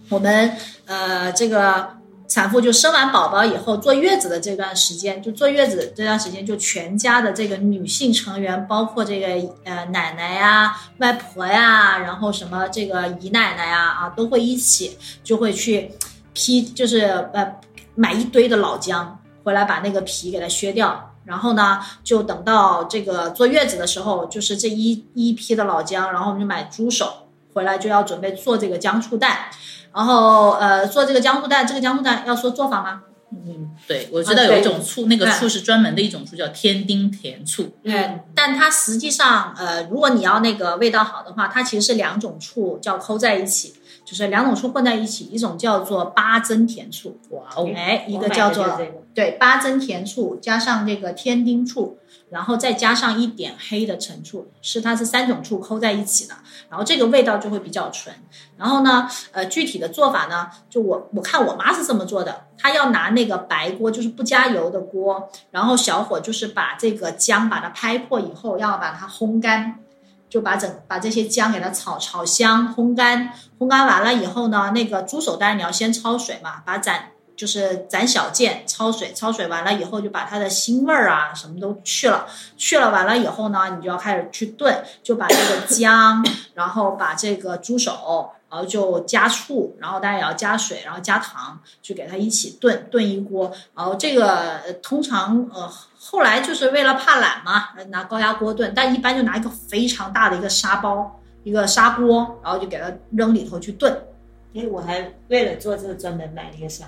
[SPEAKER 3] 我们呃这个。产妇就生完宝宝以后，坐月子的这段时间，就坐月子这段时间，就全家的这个女性成员，包括这个呃奶奶呀、外婆呀，然后什么这个姨奶奶呀啊，都会一起就会去批，就是呃买一堆的老姜回来，把那个皮给它削掉。然后呢，就等到这个坐月子的时候，就是这一一批的老姜，然后我们就买猪手回来，就要准备做这个姜醋蛋。然后呃，做这个姜醋蛋，这个姜醋蛋要说做法吗？
[SPEAKER 2] 对，我知道
[SPEAKER 3] 啊
[SPEAKER 2] 有
[SPEAKER 3] 对
[SPEAKER 2] 一种醋，那个
[SPEAKER 3] 对
[SPEAKER 2] 醋是专门的一种醋，叫天丁甜醋。
[SPEAKER 3] 嗯，但它实际上呃，如果你要那个味道好的话，它其实是两种醋叫抠在一起，就是两种醋混在一起，一种叫做八珍甜醋，
[SPEAKER 2] 哇哦，
[SPEAKER 3] 哎，一
[SPEAKER 4] 我
[SPEAKER 3] 个
[SPEAKER 4] 买的
[SPEAKER 3] 叫
[SPEAKER 4] 就是
[SPEAKER 3] 做
[SPEAKER 4] 这个
[SPEAKER 3] 对八珍甜醋，加上这个天丁醋，然后再加上一点黑的陈醋，是它是三种醋抠在一起的，然后这个味道就会比较纯。然后呢，呃，具体的做法呢，就我我看我妈是这么做的，她要拿那个白锅，就是不加油的锅，然后小火就是把这个姜把它拍破以后，要把它烘干。就把整把这些姜给它炒炒香，烘干，烘干完了以后呢，那个猪手蛋你要先焯水嘛，把斩就是斩小件，焯水，焯水完了以后就把它的腥味儿啊什么都去了，去了完了以后呢，你就要开始去炖，就把这个姜，然后把这个猪手，然后就加醋，然后当然也要加水，然后加糖，就给它一起炖，炖一锅。然后这个呃通常呃后来就是为了怕懒嘛，呃拿高压锅炖，但一般就拿一个非常大的一个砂包，一个砂锅，然后就给它扔里头去炖。
[SPEAKER 4] 哎，我还为了做这个专门买了一个砂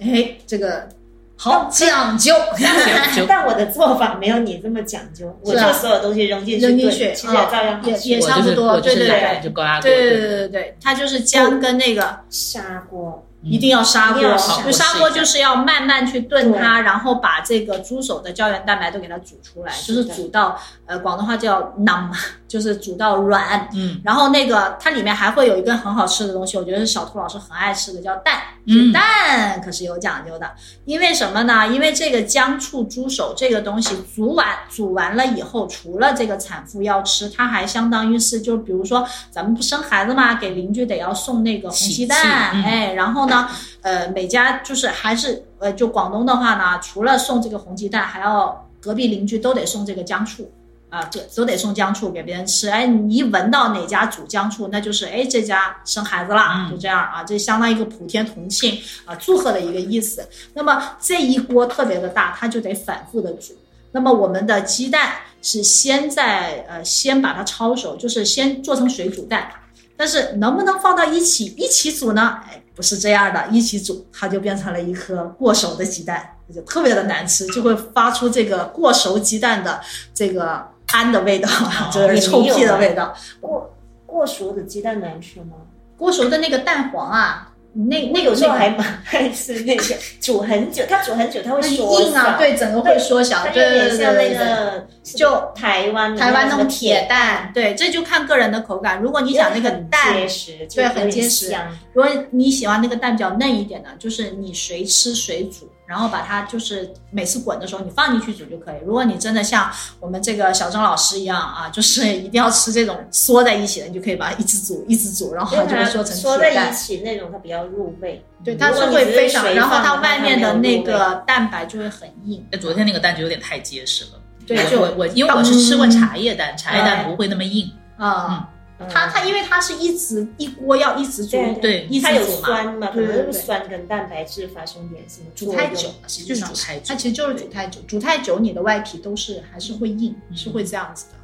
[SPEAKER 3] 哎，这个好讲究，
[SPEAKER 2] 讲
[SPEAKER 4] 锅，
[SPEAKER 2] 究。
[SPEAKER 4] 但我的做法没有你这么讲究，我
[SPEAKER 3] 是啊
[SPEAKER 4] 就所有东西扔进去
[SPEAKER 3] 扔进
[SPEAKER 4] 炖，
[SPEAKER 3] 去
[SPEAKER 4] 其实也
[SPEAKER 3] 啊
[SPEAKER 4] 照样好
[SPEAKER 3] 也
[SPEAKER 4] 吃
[SPEAKER 3] 也
[SPEAKER 2] 我
[SPEAKER 3] 差
[SPEAKER 2] 就
[SPEAKER 3] 不
[SPEAKER 2] 是
[SPEAKER 3] 多
[SPEAKER 2] 我就
[SPEAKER 3] 对
[SPEAKER 2] 是
[SPEAKER 3] 对
[SPEAKER 2] 懒就高压锅。
[SPEAKER 3] 对对对对对，它就是姜跟那个
[SPEAKER 4] 砂锅，
[SPEAKER 3] 一定要砂锅
[SPEAKER 4] 一定要，
[SPEAKER 2] 砂锅
[SPEAKER 3] 就砂锅就是要慢慢去炖它，然后把这个猪手的胶原蛋白都给它煮出来，就是是
[SPEAKER 4] 的
[SPEAKER 3] 煮到呃广东话叫 numb，就是煮到软。
[SPEAKER 2] 嗯
[SPEAKER 3] 然后那个它里面还会有一个很好吃的东西，我觉得是小兔老师很爱吃的，叫蛋。
[SPEAKER 2] 嗯
[SPEAKER 3] 蛋可是有讲究的，因为什么呢？因为这个姜醋猪手这个东西煮完煮完了以后，除了这个产妇要吃，它还相当于是就比如说咱们不生孩子嘛，给邻居得要送那个红
[SPEAKER 2] 喜
[SPEAKER 3] 鸡
[SPEAKER 2] 气
[SPEAKER 3] 蛋，
[SPEAKER 2] 嗯
[SPEAKER 3] 哎，然后呢，呃，每家就是还是呃，就广东的话呢，除了送这个红鸡蛋，还要隔壁邻居都得送这个姜醋。啊，对，都得送姜醋给别人吃。哎，你一闻到哪家煮姜醋，那就是哎这家生孩子啦，
[SPEAKER 2] 嗯
[SPEAKER 3] 就这样啊，这相当于一个普天同庆啊祝贺的一个意思。那么这一锅特别的大，它就得反复的煮。那么我们的鸡蛋是先在呃先把它焯熟，就是先做成水煮蛋，但是能不能放到一起一起煮呢？哎，不是这样的，一起煮它就变成了一颗过熟的鸡蛋，就特别的难吃，就会发出这个过熟鸡蛋的这个氨的味道，
[SPEAKER 4] 哦
[SPEAKER 3] 就是臭屁的味道。
[SPEAKER 4] 过过熟的鸡蛋难吃吗？
[SPEAKER 3] 过熟的那个蛋黄啊，那
[SPEAKER 4] 我
[SPEAKER 3] 那
[SPEAKER 4] 有时
[SPEAKER 3] 那
[SPEAKER 4] 候
[SPEAKER 3] 个
[SPEAKER 4] 还蛮爱吃那个，煮很久，它煮很久它会
[SPEAKER 3] 很
[SPEAKER 4] 缩
[SPEAKER 3] 硬啊，
[SPEAKER 4] 小，
[SPEAKER 3] 对，整个会缩小，
[SPEAKER 4] 它
[SPEAKER 3] 对
[SPEAKER 4] 有
[SPEAKER 3] 对
[SPEAKER 4] 点
[SPEAKER 3] 对
[SPEAKER 4] 像那
[SPEAKER 3] 对对。
[SPEAKER 4] 个
[SPEAKER 3] 就
[SPEAKER 4] 台湾的
[SPEAKER 3] 台湾那
[SPEAKER 4] 那
[SPEAKER 3] 种
[SPEAKER 4] 种
[SPEAKER 3] 铁，蛋，对，这就看个人的口感。如果你想那个蛋
[SPEAKER 4] 很结实，
[SPEAKER 3] 对很
[SPEAKER 4] 就有点
[SPEAKER 3] 结实
[SPEAKER 4] 香
[SPEAKER 3] 如果你喜欢那个蛋比较嫩一点的，就是你谁吃谁煮，然后把它就是每次滚的时候你放进去煮就可以。如果你真的像我们这个小郑老师一样啊，就是 一定要吃这种缩在一起的，你就可以把它一直煮一直煮，然后
[SPEAKER 4] 因为
[SPEAKER 3] 就会
[SPEAKER 4] 它
[SPEAKER 3] 缩成
[SPEAKER 4] 啊缩
[SPEAKER 3] 铁
[SPEAKER 4] 在一
[SPEAKER 3] 蛋。
[SPEAKER 4] 起那种，它比较入味。
[SPEAKER 3] 对，它
[SPEAKER 4] 如
[SPEAKER 3] 是
[SPEAKER 4] 果
[SPEAKER 3] 会
[SPEAKER 4] 你只是
[SPEAKER 3] 非常，
[SPEAKER 4] 水
[SPEAKER 3] 然后
[SPEAKER 4] 放
[SPEAKER 3] 它
[SPEAKER 4] 的
[SPEAKER 3] 外
[SPEAKER 4] 话
[SPEAKER 3] 面的
[SPEAKER 4] 它没
[SPEAKER 3] 那
[SPEAKER 4] 有入
[SPEAKER 3] 个蛋白就会很硬。
[SPEAKER 2] 哎那昨天那个蛋就有点太结实了。
[SPEAKER 3] 对
[SPEAKER 2] 我
[SPEAKER 3] 就
[SPEAKER 2] 我我因为我是吃过茶叶蛋，茶叶
[SPEAKER 3] 哎
[SPEAKER 2] 蛋不会那么硬。
[SPEAKER 3] 啊、
[SPEAKER 4] 嗯
[SPEAKER 3] 它它因为它是一直一锅要一直煮，
[SPEAKER 4] 对
[SPEAKER 2] 对
[SPEAKER 3] 一
[SPEAKER 4] 它
[SPEAKER 3] 直
[SPEAKER 4] 有
[SPEAKER 3] 煮嘛，
[SPEAKER 4] 酸嘛，可
[SPEAKER 3] 对对
[SPEAKER 4] 能
[SPEAKER 3] 对
[SPEAKER 4] 是酸跟蛋白质发生点什么
[SPEAKER 3] 煮
[SPEAKER 4] 作用。
[SPEAKER 3] 太久了，实际上
[SPEAKER 2] 就是煮太久
[SPEAKER 3] 它其实就是煮太久，煮太久你的外皮都是还是会硬，是会这样子的。
[SPEAKER 2] 嗯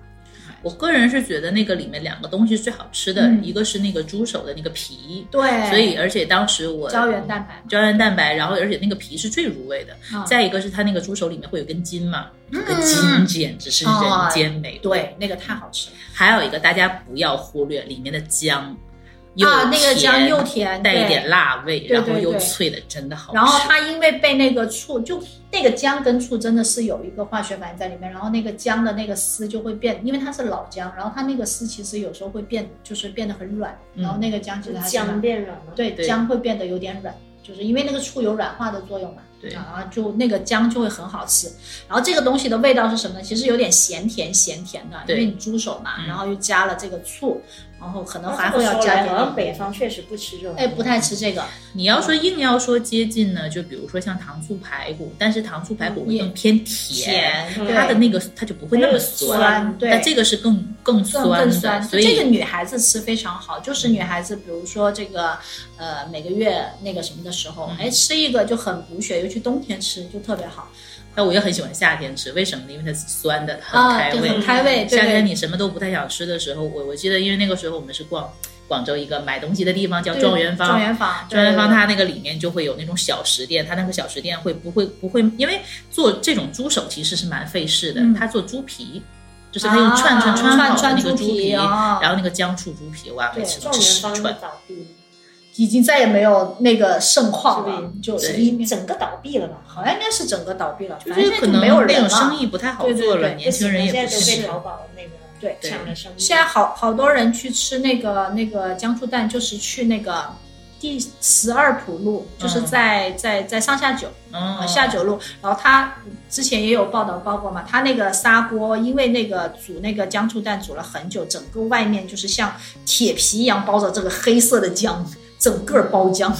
[SPEAKER 2] 我个人是觉得那个里面两个东西最好吃的，
[SPEAKER 3] 嗯
[SPEAKER 2] 一个是那个猪手的那个皮，
[SPEAKER 3] 对，
[SPEAKER 2] 所以而且当时我
[SPEAKER 3] 胶原蛋白嘛，
[SPEAKER 2] 胶原蛋白，然后而且那个皮是最入味的。
[SPEAKER 3] 啊
[SPEAKER 2] 再一个是它那个猪手里面会有根筋嘛，这个筋简直是人间美味。
[SPEAKER 3] 嗯哦对，那个太好吃了
[SPEAKER 2] 还有一个大家不要忽略里面的姜，又
[SPEAKER 3] 啊，那个姜
[SPEAKER 2] 甜
[SPEAKER 3] 又甜，
[SPEAKER 2] 带一
[SPEAKER 3] 对
[SPEAKER 2] 点辣味，然后
[SPEAKER 3] 对
[SPEAKER 2] 又
[SPEAKER 3] 对
[SPEAKER 2] 脆的，真的好吃。
[SPEAKER 3] 然后它因为被那个醋，就那个姜跟醋真的是有一个化学反应在里面，然后那个姜的那个丝就会变，因为它是老姜，然后它那个丝其实有时候会变，就是变得很软，
[SPEAKER 2] 嗯
[SPEAKER 3] 然后那个姜其实还是
[SPEAKER 4] 姜
[SPEAKER 3] 蛮
[SPEAKER 4] 变软了。
[SPEAKER 3] 对
[SPEAKER 2] 对
[SPEAKER 3] 姜会变得有点软，就是因为那个醋有软化的作用嘛，
[SPEAKER 2] 对
[SPEAKER 3] 然后就那个姜就会很好吃。然后这个东西的味道是什么呢？其实有点咸甜咸甜的，因
[SPEAKER 2] 对
[SPEAKER 3] 为你猪手嘛，
[SPEAKER 2] 嗯
[SPEAKER 3] 然后又加了这个醋，然后可能
[SPEAKER 4] 那
[SPEAKER 3] 还
[SPEAKER 4] 哦这么
[SPEAKER 3] 会要
[SPEAKER 4] 说
[SPEAKER 3] 加
[SPEAKER 4] 来，
[SPEAKER 3] 点
[SPEAKER 4] 好像北方确实不吃这种。
[SPEAKER 3] 哎不太吃这个，
[SPEAKER 2] 你要说硬要说接近呢，就比如说像糖醋排骨，但是糖醋排骨会更偏甜，
[SPEAKER 3] 嗯甜，
[SPEAKER 4] 对
[SPEAKER 2] 它的那个它就不会那么
[SPEAKER 4] 没有
[SPEAKER 2] 酸。
[SPEAKER 3] 酸对
[SPEAKER 2] 但。这个是更更
[SPEAKER 3] 更
[SPEAKER 2] 酸
[SPEAKER 3] 更
[SPEAKER 2] 的，
[SPEAKER 3] 酸，
[SPEAKER 2] 所
[SPEAKER 3] 这个
[SPEAKER 2] 以
[SPEAKER 3] 女孩子吃非常好，就是女孩子，比如说这个，呃，每个月那个什么的时候，
[SPEAKER 2] 嗯
[SPEAKER 3] 哎，吃一个就很补血，尤其冬天吃就特别好
[SPEAKER 2] 但哎我又很喜欢夏天吃，为什么呢？因为它是酸的，很
[SPEAKER 3] 啊，
[SPEAKER 2] 开
[SPEAKER 3] 就
[SPEAKER 2] 胃。
[SPEAKER 3] 很开胃。对
[SPEAKER 2] 夏天
[SPEAKER 3] 对
[SPEAKER 2] 你什么都不太想吃的时候，我我记得，因为那个时候我们是逛广州一个买东西的地方叫
[SPEAKER 3] 对
[SPEAKER 2] 状元坊，
[SPEAKER 3] 状元坊，
[SPEAKER 2] 专元
[SPEAKER 3] 对
[SPEAKER 2] 方它那个里面就会有那种小食店，它那个小食店会不会不会，因为做这种猪手其实是蛮费事的，
[SPEAKER 3] 嗯
[SPEAKER 2] 它做猪皮，就是它用串串
[SPEAKER 3] 啊
[SPEAKER 2] 串好的
[SPEAKER 3] 串
[SPEAKER 2] 那个
[SPEAKER 3] 猪
[SPEAKER 2] 猪皮，
[SPEAKER 3] 啊
[SPEAKER 2] 然后那个姜醋猪皮，哇，每
[SPEAKER 3] 对
[SPEAKER 2] 次
[SPEAKER 4] 状
[SPEAKER 2] 都吃
[SPEAKER 4] 元
[SPEAKER 2] 十
[SPEAKER 4] 坊就
[SPEAKER 2] 串，
[SPEAKER 4] 倒闭，
[SPEAKER 3] 已经再也没有那个盛况了，就
[SPEAKER 4] 就是是
[SPEAKER 3] 一
[SPEAKER 4] 一整个倒闭了吧？
[SPEAKER 3] 好像应该是整个倒闭了，
[SPEAKER 2] 就
[SPEAKER 3] 反正
[SPEAKER 2] 是
[SPEAKER 3] 现
[SPEAKER 2] 可
[SPEAKER 3] 在就
[SPEAKER 2] 能
[SPEAKER 3] 没有
[SPEAKER 2] 那
[SPEAKER 3] 人
[SPEAKER 2] 种
[SPEAKER 3] 了。
[SPEAKER 2] 生意不太好
[SPEAKER 3] 对对
[SPEAKER 2] 做了，
[SPEAKER 3] 对
[SPEAKER 2] 年轻人也
[SPEAKER 4] 现
[SPEAKER 2] 不
[SPEAKER 4] 在都被
[SPEAKER 2] 是。
[SPEAKER 4] 淘宝那个
[SPEAKER 3] 对
[SPEAKER 4] 抢了生意。
[SPEAKER 3] 现在好好多人去吃那个那个江醋蛋，就是去那个第十二浦路，就是
[SPEAKER 2] 嗯
[SPEAKER 3] 在、在在上下九。
[SPEAKER 2] 嗯，
[SPEAKER 3] 下九路，然后他之前也有报道报过嘛，他那个砂锅因为那个煮那个姜醋蛋煮了很久，整个外面就是像铁皮一样包着这个黑色的姜，整个包浆，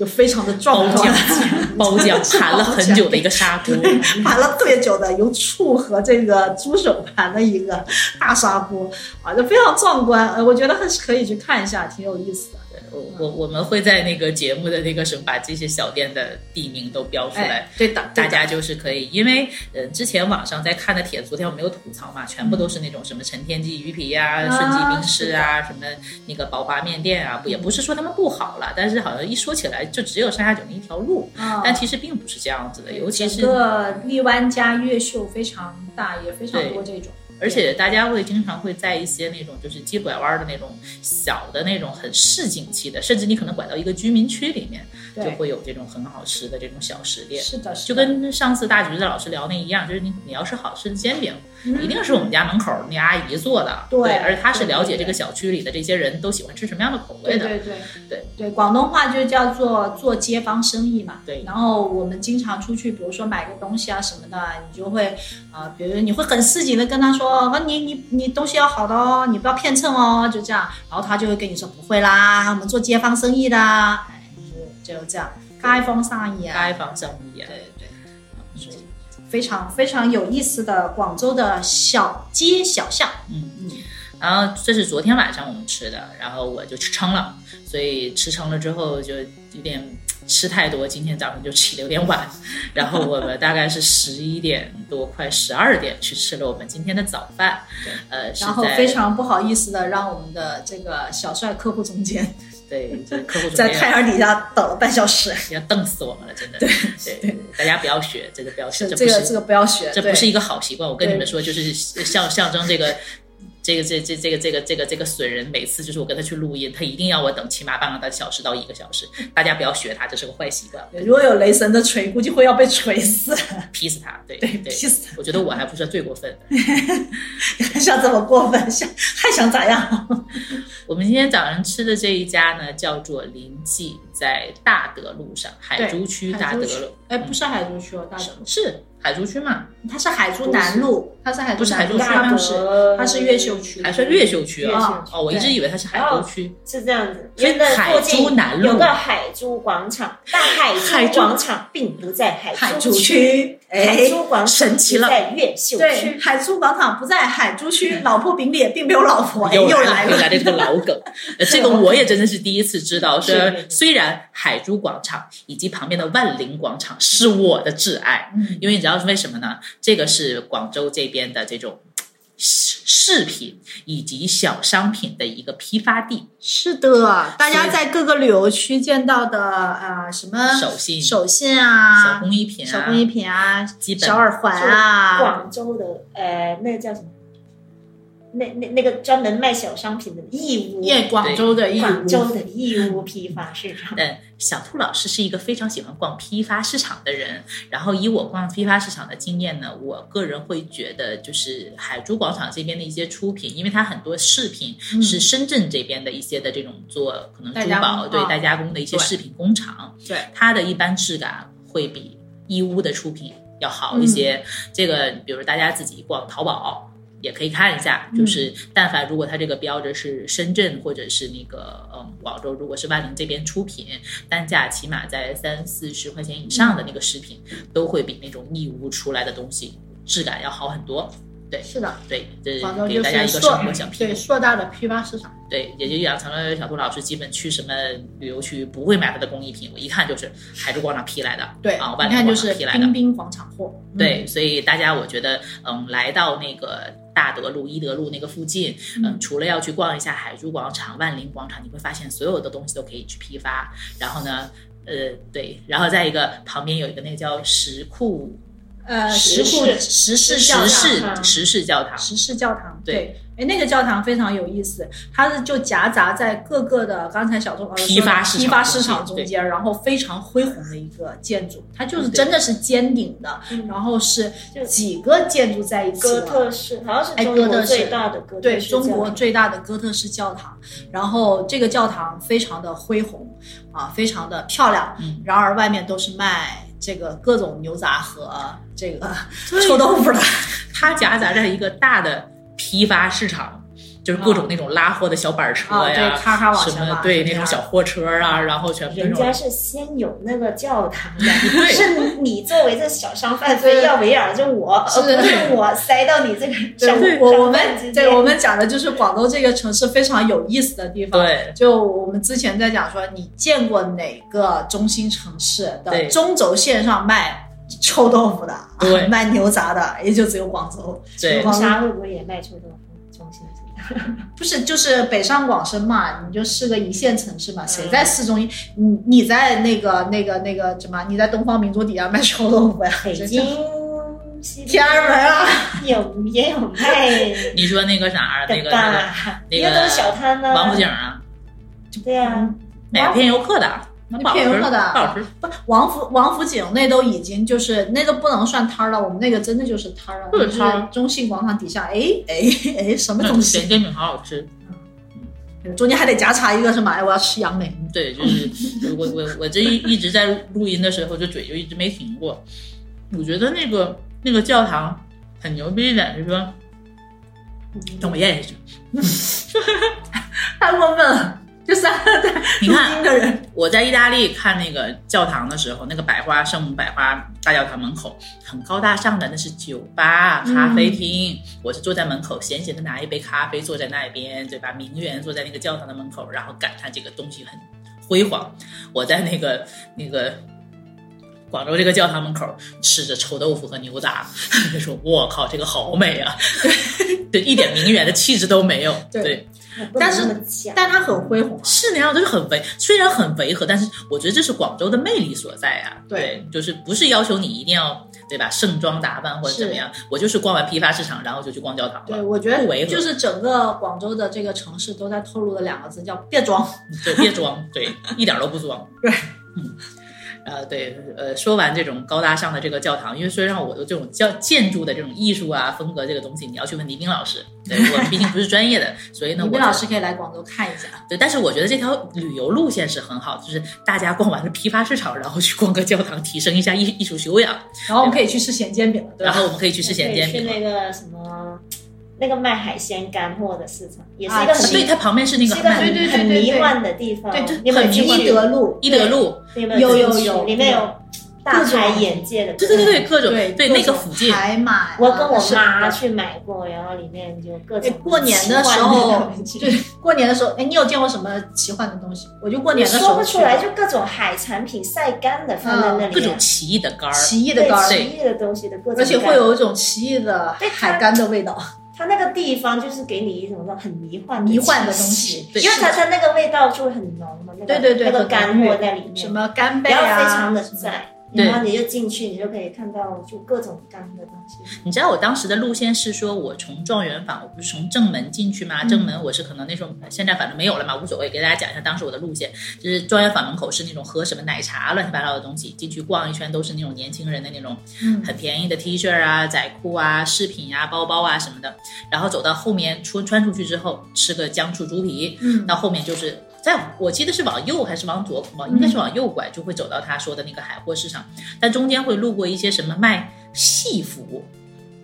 [SPEAKER 3] 就非常的
[SPEAKER 2] 包
[SPEAKER 3] 壮
[SPEAKER 2] 浆
[SPEAKER 3] 观，
[SPEAKER 2] 包浆盘了很久的一个砂锅，
[SPEAKER 3] 盘了特别久的，由醋和这个猪手盘的一个大砂锅啊，就非常壮观，呃，我觉得还是可以去看一下，挺有意思的。
[SPEAKER 2] 我我我们会在那个节目的那个什么，把这些小店的地名都标出来
[SPEAKER 3] 哎，，对的，
[SPEAKER 2] 大
[SPEAKER 3] 对的
[SPEAKER 2] 家就是可以，因为呃，之前网上在看的帖子，昨天我没有吐槽嘛，全部都是那种什么陈天记鱼皮呀、
[SPEAKER 3] 啊
[SPEAKER 2] 顺记冰室啊、什么那个宝华面店啊，不也不是说他们不好了，但是好像一说起来就只有上下九那一条路，
[SPEAKER 3] 啊
[SPEAKER 2] 但其实并不是这样子的，尤其
[SPEAKER 3] 整
[SPEAKER 2] 是
[SPEAKER 3] 个荔湾加越秀非常大，也非常多这种。
[SPEAKER 2] 而且大家会经常会在一些那种就是鸡拐弯的那种小的那种很市井气的，甚至你可能拐到一个居民区里面，
[SPEAKER 3] 对
[SPEAKER 2] 就会有这种很好吃的这种小食店。
[SPEAKER 3] 是的，
[SPEAKER 2] 就
[SPEAKER 3] 是的
[SPEAKER 2] 跟上次大橘子老师聊那一样，就是你你要吃好吃的煎饼，
[SPEAKER 3] 嗯
[SPEAKER 2] 一定是我们家门口那阿姨做的，
[SPEAKER 3] 对
[SPEAKER 2] 而她是了
[SPEAKER 3] 对对
[SPEAKER 2] 解
[SPEAKER 3] 对
[SPEAKER 2] 这个小区里的这些人都喜欢吃什么样的口味
[SPEAKER 3] 对
[SPEAKER 2] 的，
[SPEAKER 3] 对对
[SPEAKER 2] 对
[SPEAKER 3] 对，广东话就叫做做街坊生意嘛。
[SPEAKER 2] 对
[SPEAKER 3] 然后我们经常出去，比如说买个东西啊什么的，你就会啊、呃比如你会很市井的跟他说，啊你你你东西要好的哦，你不要骗秤哦，就这样。然后他就会跟你说不会啦，我们做街坊生意的啊，哎，就就这样，街坊生意啊。
[SPEAKER 2] 街坊生意啊，
[SPEAKER 3] 对对，是非常非常有意思的广州的小街小巷。
[SPEAKER 2] 嗯
[SPEAKER 3] 嗯。
[SPEAKER 2] 然后这是昨天晚上我们吃的，然后我就吃撑了，所以吃撑了之后就有点吃太多，今天早上就起的有点晚，然后我们大概是十一点多快十二点去吃了我们今天的早饭
[SPEAKER 3] 对，
[SPEAKER 2] 呃，是
[SPEAKER 3] 然后
[SPEAKER 2] 在
[SPEAKER 3] 非常不好意思的让我们的这个小帅客户总监
[SPEAKER 2] 对，就是客户
[SPEAKER 3] 在
[SPEAKER 2] 总监
[SPEAKER 3] 太阳底下等了半小时。
[SPEAKER 2] 要瞪死我们了，真的。对对，大家不要学，真的不要学，这
[SPEAKER 3] 这这
[SPEAKER 2] 不
[SPEAKER 3] 个这
[SPEAKER 2] 是
[SPEAKER 3] 个不要学，
[SPEAKER 2] 这
[SPEAKER 3] 对
[SPEAKER 2] 不是一个好习惯。我跟
[SPEAKER 3] 对
[SPEAKER 2] 你们说， 就是象象征这个。这个这这这个这个这个这个损人，每次就是我跟他去录音，他一定要我等起码半个小时到一个小时。大家不要学他，这是个坏习惯，
[SPEAKER 3] 对如果有雷神的锤，估计会要被锤死，
[SPEAKER 2] 劈死他。对对对，
[SPEAKER 3] 劈死
[SPEAKER 2] 我觉得我还不是最过分的。
[SPEAKER 3] 他！想怎么过分，想还想咋样？
[SPEAKER 2] 我们今天早上吃的这一家呢，叫做林记，在大德路上，海珠区大德路。嗯
[SPEAKER 3] 哎，不是海珠区哦，大德，
[SPEAKER 2] 是海珠区嘛？
[SPEAKER 3] 它是海珠南路，它是海
[SPEAKER 2] 不是海珠区
[SPEAKER 3] 它
[SPEAKER 2] 吗
[SPEAKER 3] 不是，它是越秀区，
[SPEAKER 2] 还是越秀区
[SPEAKER 4] 越
[SPEAKER 3] 秀
[SPEAKER 2] 啊？
[SPEAKER 4] 区
[SPEAKER 2] 哦，我一直
[SPEAKER 3] 对哦
[SPEAKER 2] 以为它是海珠区。
[SPEAKER 4] 是这样子，
[SPEAKER 2] 所以
[SPEAKER 4] 因为那附
[SPEAKER 2] 海珠
[SPEAKER 4] 近
[SPEAKER 2] 南路
[SPEAKER 4] 有个海珠广场，但海珠广场并不在海珠区，
[SPEAKER 3] 区，
[SPEAKER 4] 海
[SPEAKER 3] 哎，
[SPEAKER 4] 珠广场
[SPEAKER 2] 神奇了
[SPEAKER 4] 不在越秀区
[SPEAKER 3] 对，。海珠广场不在海珠区，老婆饼里也并没有老婆，哎，
[SPEAKER 2] 又
[SPEAKER 3] 来
[SPEAKER 2] 了，又来了这个老 梗，呃这个我也真的是第一次知道。
[SPEAKER 4] 是
[SPEAKER 2] 说虽然海珠广场以及旁边的万菱广场是我的挚爱，
[SPEAKER 3] 嗯
[SPEAKER 2] 因为你知道是为什么呢？这个是广州这边的这种饰饰品以及小商品的一个批发地。
[SPEAKER 3] 是的，大家在各个旅游区见到的呃什么
[SPEAKER 2] 手信
[SPEAKER 3] 手信
[SPEAKER 2] 小
[SPEAKER 3] 啊、
[SPEAKER 2] 工艺品啊，
[SPEAKER 3] 手工艺品啊、
[SPEAKER 2] 基本
[SPEAKER 3] 小耳环啊，
[SPEAKER 4] 广州的呃，那个叫什么？那那那个专门卖小商品的义乌，
[SPEAKER 3] 夜广州的义
[SPEAKER 4] 广
[SPEAKER 3] 乌，
[SPEAKER 4] 州的义乌批发市场。
[SPEAKER 2] 嗯，小兔老师是一个非常喜欢逛批发市场的人。然后以我逛批发市场的经验呢，我个人会觉得，就是海珠广场这边的一些出品，因为它很多饰品
[SPEAKER 3] 嗯
[SPEAKER 2] 是深圳这边的一些的这种做可能
[SPEAKER 3] 代
[SPEAKER 2] 珠
[SPEAKER 3] 加
[SPEAKER 2] 宝
[SPEAKER 3] 工
[SPEAKER 2] 对
[SPEAKER 3] 啊
[SPEAKER 2] 代加工的一些
[SPEAKER 3] 对
[SPEAKER 2] 饰品工厂，
[SPEAKER 3] 对
[SPEAKER 2] 它的一般质感会比义乌的出品要好一
[SPEAKER 3] 嗯
[SPEAKER 2] 些。这个，比如大家自己逛淘宝。也可以看一下，
[SPEAKER 3] 嗯
[SPEAKER 2] 就是但凡如果它这个标着是深圳或者是那个嗯广州，如果是万宁这边出品，单价起码在三四十块钱以上的那个饰品，都会比那种义乌出来的东西质感要好很多。
[SPEAKER 3] 是的，
[SPEAKER 2] 对，这
[SPEAKER 3] 广州
[SPEAKER 2] 给
[SPEAKER 3] 就
[SPEAKER 2] 大家
[SPEAKER 3] 是
[SPEAKER 2] 一个生
[SPEAKER 3] 硕
[SPEAKER 2] 活小屁
[SPEAKER 3] 对
[SPEAKER 2] 股。
[SPEAKER 3] 硕大的批发市场，
[SPEAKER 2] 对，也就养成了小杜老师基本去什么旅游区不会买他的工艺品，我一看就是海珠广场批来的，
[SPEAKER 3] 对，
[SPEAKER 2] 啊，
[SPEAKER 3] 你
[SPEAKER 2] 万
[SPEAKER 3] 看
[SPEAKER 2] 宁
[SPEAKER 3] 就
[SPEAKER 2] 广场
[SPEAKER 3] 是
[SPEAKER 2] 批来的
[SPEAKER 3] 冰，冰广场货，嗯
[SPEAKER 2] 对，所以大家我觉得，嗯，来到那个大德路、一德路那个附近，嗯，
[SPEAKER 3] 嗯
[SPEAKER 2] 除了要去逛一下海珠广场、万林广场，你会发现所有的东西都可以去批发。然后呢，呃，对，然后再一个旁边有一个那个叫石库
[SPEAKER 3] 呃，
[SPEAKER 4] 石
[SPEAKER 3] 石库
[SPEAKER 4] 室
[SPEAKER 3] 石室教
[SPEAKER 2] 石室
[SPEAKER 3] 堂，
[SPEAKER 2] 石室教堂，
[SPEAKER 3] 石室教堂，
[SPEAKER 2] 对
[SPEAKER 3] 对，哎，那个教堂非常有意思，它是就夹杂在各个的刚才小钟老师说
[SPEAKER 2] 批
[SPEAKER 3] 的
[SPEAKER 2] 发市场
[SPEAKER 3] 批发市场
[SPEAKER 2] 中间
[SPEAKER 3] 中间，然后非常恢宏的一个建筑，它就是真的是尖顶的，
[SPEAKER 4] 嗯
[SPEAKER 3] 然后是
[SPEAKER 4] 就
[SPEAKER 3] 几个建筑在一起
[SPEAKER 4] 哥
[SPEAKER 3] 的。
[SPEAKER 4] 特式好像是
[SPEAKER 3] 哎
[SPEAKER 4] 中
[SPEAKER 3] 哥
[SPEAKER 4] 国
[SPEAKER 3] 特式
[SPEAKER 4] 最大的哥特
[SPEAKER 3] 对
[SPEAKER 4] 式
[SPEAKER 3] 中
[SPEAKER 4] 教
[SPEAKER 3] 国
[SPEAKER 4] 堂
[SPEAKER 3] 最大的哥特式教堂，然后这个教堂非常的恢宏啊，非常的漂亮。
[SPEAKER 2] 嗯
[SPEAKER 3] 然而外面都是卖这个各种牛杂和这个臭豆腐的，
[SPEAKER 2] 它夹杂着一个大的批发市场，就是各种那种拉货的小板车
[SPEAKER 3] 啊，哦对
[SPEAKER 2] 呀，，
[SPEAKER 3] 咔咔往
[SPEAKER 2] 什
[SPEAKER 3] 下
[SPEAKER 2] 么
[SPEAKER 3] 拉，
[SPEAKER 2] 对
[SPEAKER 3] 这
[SPEAKER 2] 那种
[SPEAKER 3] 样
[SPEAKER 2] 小货车啊，然后全部那
[SPEAKER 4] 人家
[SPEAKER 2] 种
[SPEAKER 4] 是先有那个教堂 的，
[SPEAKER 2] 对
[SPEAKER 4] 是你作为这小商贩，所以要围绕着我，而不是我塞到你这个
[SPEAKER 3] 对
[SPEAKER 4] 小
[SPEAKER 3] 我我们
[SPEAKER 4] 商贩之
[SPEAKER 3] 对
[SPEAKER 4] 间。
[SPEAKER 3] 我们讲的就是广州这个城市非常有意思的地方。
[SPEAKER 2] 对。
[SPEAKER 3] 就我们之前在讲说，你见过哪个中心城市的
[SPEAKER 2] 对
[SPEAKER 3] 中轴线上卖臭豆腐的，
[SPEAKER 2] 对
[SPEAKER 3] 卖牛杂的，也就只有广州。
[SPEAKER 2] 对
[SPEAKER 3] 广州
[SPEAKER 4] 沙会不会也卖臭豆腐？中心市场
[SPEAKER 3] 不是就是北上广深嘛，你就是个一线城市嘛，谁
[SPEAKER 4] 嗯
[SPEAKER 3] 在市中心？你你在那个那个那个什么？你在东方明珠底下卖臭豆腐呀？
[SPEAKER 4] 北
[SPEAKER 3] 真是
[SPEAKER 4] 京、西
[SPEAKER 3] 天安门啊，
[SPEAKER 4] 有也有卖的
[SPEAKER 2] 你说那个啥儿，那个那个
[SPEAKER 4] 吧？
[SPEAKER 2] 那个
[SPEAKER 4] 因为都是小摊呢。
[SPEAKER 2] 王府井啊，
[SPEAKER 4] 对啊呀，
[SPEAKER 2] 哪个骗游客的？啊那不好吃
[SPEAKER 3] 骗游客的
[SPEAKER 2] 不好吃。
[SPEAKER 3] 不，王府王府井那都已经就是那都不能算摊儿了，我们那个真的就是摊儿了，
[SPEAKER 2] 对
[SPEAKER 3] 就是
[SPEAKER 2] 摊儿
[SPEAKER 3] 中信广场底下，哎哎哎，什么东
[SPEAKER 2] 咸
[SPEAKER 3] 西？
[SPEAKER 2] 煎饼好好吃。
[SPEAKER 3] 中间还得夹杂一个什么？哎，我要吃杨梅。
[SPEAKER 2] 嗯对，就是 我我我这一一直在录音的时候，这嘴就一直没停过。我觉得那个那个教堂很牛逼一点，就是说，等我咽下去。
[SPEAKER 3] 太过分了，就三个在
[SPEAKER 2] 你看
[SPEAKER 3] 中间的人，
[SPEAKER 2] 我在意大利看那个教堂的时候，那个百花圣母百花大教堂门口很高大上的，那是酒吧、咖啡厅。
[SPEAKER 3] 嗯
[SPEAKER 2] 我是坐在门口，闲闲的拿一杯咖啡，坐在那边，对吧？名媛坐在那个教堂的门口，然后感叹这个东西很辉煌。我在那个那个广州这个教堂门口吃着臭豆腐和牛杂， 就说：“我靠，这个好美啊！” 对，一点名媛的气质都没有。
[SPEAKER 3] 对
[SPEAKER 2] 对
[SPEAKER 4] 嗯不能
[SPEAKER 3] 但是
[SPEAKER 4] 那么讲
[SPEAKER 3] 但它很恢宏啊。
[SPEAKER 2] 是那样，就是很违，虽然很违和，但是我觉得这是广州的魅力所在啊。
[SPEAKER 3] 对
[SPEAKER 2] 就是不是要求你一定要对吧盛装打扮或者怎么样，我就是逛完批发市场，然后就去逛教堂
[SPEAKER 3] 对，
[SPEAKER 2] 了，
[SPEAKER 3] 我觉
[SPEAKER 2] 不违
[SPEAKER 3] 得
[SPEAKER 2] 和
[SPEAKER 3] 就是整个广州的这个城市都在透露的两个字叫别装。
[SPEAKER 2] 就别装，对，一点都不装。
[SPEAKER 3] 对，
[SPEAKER 2] 嗯。呃，对，呃，说完这种高大上的这个教堂，因为虽然我的这种教建筑的这种艺术啊风格这个东西，你要去问倪斌老师，对我毕竟不是专业的，所以呢，
[SPEAKER 3] 李
[SPEAKER 2] 我
[SPEAKER 3] 斌老师可以来广州看一下。
[SPEAKER 2] 对，但是我觉得这条旅游路线是很好，就是大家逛完了批发市场，然后去逛个教堂，提升一下艺艺术修养，
[SPEAKER 3] 然后我们可以去吃咸煎饼了，对
[SPEAKER 2] 然
[SPEAKER 3] 吧？
[SPEAKER 2] 后我们可以去吃咸煎
[SPEAKER 4] 去
[SPEAKER 2] 饼。
[SPEAKER 4] 那个什么，那个卖海鲜干货的市场，也是一个
[SPEAKER 3] 啊
[SPEAKER 4] 很
[SPEAKER 2] 对，它旁边是那个
[SPEAKER 4] 是一个
[SPEAKER 2] 卖
[SPEAKER 4] 很
[SPEAKER 3] 对对
[SPEAKER 4] 很
[SPEAKER 3] 对
[SPEAKER 4] 迷
[SPEAKER 3] 对
[SPEAKER 4] 幻的地方。
[SPEAKER 3] 对，就
[SPEAKER 4] 你有没
[SPEAKER 2] 很
[SPEAKER 4] 有
[SPEAKER 2] 迷
[SPEAKER 4] 进
[SPEAKER 2] 幻
[SPEAKER 4] 去
[SPEAKER 3] 一德路，
[SPEAKER 2] 伊德路，
[SPEAKER 4] 你有没有
[SPEAKER 3] 有
[SPEAKER 4] 进去
[SPEAKER 3] 有有
[SPEAKER 4] 里面有大开眼界的。
[SPEAKER 2] 对对对对，各种
[SPEAKER 3] 对
[SPEAKER 2] 那个附近，
[SPEAKER 3] 海马，
[SPEAKER 4] 我跟我
[SPEAKER 3] 是
[SPEAKER 4] 妈
[SPEAKER 3] 的
[SPEAKER 4] 去买过，然后里面就各
[SPEAKER 3] 哎
[SPEAKER 4] 种
[SPEAKER 3] 过年的时候，对，过年的时候，哎，你有见过什么奇幻的东西？我就过
[SPEAKER 4] 你
[SPEAKER 3] 年的时
[SPEAKER 4] 说
[SPEAKER 3] 候
[SPEAKER 4] 不
[SPEAKER 3] 去
[SPEAKER 4] 出来，就各种海产品晒干的放在那里，啊
[SPEAKER 2] 各种奇异的干儿，
[SPEAKER 3] 奇异的
[SPEAKER 4] 对
[SPEAKER 3] 干儿，
[SPEAKER 4] 奇异的东西的各种，
[SPEAKER 3] 而且会有一种奇异的
[SPEAKER 4] 对
[SPEAKER 3] 海干的味道。
[SPEAKER 4] 它那个地方就是给你一种那种很迷幻
[SPEAKER 3] 迷幻的
[SPEAKER 4] 气
[SPEAKER 3] 东西
[SPEAKER 4] 息
[SPEAKER 3] 对
[SPEAKER 4] 因为
[SPEAKER 3] 是
[SPEAKER 4] 它它那个味道就会很浓嘛，那个
[SPEAKER 3] 对对对
[SPEAKER 4] 那个
[SPEAKER 3] 很
[SPEAKER 4] 干
[SPEAKER 3] 浓郁
[SPEAKER 4] 货在里面，
[SPEAKER 3] 什么干贝
[SPEAKER 4] 然后
[SPEAKER 3] 啊，
[SPEAKER 4] 非常的在，
[SPEAKER 2] 对
[SPEAKER 4] 然后你就进去，你就可以看到就各种干的东西。
[SPEAKER 2] 你知道我当时的路线是说，我从状元坊，我不是从正门进去吗？正门我是可能那时候现在反正没有了嘛，无所谓。给大家讲一下当时我的路线，就是状元坊门口是那种喝什么奶茶乱七八糟的东西，进去逛一圈都是那种年轻人的那种
[SPEAKER 3] 嗯
[SPEAKER 2] 很便宜的 T 恤啊、仔裤啊、饰品啊、包包啊什么的。然后走到后面出穿出去之后，吃个姜醋猪皮，
[SPEAKER 3] 嗯
[SPEAKER 2] 到后面就是。在我记得是往右还是往左，往应该是
[SPEAKER 3] 嗯
[SPEAKER 2] 往右拐，就会走到他说的那个海货市场，但中间会路过一些什么卖戏服，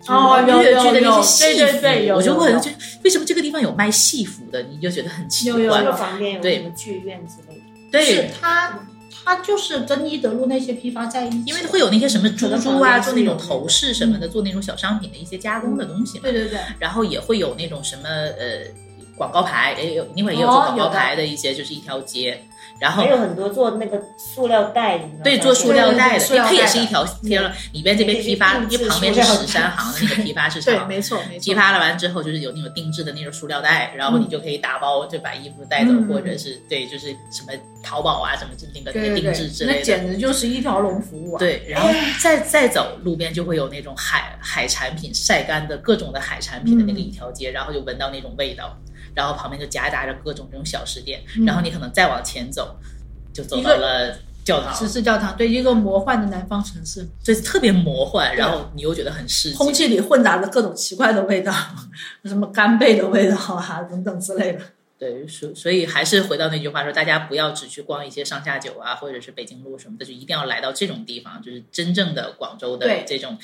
[SPEAKER 3] 哦，有
[SPEAKER 2] 越剧
[SPEAKER 3] 有
[SPEAKER 2] 的那
[SPEAKER 3] 有，
[SPEAKER 2] 些戏
[SPEAKER 3] 对
[SPEAKER 2] 服，
[SPEAKER 3] 对对，有
[SPEAKER 2] 我就
[SPEAKER 3] 有
[SPEAKER 2] 会
[SPEAKER 3] 有
[SPEAKER 2] 就为什么这个地方有卖戏服的，你就觉得很奇怪。
[SPEAKER 3] 有有
[SPEAKER 4] 这
[SPEAKER 3] 有
[SPEAKER 4] 个房面有
[SPEAKER 2] 对
[SPEAKER 4] 什么剧院之类的，
[SPEAKER 3] 是
[SPEAKER 2] 对，
[SPEAKER 3] 它，它就是跟一德路那些批发在一起，
[SPEAKER 2] 因为会有那些什么珠珠啊，
[SPEAKER 4] 可
[SPEAKER 2] 做
[SPEAKER 4] 能旁边是
[SPEAKER 2] 那
[SPEAKER 4] 有
[SPEAKER 2] 种头饰什
[SPEAKER 3] 嗯
[SPEAKER 2] 么的，做那种小商品的一些加工的东西嘛。
[SPEAKER 3] 对对对，
[SPEAKER 2] 然后也会有那种什么呃广告牌，也有那会儿也有做
[SPEAKER 3] 哦
[SPEAKER 2] 广告
[SPEAKER 3] 有的
[SPEAKER 2] 牌的一些，就是一条街。然后
[SPEAKER 4] 还有很多做那个塑料袋，你知道吗
[SPEAKER 2] 对，做塑料袋的，因为它
[SPEAKER 3] 对对对塑料袋的
[SPEAKER 2] 也是一条街了，里边这边批发，
[SPEAKER 4] 你可以
[SPEAKER 2] 因
[SPEAKER 4] 定
[SPEAKER 2] 为
[SPEAKER 4] 制
[SPEAKER 2] 旁边是
[SPEAKER 4] 塑料
[SPEAKER 2] 十三行的那个批发市场
[SPEAKER 3] 对，
[SPEAKER 2] 嘛，
[SPEAKER 3] 没错没错，
[SPEAKER 2] 批发了完之后，就是有那种定制的那种塑料袋，然后你就可以打包就把衣服带走，
[SPEAKER 3] 嗯
[SPEAKER 2] 或者是对，就是什么淘宝啊什么就那个
[SPEAKER 3] 对
[SPEAKER 2] 定
[SPEAKER 3] 对
[SPEAKER 2] 制之
[SPEAKER 3] 对，
[SPEAKER 2] 类
[SPEAKER 3] 那
[SPEAKER 2] 的。
[SPEAKER 3] 简直就是一条龙服务啊！，
[SPEAKER 2] 对，然后再再走路边就会有那种海海产品晒干的各种的海产品的那
[SPEAKER 3] 嗯
[SPEAKER 2] 个一条街，然后就闻到那种味道，然后旁边就夹杂着各种这种小吃店，然后你可能再往前走，就走
[SPEAKER 3] 嗯一
[SPEAKER 2] 到
[SPEAKER 3] 个
[SPEAKER 2] 了教堂，
[SPEAKER 3] 十四教堂对一个魔幻的南方城市，
[SPEAKER 2] 所以特别魔幻，然后你又觉得很世
[SPEAKER 3] 空
[SPEAKER 2] 界。
[SPEAKER 3] 气里混杂着各种奇怪的味道，什么干贝的味道啊等等之类的。
[SPEAKER 2] 对，所所以还是回到那句话说，大家不要只去逛一些上下九啊，或者是北京路什么的，就一定要来到这种地方，就是真正的广州的
[SPEAKER 3] 对
[SPEAKER 2] 这种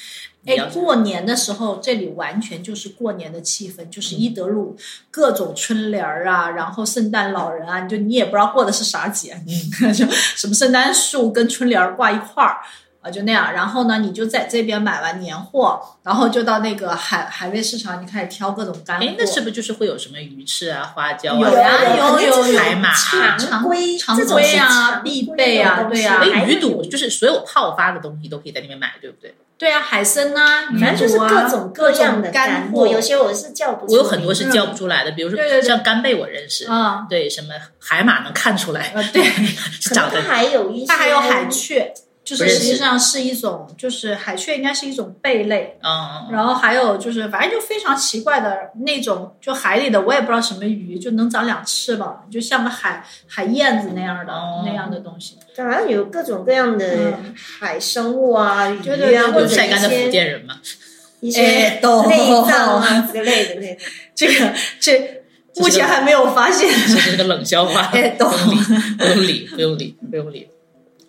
[SPEAKER 2] 比
[SPEAKER 3] 哎
[SPEAKER 2] 较，
[SPEAKER 3] 过年的时候，这里完全就是过年的气氛，就是一德路各种春联儿啊，然后圣诞老人啊，你就你也不知道过的是啥节，就什么圣诞树跟春联儿挂一块儿。啊，就那样，然后呢，你就在这边买完年货，然后就到那个海海味市场，你开始挑各种干货。
[SPEAKER 2] 哎，那是不是就是会有什么鱼翅啊、花椒
[SPEAKER 3] 有
[SPEAKER 2] 啊、
[SPEAKER 3] 呀
[SPEAKER 2] 什么
[SPEAKER 3] 有
[SPEAKER 2] 的
[SPEAKER 3] 有有
[SPEAKER 2] 海马啊？
[SPEAKER 4] 常规
[SPEAKER 3] 常
[SPEAKER 4] 这种
[SPEAKER 3] 规
[SPEAKER 4] 是
[SPEAKER 3] 啊
[SPEAKER 4] 常
[SPEAKER 3] 必
[SPEAKER 4] 规
[SPEAKER 3] 备
[SPEAKER 4] 的
[SPEAKER 3] 啊
[SPEAKER 4] 东
[SPEAKER 3] 对
[SPEAKER 4] 西
[SPEAKER 3] 啊
[SPEAKER 2] 哎，鱼肚
[SPEAKER 4] 肚
[SPEAKER 2] 就是所有泡发的东西都可以在那边买，对不对？
[SPEAKER 3] 对啊，海参呐、
[SPEAKER 2] 嗯
[SPEAKER 3] 啊，
[SPEAKER 4] 反正就是
[SPEAKER 3] 鱼肚啊
[SPEAKER 4] 各种各样的干货，
[SPEAKER 3] 各种干货
[SPEAKER 4] 有些我是叫不出
[SPEAKER 2] 我
[SPEAKER 4] 名
[SPEAKER 2] 有
[SPEAKER 4] 的，
[SPEAKER 2] 很多是叫不出来的，比如说
[SPEAKER 3] 对对对
[SPEAKER 2] 像干贝，我认识，
[SPEAKER 3] 啊，
[SPEAKER 2] 对，什么海马能看出来，
[SPEAKER 3] 呃，对，
[SPEAKER 2] 是
[SPEAKER 4] 可能
[SPEAKER 2] 长
[SPEAKER 4] 它
[SPEAKER 2] 得
[SPEAKER 4] 还有一些，
[SPEAKER 3] 它还有海雀，就
[SPEAKER 2] 不
[SPEAKER 3] 是
[SPEAKER 2] 认识
[SPEAKER 3] 实际上是一种，就是海雀应该是一种贝类，
[SPEAKER 2] 嗯，嗯嗯
[SPEAKER 3] 然后还有就是反正就非常奇怪的那种，就海里的我也不知道什么鱼，就能长两翅膀，就像个海海燕子那样的、
[SPEAKER 2] 哦
[SPEAKER 3] 那样的东西。
[SPEAKER 4] 好像有各种各样的
[SPEAKER 3] 嗯
[SPEAKER 4] 海生物啊、鱼
[SPEAKER 3] 对对对
[SPEAKER 4] 啊，
[SPEAKER 2] 就
[SPEAKER 4] 或者
[SPEAKER 2] 是晒干的福
[SPEAKER 4] 一些
[SPEAKER 2] 建人嘛，
[SPEAKER 4] 一
[SPEAKER 3] 哎
[SPEAKER 4] 些
[SPEAKER 3] 懂
[SPEAKER 4] 内脏啊之类的那种。
[SPEAKER 3] 这个 这
[SPEAKER 2] 个
[SPEAKER 3] 目前还没有 发现。
[SPEAKER 2] 这是个冷笑话，
[SPEAKER 3] 哎，懂。
[SPEAKER 2] 不用理，不用理，不用理。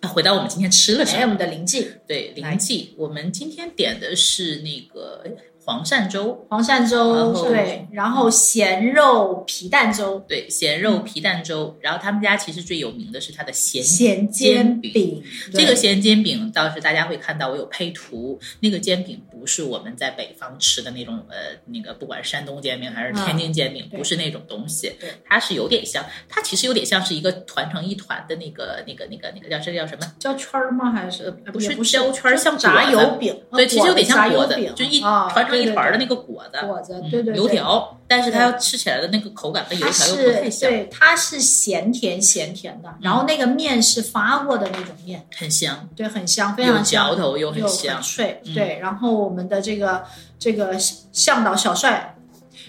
[SPEAKER 2] 啊回到我们今天吃了什
[SPEAKER 3] 哎，我
[SPEAKER 2] 么？
[SPEAKER 3] 们的灵记
[SPEAKER 2] 对，
[SPEAKER 3] 来
[SPEAKER 2] 临记，我们今天点的是那个哎黄鳝粥，
[SPEAKER 3] 黄鳝
[SPEAKER 2] 然
[SPEAKER 3] 粥，
[SPEAKER 2] 后嗯
[SPEAKER 3] 对，然后咸肉皮蛋粥、
[SPEAKER 2] 对，咸肉皮蛋粥。然后他们家其实最有名的是它的咸
[SPEAKER 3] 嗯咸煎
[SPEAKER 2] 煎
[SPEAKER 3] 饼，
[SPEAKER 2] 这个咸煎饼倒是大家会看到，我有配图。那个煎饼不是我们在北方吃的那种，呃，那个不管是山东煎饼还是天津煎饼，
[SPEAKER 3] 嗯对
[SPEAKER 2] 不是那种东西
[SPEAKER 3] 对。
[SPEAKER 2] 它是有点像，它其实有点像是一个团成一团的那个、那个、那个、那个叫这叫什么？
[SPEAKER 3] 焦圈儿吗？还是呃
[SPEAKER 2] 不
[SPEAKER 3] 也
[SPEAKER 2] 是
[SPEAKER 3] 不
[SPEAKER 2] 焦圈儿
[SPEAKER 3] 就
[SPEAKER 2] 像
[SPEAKER 3] 炸
[SPEAKER 2] 果子
[SPEAKER 3] 油饼？
[SPEAKER 2] 对，其实有点像
[SPEAKER 3] 嗯果
[SPEAKER 2] 果
[SPEAKER 3] 子
[SPEAKER 2] 子
[SPEAKER 3] 呃炸油饼，
[SPEAKER 2] 就一
[SPEAKER 3] 啊
[SPEAKER 2] 团成一团的
[SPEAKER 3] 对
[SPEAKER 2] 那个果子
[SPEAKER 3] 对对，果子
[SPEAKER 2] 嗯，
[SPEAKER 3] 对对对
[SPEAKER 2] 油。条。但是它吃起来的那个口感跟油
[SPEAKER 3] 它
[SPEAKER 2] 条又不太嗯
[SPEAKER 3] 是
[SPEAKER 2] 像，
[SPEAKER 3] 对，它是咸甜咸甜的，然后那个面是发过的那种面，
[SPEAKER 2] 很香，
[SPEAKER 3] 对，很香，非
[SPEAKER 2] 有
[SPEAKER 3] 常香
[SPEAKER 2] 嚼，头又
[SPEAKER 3] 又
[SPEAKER 2] 很
[SPEAKER 3] 很
[SPEAKER 2] 香。
[SPEAKER 3] 脆，
[SPEAKER 2] 嗯
[SPEAKER 3] 对。然后我们的这个这个向导小帅。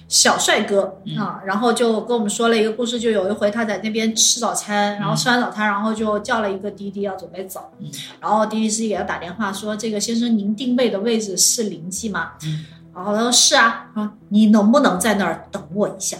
[SPEAKER 3] 小帅哥
[SPEAKER 2] 嗯
[SPEAKER 3] 啊，然后就跟我们说了一个故事，就有一回他在那边吃早餐，然后吃完早餐，然后就叫了一个滴滴要准备走，
[SPEAKER 2] 嗯
[SPEAKER 3] 然后滴滴司机给他打电话说：“这个先生，您定位的位置是临济吗？”
[SPEAKER 2] 嗯
[SPEAKER 3] 然后他说：“是啊。”啊，你能不能在那儿等我一下？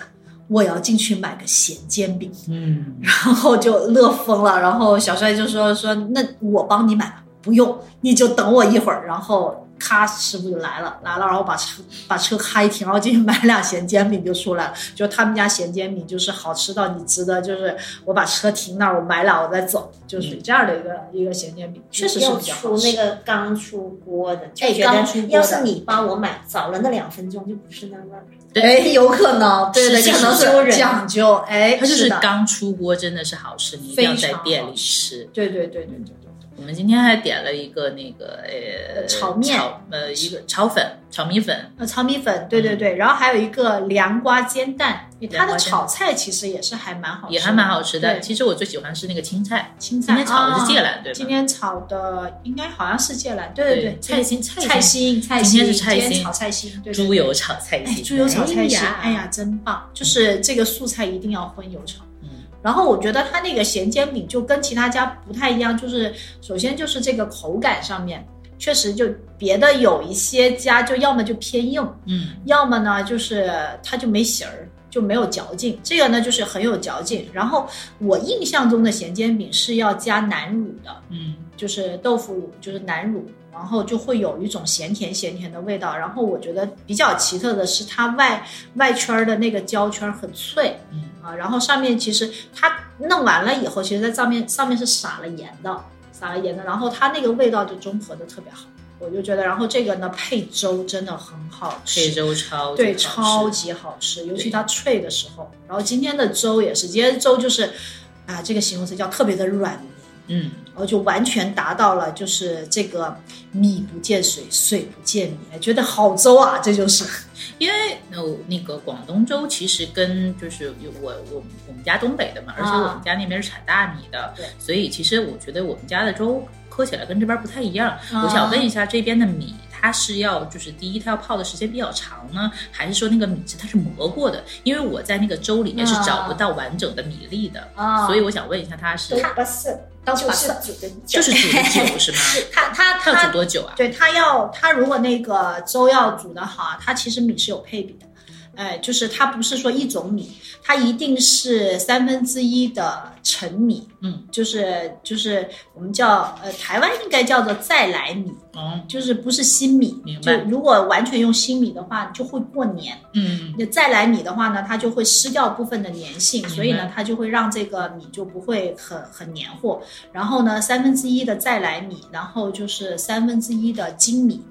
[SPEAKER 3] 我要进去买个咸煎饼。
[SPEAKER 2] 嗯，
[SPEAKER 3] 然后就乐疯了。然后小帅就说说那我帮你买吧，不用，你就等我一会儿。然后咔，师傅就来了，来了，然后把车把车开停，然后进去买俩咸煎饼就出来了。就他们家咸煎饼就是好吃到你值得，就是我把车停那儿，我买俩我再走，就属于这样的一个、一个咸煎饼，确实是
[SPEAKER 4] 要
[SPEAKER 3] 比较好
[SPEAKER 4] 出
[SPEAKER 3] 吃。
[SPEAKER 4] 那个刚出锅的，就
[SPEAKER 3] 哎
[SPEAKER 4] 觉
[SPEAKER 3] 刚出
[SPEAKER 4] 得
[SPEAKER 3] 锅的
[SPEAKER 4] 要是你帮我买早了那两分钟，就不是那味儿。
[SPEAKER 3] 哎，有可能，对对，
[SPEAKER 2] 是
[SPEAKER 3] 可能
[SPEAKER 4] 讲究
[SPEAKER 3] 是
[SPEAKER 4] 人
[SPEAKER 3] 讲究，哎，
[SPEAKER 2] 它就是
[SPEAKER 3] 的
[SPEAKER 2] 刚出锅，真的是好吃，你一定要在店里吃。
[SPEAKER 3] 对对对对对对对。
[SPEAKER 2] 们今天还点了一个那个呃
[SPEAKER 3] 炒面
[SPEAKER 2] 炒呃一个炒粉炒米粉，
[SPEAKER 3] 呃，炒米粉，对对对，然后还有一个凉瓜煎蛋，它
[SPEAKER 2] 嗯凉瓜
[SPEAKER 3] 的
[SPEAKER 2] 煎
[SPEAKER 3] 炒菜其实也是还蛮好吃的，
[SPEAKER 2] 也还蛮好吃的。
[SPEAKER 3] 对
[SPEAKER 2] 其实我最喜欢吃那个青菜，
[SPEAKER 3] 青菜
[SPEAKER 2] 今天炒的是芥
[SPEAKER 3] 啊
[SPEAKER 2] 兰，对吧？
[SPEAKER 3] 今天炒的应该好像是芥兰，对对，
[SPEAKER 2] 菜心菜
[SPEAKER 3] 菜心，菜心，
[SPEAKER 2] 今天是菜心
[SPEAKER 3] 今天炒菜心，对对对
[SPEAKER 2] 猪油炒菜
[SPEAKER 3] 哎
[SPEAKER 2] 心，，
[SPEAKER 3] 猪油炒菜心，
[SPEAKER 2] 呀
[SPEAKER 3] 哎呀，，真棒！就是这个素菜一定要荤油炒。
[SPEAKER 2] 嗯
[SPEAKER 3] 然后我觉得它那个咸煎饼就跟其他家不太一样，就是首先就是这个口感上面，确实就别的有一些家就要么就偏硬，
[SPEAKER 2] 嗯，
[SPEAKER 3] 要么呢就是它就没形儿，就没有嚼劲。这个呢就是很有嚼劲。然后我印象中的咸煎饼是要加南乳的，
[SPEAKER 2] 嗯，
[SPEAKER 3] 就是豆腐乳，就是南乳，然后就会有一种咸甜咸甜的味道。然后我觉得比较奇特的是，它外外圈儿的那个焦圈儿很脆，
[SPEAKER 2] 嗯
[SPEAKER 3] 啊，然后上面其实它弄完了以后，其实在上面上面是撒了盐的，撒了盐的，然后它那个味道就中和的特别好，我就觉得，然后这个呢配粥真的很好吃，
[SPEAKER 2] 配粥超级
[SPEAKER 3] 对，
[SPEAKER 2] 好
[SPEAKER 3] 超
[SPEAKER 2] 吃
[SPEAKER 3] 级好吃，尤其它脆的时候。然后今天的粥也是，今天的粥就是啊，这个形容词叫特别的软绵。
[SPEAKER 2] 嗯，
[SPEAKER 3] 然后就完全达到了，就是这个米不见水，水不见米，哎觉得好粥啊，这就是。
[SPEAKER 2] 因为那我那个广东粥其实跟就是有我我我们家东北的嘛，而且我们家那边是产大米的，
[SPEAKER 3] 啊对
[SPEAKER 2] 所以其实我觉得我们家的粥喝起来跟这边不太一样。
[SPEAKER 3] 啊
[SPEAKER 2] 我想问一下，这边的米它是要就是第一它要泡的时间比较长呢，还是说那个米是它是磨过的？因为我在那个粥里面是找不到完整的米粒的，
[SPEAKER 3] 啊
[SPEAKER 2] 所以我想问一下，它 是
[SPEAKER 4] 都不是，
[SPEAKER 3] 都
[SPEAKER 4] 就
[SPEAKER 3] 不
[SPEAKER 4] 是
[SPEAKER 3] 是
[SPEAKER 4] 煮的
[SPEAKER 2] 就
[SPEAKER 4] 久
[SPEAKER 2] 是煮的久是吗？
[SPEAKER 3] 它 它
[SPEAKER 2] 它要煮
[SPEAKER 3] 它，
[SPEAKER 2] 多久啊？
[SPEAKER 3] 对它要它如果那个粥要煮的好啊，它其实米是有配比的，哎，就是它不是说一种米，它一定是三分之一的陈米，
[SPEAKER 2] 嗯，
[SPEAKER 3] 就是就是我们叫呃台湾应该叫做再来米，
[SPEAKER 2] 哦，
[SPEAKER 3] 就是不是新米
[SPEAKER 2] 明，
[SPEAKER 3] 就
[SPEAKER 2] 白
[SPEAKER 3] 如果完全用新米的话，就会过黏。
[SPEAKER 2] 嗯，
[SPEAKER 3] 那再来米的话呢，它就会失掉部分的粘性，所以
[SPEAKER 2] 明
[SPEAKER 3] 呢，它就会让这个米就不会很很黏糊。然后呢，三分之一的再来米，然后就是三分之一的精米，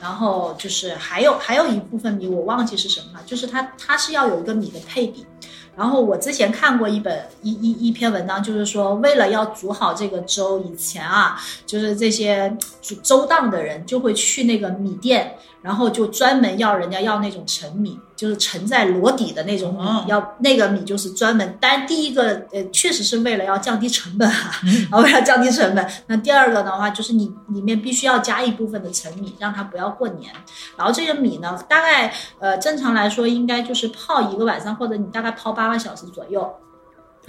[SPEAKER 3] 然后就是还有还有一部分米我忘记是什么了，就是它它是要有一个米的配比。然后我之前看过一本一一一篇文章，就是说为了要煮好这个粥，以前啊，就是这些煮粥档的人就会去那个米店，然后就专门要人家要那种陈米，就是沉在螺底的那种米，
[SPEAKER 2] 哦
[SPEAKER 3] 要那个米就是专门。但第一个呃，确实是为了要降低成本啊， 啊，为了降低成本。那第二个的话，就是你里面必须要加一部分的陈米，让它不要过黏。然后这个米呢，大概呃正常来说应该就是泡一个晚上，或者你大概泡八个小时左右。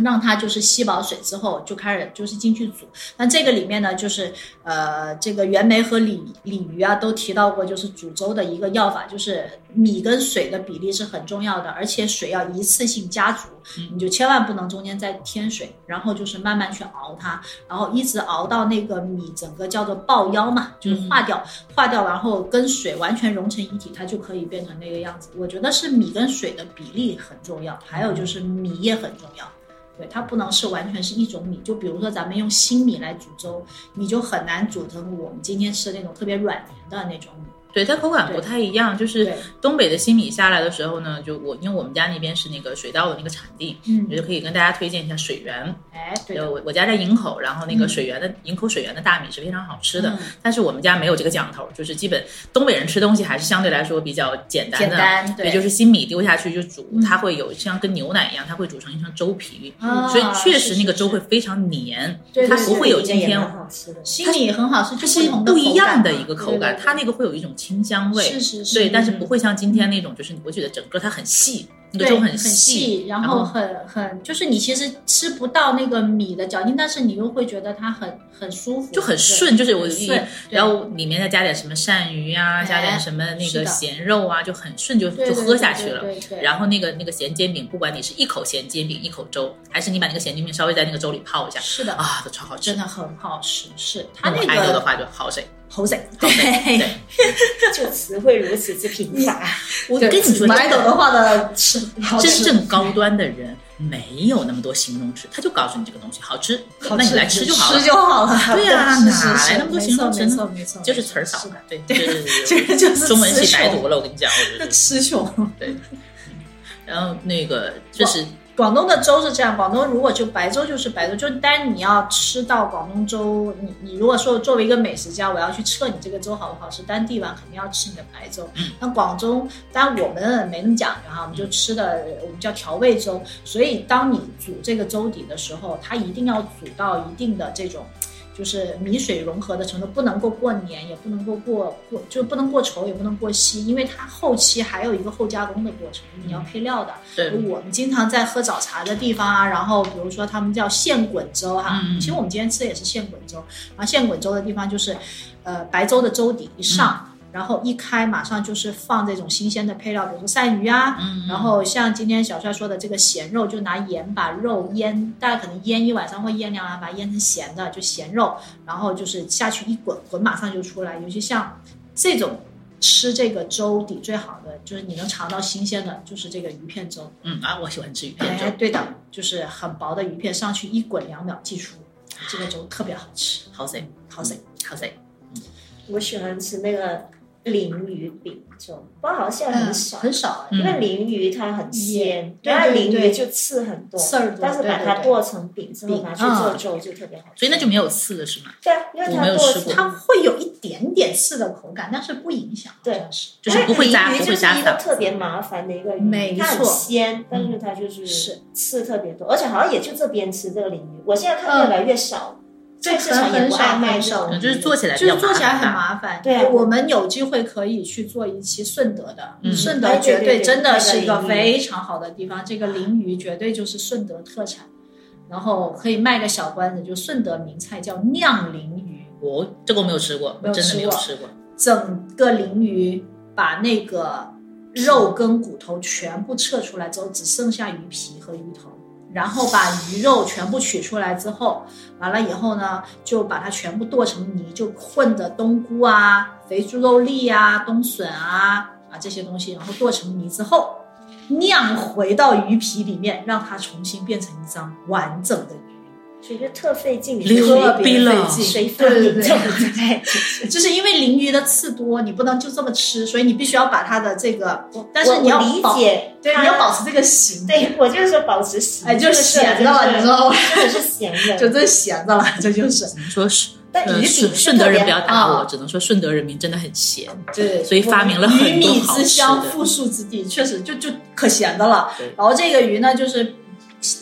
[SPEAKER 3] 让它就是吸饱水之后就开始就是进去煮，那这个里面呢，就是呃，这个袁枚和李李渔啊都提到过，就是煮粥的一个要法，就是米跟水的比例是很重要的，而且水要一次性加足，你就千万不能中间再添水，然后就是慢慢去熬它，然后一直熬到那个米整个叫做爆腰嘛，就是化掉，化掉，然后跟水完全融成一体，它就可以变成那个样子。我觉得是米跟水的比例很重要，还有就是米也很重要。对，它不能是完全是一种米。就比如说咱们用新米来煮粥，你就很难煮成我们今天吃的那种特别软绵的那种米。
[SPEAKER 2] 对，它口感不太一样，就是
[SPEAKER 3] 对
[SPEAKER 2] 东北的新米下来的时候呢，就我因为我们家那边是那个水稻的那个产地，我
[SPEAKER 3] 嗯
[SPEAKER 2] 觉，得可以跟大家推荐一下水源。
[SPEAKER 3] 哎，对
[SPEAKER 2] 就
[SPEAKER 3] 的，
[SPEAKER 2] 我我家在营口，然后那个
[SPEAKER 3] 嗯
[SPEAKER 2] 水源的营口水源的大米是非常好吃的
[SPEAKER 3] 嗯，
[SPEAKER 2] 但是我们家没有这个讲头，就是基本东北人吃东西还是相对来说比较简单
[SPEAKER 3] 简
[SPEAKER 2] 的，
[SPEAKER 3] 单，嗯
[SPEAKER 2] 对，就是新米丢下去就煮，它会有像跟牛奶一样，它会煮成一层粥皮，
[SPEAKER 3] 啊
[SPEAKER 2] 所以确
[SPEAKER 3] 是
[SPEAKER 2] 实
[SPEAKER 3] 是
[SPEAKER 2] 那个粥
[SPEAKER 3] 是
[SPEAKER 2] 会非常黏，
[SPEAKER 3] 对
[SPEAKER 2] 它
[SPEAKER 3] 对
[SPEAKER 2] 不
[SPEAKER 3] 对
[SPEAKER 2] 会有
[SPEAKER 4] 这
[SPEAKER 2] 今
[SPEAKER 4] 个也
[SPEAKER 2] 天
[SPEAKER 4] 蛮好吃的。
[SPEAKER 3] 新米很好吃，
[SPEAKER 2] 它
[SPEAKER 3] 就是同
[SPEAKER 2] 不一样
[SPEAKER 3] 的
[SPEAKER 2] 的
[SPEAKER 3] 口
[SPEAKER 2] 一个
[SPEAKER 3] 对
[SPEAKER 2] 口感，
[SPEAKER 3] 对对
[SPEAKER 2] 它那个会有一种清香味，
[SPEAKER 3] 是是是，
[SPEAKER 2] 对，但是
[SPEAKER 3] 嗯
[SPEAKER 2] 不会像今天那种，就是我觉得整个它很细，那个
[SPEAKER 3] 对
[SPEAKER 2] 粥
[SPEAKER 3] 很
[SPEAKER 2] 细，
[SPEAKER 3] 然
[SPEAKER 2] 后
[SPEAKER 3] 后很很就是你其实吃不到那个米的嚼劲，但是你又会觉得它很很舒服，
[SPEAKER 2] 就很
[SPEAKER 3] 对
[SPEAKER 2] 顺，就是我
[SPEAKER 3] 很
[SPEAKER 2] 一
[SPEAKER 3] 顺，
[SPEAKER 2] 然后里面再加点什么鳝鱼啊，
[SPEAKER 3] 哎
[SPEAKER 2] 加点什么那
[SPEAKER 3] 是
[SPEAKER 2] 个
[SPEAKER 3] 的
[SPEAKER 2] 咸肉啊，就很顺就
[SPEAKER 3] 对
[SPEAKER 2] 就喝下去了。
[SPEAKER 3] 对对对对
[SPEAKER 2] 然后那个那个咸煎饼，不管你是一口咸煎饼，一口粥，还是你把那个咸煎饼稍微在那个粥里泡一下，
[SPEAKER 3] 是的，
[SPEAKER 2] 啊，都超好吃
[SPEAKER 3] 真。的很好吃，是它
[SPEAKER 2] 那
[SPEAKER 3] 那
[SPEAKER 2] 我爱豆的
[SPEAKER 3] 个
[SPEAKER 2] 话就好水，
[SPEAKER 3] 猴仔，
[SPEAKER 2] 好 水。对，
[SPEAKER 4] 就词汇如此之贫乏，
[SPEAKER 2] 我跟你说，
[SPEAKER 3] 买
[SPEAKER 2] 真
[SPEAKER 3] 走
[SPEAKER 2] 的
[SPEAKER 3] 的话呢，是好
[SPEAKER 2] 真
[SPEAKER 3] 吃。
[SPEAKER 2] 正高端的人没有那么多形容词，他就告诉你这个东西好吃，
[SPEAKER 3] 好
[SPEAKER 2] 那
[SPEAKER 3] 吃
[SPEAKER 2] 你来吃就好了
[SPEAKER 3] 吃。就好了。
[SPEAKER 2] 对啊
[SPEAKER 3] 是
[SPEAKER 2] 哪
[SPEAKER 3] 是
[SPEAKER 2] 来
[SPEAKER 3] 是，
[SPEAKER 2] 那么多
[SPEAKER 3] 没
[SPEAKER 2] 形容
[SPEAKER 3] 错
[SPEAKER 2] 词
[SPEAKER 3] 没
[SPEAKER 2] 呢
[SPEAKER 3] 错没错，
[SPEAKER 2] 就是词儿少
[SPEAKER 3] 是
[SPEAKER 2] 嘛，对对对对，
[SPEAKER 3] 这个就是
[SPEAKER 2] 中文系
[SPEAKER 3] 词
[SPEAKER 2] 白
[SPEAKER 3] 穷
[SPEAKER 2] 读了，我跟你讲，我觉得
[SPEAKER 3] 那词穷。
[SPEAKER 2] 对。然后那个这是
[SPEAKER 3] 广东的粥是这样，广东如果就白粥就是白粥，就但你要吃到广东粥，你你如果说作为一个美食家，我要去测你这个粥好不好吃，当地碗肯定要吃你的白粥。那广州，当然我们没那么讲究哈，我们就吃的我们叫调味粥，所以当你煮这个粥底的时候，它一定要煮到一定的这种。就是米水融合的程度，不能够过黏，也不能够过过，就不能过稠，也不能过稀，因为它后期还有一个后加工的过程，你要配料的。
[SPEAKER 2] 对
[SPEAKER 3] 我们经常在喝早茶的地方啊，然后比如说他们叫现滚粥哈、
[SPEAKER 2] 嗯
[SPEAKER 3] 其实我们今天吃的也是现滚粥。然后现滚粥的地方就是，呃，白粥的粥
[SPEAKER 2] 嗯
[SPEAKER 3] 底一上，然后一开马上就是放这种新鲜的配料，比如说鳝鱼啊，
[SPEAKER 2] 嗯
[SPEAKER 3] 然后像今天小帅说的这个咸肉，就拿盐把肉腌，大家可能腌一晚上或腌两晚，把它腌成咸的，就咸肉，然后就是下去一滚，滚马上就出来。尤其像这种吃这个粥底最好的，就是你能尝到新鲜的，就是这个鱼片粥。
[SPEAKER 2] 嗯啊，我喜欢吃鱼片
[SPEAKER 3] 哎，
[SPEAKER 2] 粥，
[SPEAKER 3] 对的，就是很薄的鱼片上去一滚两秒即出，这个粥特别好吃，
[SPEAKER 2] 好塞
[SPEAKER 3] 好吃。
[SPEAKER 2] 好塞，
[SPEAKER 4] 我喜欢吃那个鲮鱼饼粥，不过好像很少，
[SPEAKER 3] 很少哎
[SPEAKER 2] 嗯
[SPEAKER 4] 因为鲮鱼它很鲜，
[SPEAKER 3] 对
[SPEAKER 4] 然后鲮
[SPEAKER 3] 对对
[SPEAKER 4] 鱼就刺很多，
[SPEAKER 3] 刺儿多
[SPEAKER 4] 但是把它
[SPEAKER 3] 对对对
[SPEAKER 4] 剁成饼之后拿去做
[SPEAKER 3] 嗯
[SPEAKER 4] 粥就特别好吃。
[SPEAKER 2] 所以那就没有刺了是吗？
[SPEAKER 4] 对啊，因为
[SPEAKER 2] 我没
[SPEAKER 4] 它
[SPEAKER 2] 有
[SPEAKER 4] 剁
[SPEAKER 2] 吃过
[SPEAKER 3] 它会有一点点刺的口感，但是不影响，
[SPEAKER 4] 对
[SPEAKER 3] 好像是
[SPEAKER 2] 就是不会扎，
[SPEAKER 4] 鲮鱼
[SPEAKER 2] 不
[SPEAKER 4] 就
[SPEAKER 2] 会
[SPEAKER 4] 是
[SPEAKER 2] 扎
[SPEAKER 4] 一个
[SPEAKER 2] 嗓。
[SPEAKER 4] 特别麻烦的一个鱼，
[SPEAKER 3] 没
[SPEAKER 4] 它很
[SPEAKER 3] 错嗯
[SPEAKER 4] 鲜，但是它就是
[SPEAKER 3] 是
[SPEAKER 4] 刺特别多，而且好像也就这边吃这个鲮鱼，我现
[SPEAKER 3] 嗯
[SPEAKER 4] 在看越来越少，菜市场也不爱卖这种
[SPEAKER 2] 嗯，就是做起来比
[SPEAKER 3] 哦就
[SPEAKER 2] 较
[SPEAKER 3] 是做起
[SPEAKER 2] 麻
[SPEAKER 3] 来很
[SPEAKER 2] 烦
[SPEAKER 3] 麻烦。
[SPEAKER 4] 对
[SPEAKER 3] 我们有机会可以去做一期顺德的，
[SPEAKER 2] 嗯
[SPEAKER 3] 顺德
[SPEAKER 4] 哎对
[SPEAKER 3] 绝
[SPEAKER 4] 对对
[SPEAKER 3] 真的是一
[SPEAKER 4] 那
[SPEAKER 3] 个
[SPEAKER 4] 个鲮鱼
[SPEAKER 3] 非常好的地方，这个鲮鱼绝对就是顺德特产，然后可以卖个小关子，就顺德名菜叫酿鲮鱼，
[SPEAKER 2] 我这个我没有吃过，
[SPEAKER 3] 没有
[SPEAKER 2] 真的没有
[SPEAKER 3] 吃
[SPEAKER 2] 吃过。
[SPEAKER 3] 整个鲮鱼把那个肉跟骨头全部撤出来之后，只剩下鱼皮和鱼头。然后把鱼肉全部取出来之后，完了以后呢，就把它全部剁成泥，就混的冬菇啊、肥猪肉粒啊、冬笋啊啊这些东西，然后剁成泥之后，酿回到鱼皮里面，让它重新变成一张完整的鱼。
[SPEAKER 4] 所以就特费劲，
[SPEAKER 2] 溜
[SPEAKER 4] 特别
[SPEAKER 2] 冰了
[SPEAKER 4] 费劲，水
[SPEAKER 3] 对
[SPEAKER 4] 分
[SPEAKER 3] 对
[SPEAKER 4] 很
[SPEAKER 3] 对
[SPEAKER 4] 重， 对，
[SPEAKER 3] 就是因为鲮鱼的刺多，你不能就这么吃，所以你必须要把它的这个，但
[SPEAKER 4] 我
[SPEAKER 3] 是你要
[SPEAKER 4] 我理
[SPEAKER 3] 保，
[SPEAKER 4] 解，
[SPEAKER 3] 对，啊
[SPEAKER 2] 啊
[SPEAKER 4] 它
[SPEAKER 3] 你要保持这个形，，
[SPEAKER 4] 对我就是说保持咸，
[SPEAKER 3] 哎，就是咸的了，你知
[SPEAKER 4] 说
[SPEAKER 3] 道吗？
[SPEAKER 4] 真的是咸
[SPEAKER 3] 就嗯
[SPEAKER 4] 的，
[SPEAKER 3] 这咸的了，这就是，
[SPEAKER 2] 只能说是
[SPEAKER 4] 但
[SPEAKER 2] 呃
[SPEAKER 4] 鱼饼
[SPEAKER 2] 顺
[SPEAKER 4] 是
[SPEAKER 2] 顺德
[SPEAKER 4] 特别
[SPEAKER 2] 人不要打
[SPEAKER 3] 啊
[SPEAKER 2] 我，只能说顺德人民真的很闲。
[SPEAKER 3] 对，
[SPEAKER 2] 所以发明了
[SPEAKER 3] 鱼
[SPEAKER 2] 很多
[SPEAKER 3] 米
[SPEAKER 2] 好
[SPEAKER 3] 之
[SPEAKER 2] 吃
[SPEAKER 3] 乡，
[SPEAKER 2] 的
[SPEAKER 3] 富庶之地，确实就就可咸的了
[SPEAKER 2] 对。
[SPEAKER 3] 然后这个鱼呢，就是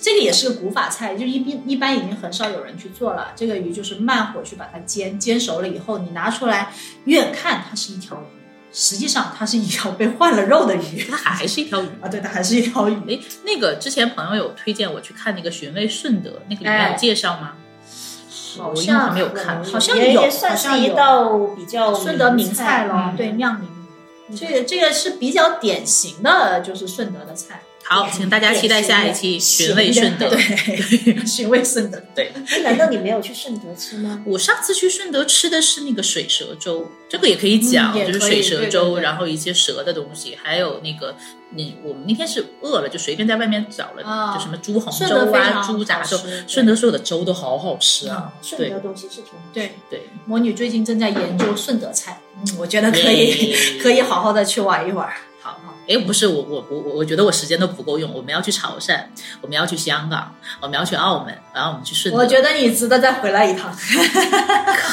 [SPEAKER 3] 这个也是个古法菜，就一般一般已经很少有人去做了。这个鱼就是慢火去把它煎，煎熟了以后，你拿出来，远看它是一条鱼，实际上它是一条被换了肉的鱼。
[SPEAKER 2] 它还是一条鱼。
[SPEAKER 3] 啊，对，它还是一条鱼。
[SPEAKER 2] 哎，那个之前朋友有推荐我去看那个《寻味顺德》，那个里面
[SPEAKER 3] 哎
[SPEAKER 2] 有介绍吗？
[SPEAKER 3] 好
[SPEAKER 2] 我应该还
[SPEAKER 3] 像
[SPEAKER 2] 没有看。
[SPEAKER 3] 好像
[SPEAKER 4] 也
[SPEAKER 3] 有
[SPEAKER 4] 也算
[SPEAKER 3] 好
[SPEAKER 4] 是
[SPEAKER 3] 像有
[SPEAKER 4] 一道比较
[SPEAKER 3] 顺德名菜
[SPEAKER 4] 了。
[SPEAKER 3] 咯，
[SPEAKER 2] 嗯
[SPEAKER 3] 对，酿鲮鱼，这个这个是比较典型的，就是顺德的菜。
[SPEAKER 2] 好，请大家期待下一期《寻味顺 德》。
[SPEAKER 3] 对，寻味顺德，对，
[SPEAKER 4] 哎难道你没有去顺德吃吗？
[SPEAKER 2] 我上次去顺德吃的是那个水蛇粥，这个也可以讲，
[SPEAKER 3] 嗯也
[SPEAKER 2] 就是
[SPEAKER 3] 可
[SPEAKER 2] 水
[SPEAKER 3] 以
[SPEAKER 2] 蛇粥，
[SPEAKER 3] 对对对
[SPEAKER 2] 然后一些蛇的东西，还有那个，你我们那天是饿了，就随便在外面找了，
[SPEAKER 3] 啊
[SPEAKER 2] 就什么猪红
[SPEAKER 3] 顺德
[SPEAKER 2] 粥
[SPEAKER 3] 非
[SPEAKER 2] 啊、
[SPEAKER 3] 常
[SPEAKER 2] 猪杂粥
[SPEAKER 3] 好吃，对嗯
[SPEAKER 2] 顺德所有的粥都好好吃啊，
[SPEAKER 4] 顺德东西是挺好
[SPEAKER 3] 对。
[SPEAKER 2] 对，
[SPEAKER 3] 魔女最近正在研究顺德菜，嗯，我觉得可以，可以好好的去玩一玩。
[SPEAKER 2] 好好，哎，不是我我我我我觉得我时间都不够用，我们要去潮汕，我们要去香港，我们要去澳门，然后我们去顺德，
[SPEAKER 3] 我觉得你值得再回来一趟，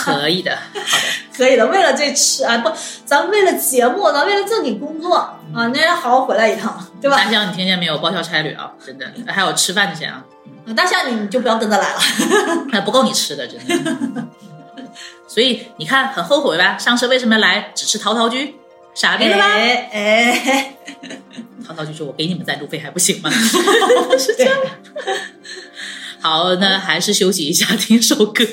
[SPEAKER 2] 可以的，好的，
[SPEAKER 3] 可以的。为了这吃啊，不，咱们为了节目，咱们为了正经工作啊，那要好好回来一趟， 对吧？
[SPEAKER 2] 大象，你听见没有？报销差旅啊，真的，还有吃饭的钱啊，
[SPEAKER 3] 大象你你就不要跟着来了。
[SPEAKER 2] 那不够你吃的，真的。所以你看，很后悔吧？上次为什么来只吃陶陶居？傻逼了吧？
[SPEAKER 3] 哎哎，
[SPEAKER 2] 陶陶居说：“我给你们赞助费还不行吗？”是这样。好，那还是休息一下，听首歌。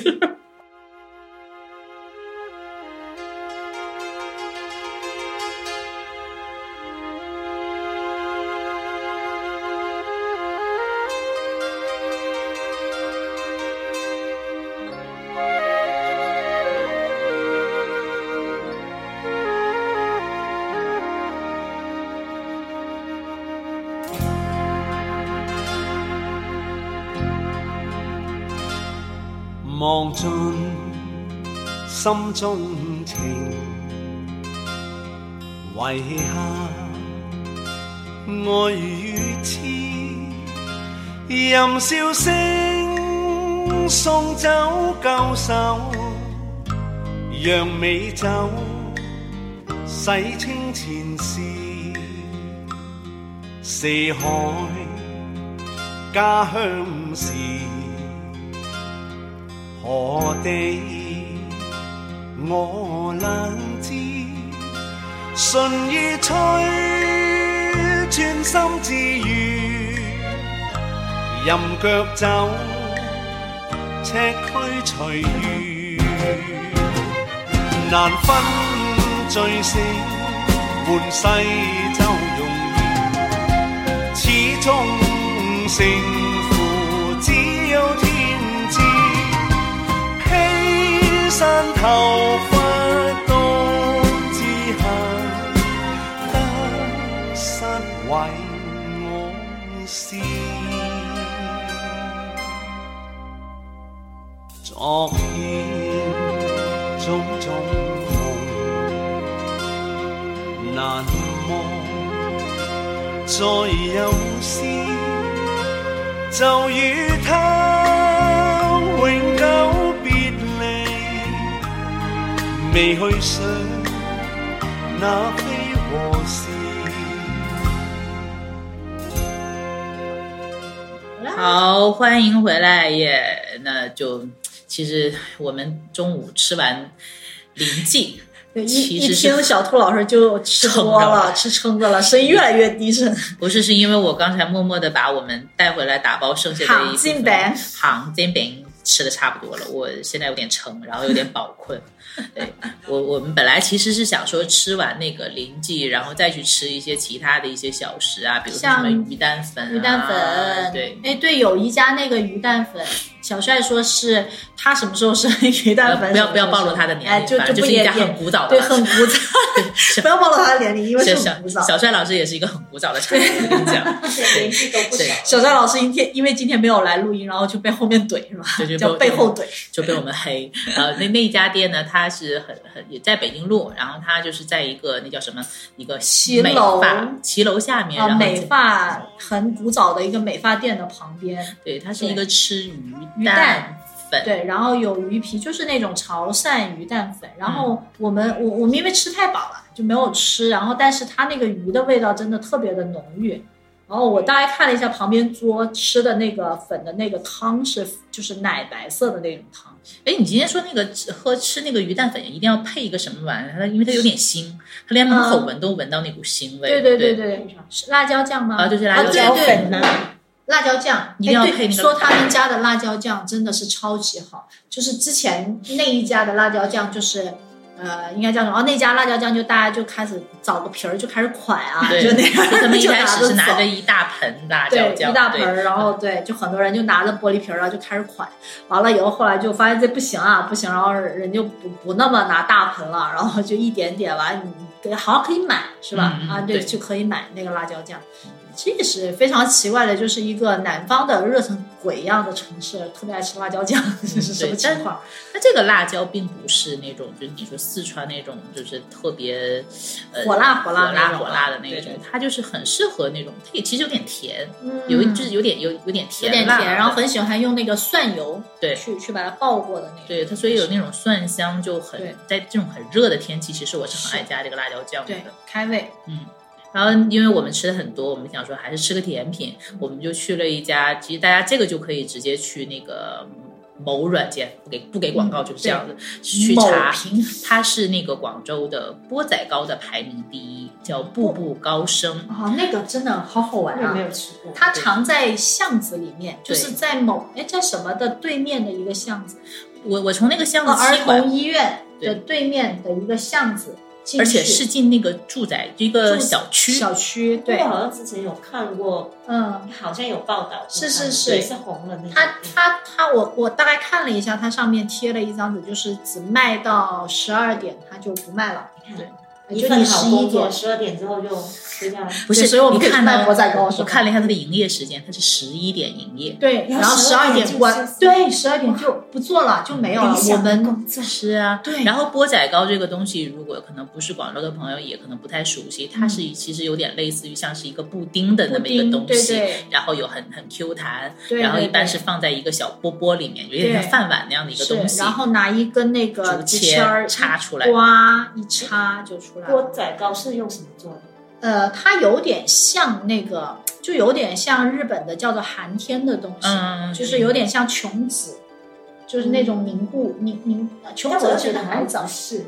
[SPEAKER 7] 望尽心中情，遗下爱如痴，任笑声送走旧愁，让美酒洗清前事。四海家鄉事，何地我冷知？純意吹，專心致願。任腳走，赤區隨遇，難分醉醒，半世就容易，始終勝負只有天知，披散頭髮到之下。得失為我事。昨天種種夢，難忘再有事，就與他永久別離，未去想。那非和事。
[SPEAKER 2] 好，欢迎回来耶！那就其实我们中午吃完临近，
[SPEAKER 3] 对一
[SPEAKER 2] 其
[SPEAKER 3] 一
[SPEAKER 2] 实是
[SPEAKER 3] 听小兔老师就吃多
[SPEAKER 2] 撑着
[SPEAKER 3] 了，
[SPEAKER 2] 了
[SPEAKER 3] 吃撑着了，声音越来越低沉。
[SPEAKER 2] 不是是因为我刚才默默的把我们带回来打包剩下的一部
[SPEAKER 3] 行进
[SPEAKER 2] 分
[SPEAKER 3] 呗
[SPEAKER 2] 行进饼吃的差不多了，我现在有点撑，然后有点饱 困。对我我们本来其实是想说吃完那个林记，然后再去吃一些其他的一些小食啊，比如说什
[SPEAKER 3] 像
[SPEAKER 2] 么鱼蛋粉、啊、
[SPEAKER 3] 鱼蛋粉，
[SPEAKER 2] 对。
[SPEAKER 3] 哎，对，有一家那个鱼蛋粉，小帅说是他什么时候生鱼蛋粉，
[SPEAKER 2] 不要不要
[SPEAKER 3] 什么时候
[SPEAKER 2] 暴露他的年龄，
[SPEAKER 3] 哎，就
[SPEAKER 2] 反正
[SPEAKER 3] 不
[SPEAKER 2] 就是一
[SPEAKER 3] 也
[SPEAKER 2] 家
[SPEAKER 3] 也
[SPEAKER 2] 很古早的
[SPEAKER 3] 对，
[SPEAKER 2] 了，
[SPEAKER 3] 很古早，不要暴露他的年龄，因为
[SPEAKER 2] 小
[SPEAKER 3] 是很
[SPEAKER 2] 小
[SPEAKER 3] 古早。
[SPEAKER 2] 小帅老师也是一个很古早的产品，我跟你讲，
[SPEAKER 4] 年纪都不小，
[SPEAKER 3] 小帅老师今天因为今天没有来录音，然后就被后面怼是吧
[SPEAKER 2] 对就？被
[SPEAKER 3] 叫
[SPEAKER 2] 我
[SPEAKER 3] 背后怼。
[SPEAKER 2] 就被我们黑。 呃，那那一家店呢，它是很很也在北京路，然后它就是在一个那叫什么一个
[SPEAKER 3] 骑
[SPEAKER 2] 美
[SPEAKER 3] 楼
[SPEAKER 2] 发骑楼下面，
[SPEAKER 3] 啊，
[SPEAKER 2] 然后
[SPEAKER 3] 美发很古早的一个美发店的旁边，
[SPEAKER 2] 对，它是一个吃鱼
[SPEAKER 3] 鱼
[SPEAKER 2] 蛋
[SPEAKER 3] 蛋
[SPEAKER 2] 粉，
[SPEAKER 3] 对，然后有鱼皮，就是那种潮汕鱼蛋粉。然后我们、我我们因为吃太饱了就没有吃，然后但是它那个鱼的味道真的特别的浓郁。然后我大概看了一下旁边桌吃的那个粉的那个汤是就是奶白色的那种汤，
[SPEAKER 2] 哎，你今天说那个吃喝吃那个鱼蛋粉一定要配一个什么玩意儿？它因为它有点腥，它连门口闻都闻到那股腥味。
[SPEAKER 3] 嗯对
[SPEAKER 2] 对
[SPEAKER 3] 对对对，是辣椒酱吗？
[SPEAKER 2] 啊就是辣
[SPEAKER 3] 啊
[SPEAKER 2] 椒
[SPEAKER 3] 对
[SPEAKER 2] 酱
[SPEAKER 3] 对
[SPEAKER 4] 粉呐、
[SPEAKER 3] 辣椒酱，
[SPEAKER 2] 一定要
[SPEAKER 3] 哎对
[SPEAKER 2] 配那个
[SPEAKER 3] 说他们家的辣椒酱真的是超级好，就是之前那一家的辣椒酱就是。呃，应该叫什么？哦，那家辣椒酱就大家就开始找个皮儿就开始蒯啊，
[SPEAKER 2] 对，
[SPEAKER 3] 就那样，
[SPEAKER 2] 他们一开始是拿
[SPEAKER 3] 就
[SPEAKER 2] 着一大盆辣
[SPEAKER 3] 走
[SPEAKER 2] 椒
[SPEAKER 3] 对
[SPEAKER 2] 酱，
[SPEAKER 3] 一大盆
[SPEAKER 2] 对嗯
[SPEAKER 3] 儿，然后对，就很多人就拿着玻璃瓶儿，然后就开始蒯。完了以后，后来就发现这不行啊，不行，然后人就不不那么拿大盆了，然后就一点点完，你对好像可以买是吧？
[SPEAKER 2] 嗯嗯
[SPEAKER 3] 啊，
[SPEAKER 2] 对
[SPEAKER 3] 就可以买那个辣椒酱。这也是非常奇怪的，就是一个南方的热成鬼一样的城市，特别爱吃辣椒酱，这 是什么
[SPEAKER 2] 嗯对
[SPEAKER 3] 情况？
[SPEAKER 2] 那这个辣椒并不是那种，就是你说四川那种，就是特别呃
[SPEAKER 3] 火辣火
[SPEAKER 2] 火
[SPEAKER 3] 辣那
[SPEAKER 2] 辣
[SPEAKER 3] 种
[SPEAKER 2] 火
[SPEAKER 3] 啊
[SPEAKER 2] 辣的那
[SPEAKER 3] 对
[SPEAKER 2] 种
[SPEAKER 3] 对，
[SPEAKER 2] 它就是很适合那种，它也其实有点甜，
[SPEAKER 3] 嗯
[SPEAKER 2] 有一就是有点有有点
[SPEAKER 3] 有
[SPEAKER 2] 甜
[SPEAKER 3] 点
[SPEAKER 2] 辣
[SPEAKER 3] 甜，然后
[SPEAKER 2] 的
[SPEAKER 3] 很喜欢用那个蒜油
[SPEAKER 2] 对
[SPEAKER 3] 去去把它爆过的那个。
[SPEAKER 2] 对它，所以有那种蒜香，就很
[SPEAKER 3] 对
[SPEAKER 2] 在这种很热的天气，其实我是很爱
[SPEAKER 3] 是
[SPEAKER 2] 加这个辣椒酱的
[SPEAKER 3] 对。开胃，
[SPEAKER 2] 然后因为我们吃的很多，我们想说还是吃个甜品，我们就去了一家，其实大家这个就可以直接去那个。某软件不给不给广告就是这样子，去
[SPEAKER 3] 嗯某
[SPEAKER 2] 查
[SPEAKER 3] 平
[SPEAKER 2] 它是那个广州的钵仔糕的排名第一，叫步步高升。
[SPEAKER 3] 啊，那个真的好好玩
[SPEAKER 4] 我
[SPEAKER 3] 啊
[SPEAKER 4] 没！有吃过。
[SPEAKER 3] 它藏在巷子里面，
[SPEAKER 2] 对
[SPEAKER 3] 就是在某哎叫什么的对面的一个巷子，
[SPEAKER 2] 我我从那个巷
[SPEAKER 3] 呃
[SPEAKER 2] 子
[SPEAKER 3] 儿
[SPEAKER 2] 七拐
[SPEAKER 3] 童，医院
[SPEAKER 2] 对
[SPEAKER 3] 的对面的一个巷子进去，
[SPEAKER 2] 而且是进那个住宅一个
[SPEAKER 3] 住
[SPEAKER 2] 小区，啊
[SPEAKER 3] 小区，对
[SPEAKER 4] 我，好像之前有看过，
[SPEAKER 3] 嗯，
[SPEAKER 4] 好像有报道，
[SPEAKER 3] 是是
[SPEAKER 4] 我看
[SPEAKER 3] 是
[SPEAKER 4] 对是红了那个。嗯
[SPEAKER 3] 它它它，我我大概看了一下，它上面贴了一张纸，就是只卖到十二点，它就不卖了。
[SPEAKER 4] 对
[SPEAKER 3] 哎，
[SPEAKER 4] 你
[SPEAKER 3] 就
[SPEAKER 4] 份
[SPEAKER 3] 你
[SPEAKER 4] 好
[SPEAKER 3] 十一
[SPEAKER 4] 工
[SPEAKER 3] 点
[SPEAKER 4] 作，十二点之后就睡觉了。
[SPEAKER 2] 不是，
[SPEAKER 3] 对所以我们
[SPEAKER 2] 你
[SPEAKER 3] 可以
[SPEAKER 2] 看
[SPEAKER 3] 去
[SPEAKER 2] 呢
[SPEAKER 3] 卖博仔糕是
[SPEAKER 2] 我
[SPEAKER 3] 吧
[SPEAKER 2] 看了一下它的营业时间，它是十一点营业。
[SPEAKER 3] 对，
[SPEAKER 4] 然
[SPEAKER 3] 然
[SPEAKER 4] 后
[SPEAKER 3] 后十
[SPEAKER 4] 12
[SPEAKER 3] 二
[SPEAKER 4] 点
[SPEAKER 3] 点
[SPEAKER 4] 就
[SPEAKER 3] 关
[SPEAKER 4] 休，息
[SPEAKER 3] 对，十二点就不做了，就没有了。我们
[SPEAKER 2] 是啊，
[SPEAKER 3] 对
[SPEAKER 2] 然后钵仔糕这个东西，如果可能不是广州的朋友，也可能不太熟悉，它是其实有点类似于像是一个布丁的那么一个
[SPEAKER 3] 嗯布丁
[SPEAKER 2] 东西，
[SPEAKER 3] 对对
[SPEAKER 2] 然后有很很 Q 弹，
[SPEAKER 3] 对
[SPEAKER 2] 然后
[SPEAKER 3] 对
[SPEAKER 2] 一般
[SPEAKER 3] 对
[SPEAKER 2] 是放在一个小钵钵里面，有点像
[SPEAKER 3] 对
[SPEAKER 2] 饭碗那样的一个东
[SPEAKER 3] 是，
[SPEAKER 2] 西，
[SPEAKER 3] 然后拿一根那个
[SPEAKER 2] 竹
[SPEAKER 3] 竹
[SPEAKER 2] 签
[SPEAKER 3] 签儿
[SPEAKER 2] 插出来
[SPEAKER 3] 一刮一插就出来了。
[SPEAKER 4] 锅仔糕是用什么做的？
[SPEAKER 3] 呃，它有点像那个，就有点像日本的叫做寒天的东西，
[SPEAKER 2] 嗯，
[SPEAKER 3] 就是有点像琼子，就是那种凝固凝凝呃琼
[SPEAKER 4] 嗯但
[SPEAKER 3] 子
[SPEAKER 4] 我
[SPEAKER 3] 我
[SPEAKER 4] 觉
[SPEAKER 3] 觉
[SPEAKER 4] 得
[SPEAKER 3] 得
[SPEAKER 4] 好
[SPEAKER 3] 还
[SPEAKER 4] 像
[SPEAKER 3] 早
[SPEAKER 4] 不，是，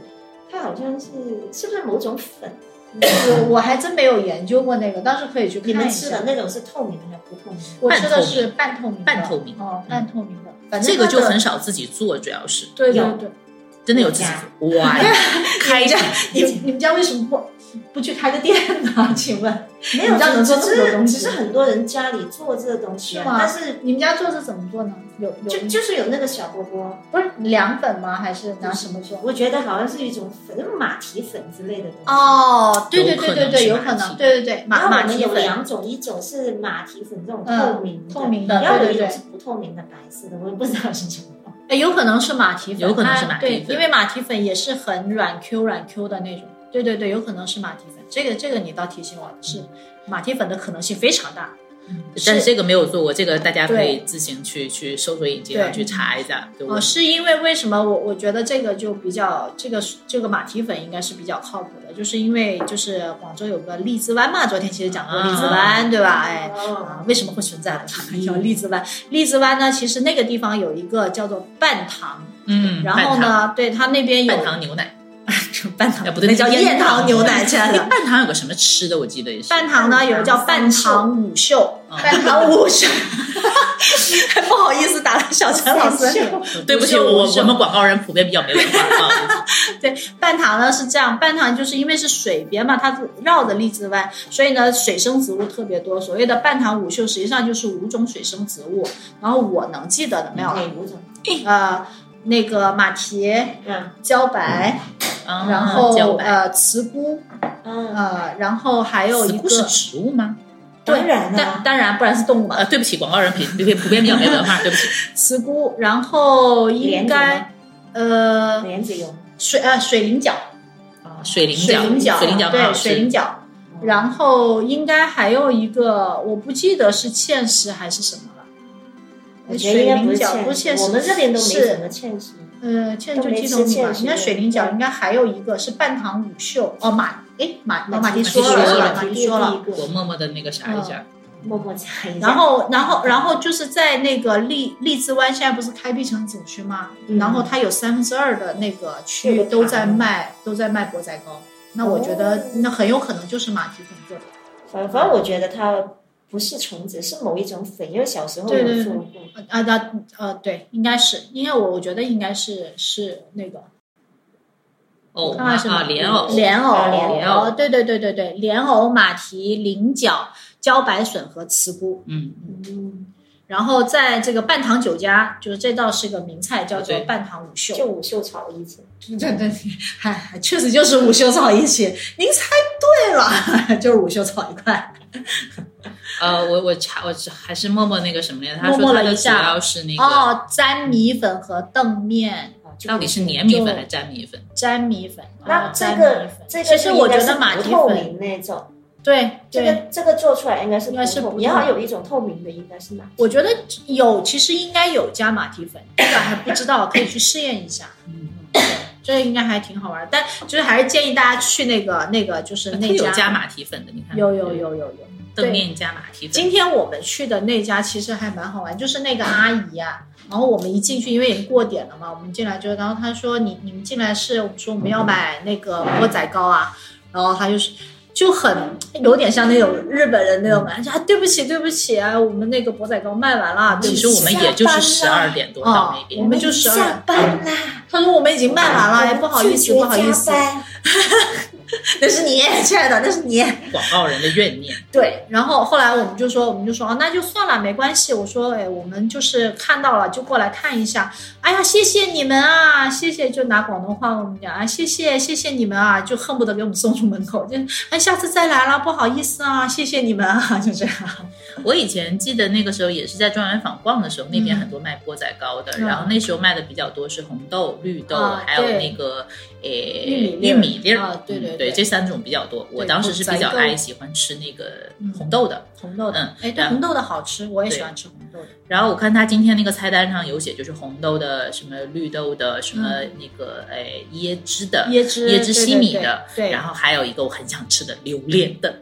[SPEAKER 4] 它好像是是不是某种 粉？
[SPEAKER 3] 我我还真没有研究过那个，但是可以去看
[SPEAKER 4] 你
[SPEAKER 3] 一下。
[SPEAKER 4] 们吃的那种是透明的还是不透明的？
[SPEAKER 3] 我吃的是半透明的，
[SPEAKER 2] 半透明
[SPEAKER 3] 哦
[SPEAKER 2] 嗯，
[SPEAKER 3] 半透明的，反正
[SPEAKER 2] 这个
[SPEAKER 3] 它
[SPEAKER 2] 就
[SPEAKER 3] 的
[SPEAKER 2] 很。少自己做，主要是
[SPEAKER 3] 对对
[SPEAKER 4] 有
[SPEAKER 3] 对，
[SPEAKER 2] 真的有自己做 哇，开着
[SPEAKER 3] 你们你们家为什么不不去开个店呢？ 请问
[SPEAKER 4] 没有，
[SPEAKER 3] 你知道能做
[SPEAKER 4] 只
[SPEAKER 3] 这么多
[SPEAKER 4] 是
[SPEAKER 3] 东西
[SPEAKER 4] 只是很多人家里做这个东西
[SPEAKER 3] 是
[SPEAKER 4] 啊
[SPEAKER 3] 吗，
[SPEAKER 4] 但是
[SPEAKER 3] 你们家做是怎么做呢？有有
[SPEAKER 4] 就就是有那个小波波，
[SPEAKER 3] 不是凉粉吗？还是拿什么做？
[SPEAKER 4] 我觉得好像是一种粉马蹄粉之类的东西。
[SPEAKER 3] 哦，对对
[SPEAKER 2] 有可
[SPEAKER 3] 对
[SPEAKER 2] 能
[SPEAKER 3] 对对，
[SPEAKER 2] 是
[SPEAKER 3] 有
[SPEAKER 2] 马
[SPEAKER 3] 可
[SPEAKER 2] 蹄
[SPEAKER 3] 能，对对对，
[SPEAKER 4] 然
[SPEAKER 3] 马
[SPEAKER 4] 后我
[SPEAKER 3] 马
[SPEAKER 4] 们
[SPEAKER 3] 蹄
[SPEAKER 4] 有
[SPEAKER 3] 粉，
[SPEAKER 4] 两种，一种是马蹄粉这种
[SPEAKER 3] 嗯
[SPEAKER 4] 透明的
[SPEAKER 3] 透明的，
[SPEAKER 4] 然后
[SPEAKER 3] 对对
[SPEAKER 4] 有一种
[SPEAKER 3] 对
[SPEAKER 4] 是不透明的白色的，我也不知道是什么。
[SPEAKER 3] 哎，有可能是马蹄粉，
[SPEAKER 2] 有可能是
[SPEAKER 3] 它
[SPEAKER 2] 马蹄
[SPEAKER 3] 对，
[SPEAKER 2] 粉
[SPEAKER 3] 因为马蹄粉也是很软 Q 软 Q 的那种，对对对，有可能是马蹄粉，这个这个你倒提醒我了，是马蹄粉的可能性非常大，
[SPEAKER 2] 嗯但是这个没有做过，这个大家可以
[SPEAKER 3] 对
[SPEAKER 2] 自行去去搜索引擎上
[SPEAKER 3] 对
[SPEAKER 2] 去查一下。对
[SPEAKER 3] 哦，
[SPEAKER 2] 我
[SPEAKER 3] 是因为为什么我我觉得这个就比较这个这个马蹄粉应该是比较靠谱的，就是因为就是广州有个荔枝湾嘛，昨天其实讲过
[SPEAKER 2] 啊
[SPEAKER 3] 荔枝湾，对吧？ 哎。啊
[SPEAKER 4] 哦，，
[SPEAKER 3] 为什么会存 在的？
[SPEAKER 2] 嗯
[SPEAKER 3] 叫荔枝湾。荔枝湾呢，其实那个地方有一个叫做半塘，
[SPEAKER 2] 嗯，
[SPEAKER 3] 然后
[SPEAKER 2] 半糖
[SPEAKER 3] 呢，对它那边有
[SPEAKER 2] 半糖牛奶，
[SPEAKER 3] 半糖
[SPEAKER 2] 啊不对，
[SPEAKER 3] 那叫
[SPEAKER 2] 烟
[SPEAKER 3] 燕
[SPEAKER 2] 糖
[SPEAKER 3] 塘牛 奶去
[SPEAKER 2] 哎
[SPEAKER 3] 了。
[SPEAKER 2] 半糖有个什么吃的，我记得也是。
[SPEAKER 3] 半糖呢有个叫半糖午秀，
[SPEAKER 2] 嗯
[SPEAKER 3] 半糖午 秀，不好意思打了小陈老师。
[SPEAKER 2] 嗯对不起，
[SPEAKER 3] 午休
[SPEAKER 2] 我
[SPEAKER 3] 午休
[SPEAKER 2] 我们广告人普遍比较没文化啊。
[SPEAKER 3] 半塘呢是这样，半塘就是因为是水边嘛，它是绕着荔枝湾，所以呢水生植物特别多。所谓的半塘午秀，实际上就是五种水生植物。然后我能记得的没有了，
[SPEAKER 2] 嗯
[SPEAKER 4] 哪五种？
[SPEAKER 2] 哎
[SPEAKER 3] 呃，那个马蹄、
[SPEAKER 4] 嗯
[SPEAKER 3] 茭白，
[SPEAKER 2] 啊
[SPEAKER 3] 然后
[SPEAKER 2] 茭白，
[SPEAKER 3] 呃茨菇，
[SPEAKER 4] 嗯，
[SPEAKER 3] 呃，然后还有
[SPEAKER 2] 茨
[SPEAKER 3] 一
[SPEAKER 2] 菇是
[SPEAKER 3] 个，
[SPEAKER 2] 植物吗？
[SPEAKER 4] 当然
[SPEAKER 3] 但
[SPEAKER 4] 了，
[SPEAKER 3] 当然不然是动物嘛，呃
[SPEAKER 2] 啊，对不起，广告人普普普遍比较没 文化，对不起。
[SPEAKER 3] 茨菇，然后应
[SPEAKER 4] 莲子吗
[SPEAKER 3] 该呃
[SPEAKER 4] 莲子油，
[SPEAKER 3] 水呃水菱角，
[SPEAKER 2] 水菱
[SPEAKER 3] 啊水
[SPEAKER 2] 角，
[SPEAKER 3] 菱角，
[SPEAKER 2] 水菱角很好
[SPEAKER 4] 啊
[SPEAKER 3] 对
[SPEAKER 2] 吃
[SPEAKER 3] 水菱角，
[SPEAKER 4] 嗯
[SPEAKER 3] 然后应该还有一个我不记得是芡实还是什么了，
[SPEAKER 4] 我
[SPEAKER 3] 哎
[SPEAKER 4] 觉得
[SPEAKER 3] 水
[SPEAKER 4] 应该不
[SPEAKER 3] 菱
[SPEAKER 4] 是
[SPEAKER 3] 角不是芡
[SPEAKER 4] 芡
[SPEAKER 3] 实，
[SPEAKER 4] 我们这边都没
[SPEAKER 3] 是
[SPEAKER 4] 什么芡实。
[SPEAKER 3] 呃，芡
[SPEAKER 4] 都
[SPEAKER 3] 就
[SPEAKER 4] 没
[SPEAKER 3] 鸡
[SPEAKER 4] 吃
[SPEAKER 3] 头米嘛
[SPEAKER 4] 芡，实嗯
[SPEAKER 3] 应该水菱角，
[SPEAKER 4] 对
[SPEAKER 3] 应该还有一个是半糖午秀哦马，哎马马蹄
[SPEAKER 4] 蹄
[SPEAKER 3] 说
[SPEAKER 2] 说
[SPEAKER 3] 了，
[SPEAKER 2] 了
[SPEAKER 3] 马
[SPEAKER 4] 马
[SPEAKER 3] 蹄
[SPEAKER 4] 蹄
[SPEAKER 3] 说了，
[SPEAKER 4] 第一
[SPEAKER 2] 我
[SPEAKER 4] 个
[SPEAKER 2] 默默的那个啥一下，
[SPEAKER 4] 默默查一下。
[SPEAKER 3] 然后，然后，然后就是在那个荔荔枝湾，现在不是开辟成景区吗？
[SPEAKER 4] 嗯
[SPEAKER 3] 然后它有三分之二的那个区
[SPEAKER 4] 有
[SPEAKER 3] 域
[SPEAKER 4] 个
[SPEAKER 3] 都在
[SPEAKER 4] 糖
[SPEAKER 3] 卖，都在卖钵仔糕。那我觉得、
[SPEAKER 4] 哦
[SPEAKER 3] 那很有可能就是马蹄粉做的。
[SPEAKER 4] 反反正我觉得它不是虫子，是某一种粉，因为小时候
[SPEAKER 3] 对
[SPEAKER 4] 有
[SPEAKER 3] 对对
[SPEAKER 4] 做过。
[SPEAKER 3] 呃啊，那呃，对，应该是，因为我我觉得应该是是那个
[SPEAKER 2] 藕
[SPEAKER 3] 看看什么
[SPEAKER 2] 啊，莲藕，
[SPEAKER 3] 莲
[SPEAKER 4] 啊
[SPEAKER 3] 藕，
[SPEAKER 4] 莲
[SPEAKER 2] 藕
[SPEAKER 3] 对对对对对，莲藕、马蹄、菱角、茭白笋和茨菇。
[SPEAKER 2] 嗯，
[SPEAKER 4] 嗯，
[SPEAKER 3] 然后在这个半塘酒家，就是这道是个名菜，叫做
[SPEAKER 2] 对
[SPEAKER 3] 半塘五秀。
[SPEAKER 4] 就午休炒一次。
[SPEAKER 3] 对对，还还确实就是午休草一起，您猜对了， 就是午休草一块。
[SPEAKER 2] 呃，我我查，我还是默默那个什么呀？他
[SPEAKER 3] 默默
[SPEAKER 2] 说他
[SPEAKER 3] 了
[SPEAKER 2] 的
[SPEAKER 3] 一
[SPEAKER 2] 主
[SPEAKER 3] 下
[SPEAKER 2] 要是那个，
[SPEAKER 3] 哦，粘米粉和邓面，
[SPEAKER 4] 啊就
[SPEAKER 2] 到底是粘米粉还是粘米粉？
[SPEAKER 3] 粘米粉。
[SPEAKER 4] 那
[SPEAKER 3] 哦
[SPEAKER 4] 这
[SPEAKER 3] 粘
[SPEAKER 4] 个
[SPEAKER 3] 米粉
[SPEAKER 4] 这个
[SPEAKER 3] 其实我觉
[SPEAKER 4] 应该
[SPEAKER 3] 得
[SPEAKER 4] 是
[SPEAKER 3] 马
[SPEAKER 4] 不
[SPEAKER 3] 蹄
[SPEAKER 4] 透
[SPEAKER 3] 粉，
[SPEAKER 4] 明那种，
[SPEAKER 3] 对
[SPEAKER 4] 这
[SPEAKER 3] 对，
[SPEAKER 4] 个这个做出来应该是
[SPEAKER 3] 应该是
[SPEAKER 4] 不透
[SPEAKER 3] 不
[SPEAKER 4] 明，你好像
[SPEAKER 3] 透
[SPEAKER 4] 有一种透明的，应该是马蹄。
[SPEAKER 3] 我觉得有，其实应该有加马蹄粉，这个还不知道，可以去试验一下。嗯这应该还挺好玩儿，但就是还是建议大家去那个那个，就是
[SPEAKER 2] 它
[SPEAKER 3] 那
[SPEAKER 2] 有
[SPEAKER 3] 家
[SPEAKER 2] 加马蹄粉的，你看
[SPEAKER 3] 有有有有有。
[SPEAKER 2] 灯面加马蹄粉
[SPEAKER 3] 今，天我们去的那家其实还蛮好玩，就是那个阿姨啊，然后我们一进去，因为已经过点了嘛，我们进来就，然后她说你你们进来是，我们说我们要买那个钵仔糕啊，然后她就是。就很有点像那种日本人那种感觉啊，对不起，对不起啊，我们那个钵仔糕卖完了。对
[SPEAKER 2] 其
[SPEAKER 3] 不起
[SPEAKER 2] 实我们也就是十二点多到那
[SPEAKER 3] 哦我
[SPEAKER 2] 边，
[SPEAKER 3] 们就十二嗯
[SPEAKER 4] 下班啦，
[SPEAKER 3] 他说我们已经卖完了，哎，不好意
[SPEAKER 4] 拒
[SPEAKER 3] 思，
[SPEAKER 4] 绝
[SPEAKER 3] 不好意思
[SPEAKER 4] 加，班那是你，亲爱的，那是你。
[SPEAKER 2] 广告人的怨念。
[SPEAKER 3] 对，然后后来我们就说，我们就说啊，那就算了，没关系。我说，哎，我们就是看到了就过来看一下。哎呀，谢谢你们啊，谢谢，就拿广东话跟我们讲啊，谢谢，谢谢你们啊，就恨不得给我们送出门口，就哎，下次再来了，不好意思啊，谢谢你们啊， 就这样。
[SPEAKER 2] 我以前记得那个时候也是在状元坊逛的时候，那边很多卖钵仔糕的，
[SPEAKER 3] 嗯
[SPEAKER 2] 然后那时候卖的比较多是红豆、绿豆，
[SPEAKER 3] 啊
[SPEAKER 2] 还有
[SPEAKER 3] 对
[SPEAKER 2] 那个诶
[SPEAKER 3] 玉米粒
[SPEAKER 2] 玉
[SPEAKER 3] 儿
[SPEAKER 2] 米粒儿、
[SPEAKER 3] 啊对对
[SPEAKER 2] 嗯
[SPEAKER 3] 对
[SPEAKER 2] 这三种比较多。我当时是比较
[SPEAKER 3] 红仔
[SPEAKER 2] 爱
[SPEAKER 3] 豆嗯
[SPEAKER 2] 喜欢吃那个红豆的。
[SPEAKER 3] 红豆的，哎，对，
[SPEAKER 2] 嗯
[SPEAKER 3] 红豆的好吃，我也喜欢吃红豆的。
[SPEAKER 2] 然后我看他今天那个菜单上有写，就是红豆的、什么绿豆的、什么那个诶、椰汁的、
[SPEAKER 3] 嗯椰汁
[SPEAKER 2] 呃椰汁西米的，
[SPEAKER 3] 对对对对
[SPEAKER 2] 然后还有一个我很想吃的榴莲的，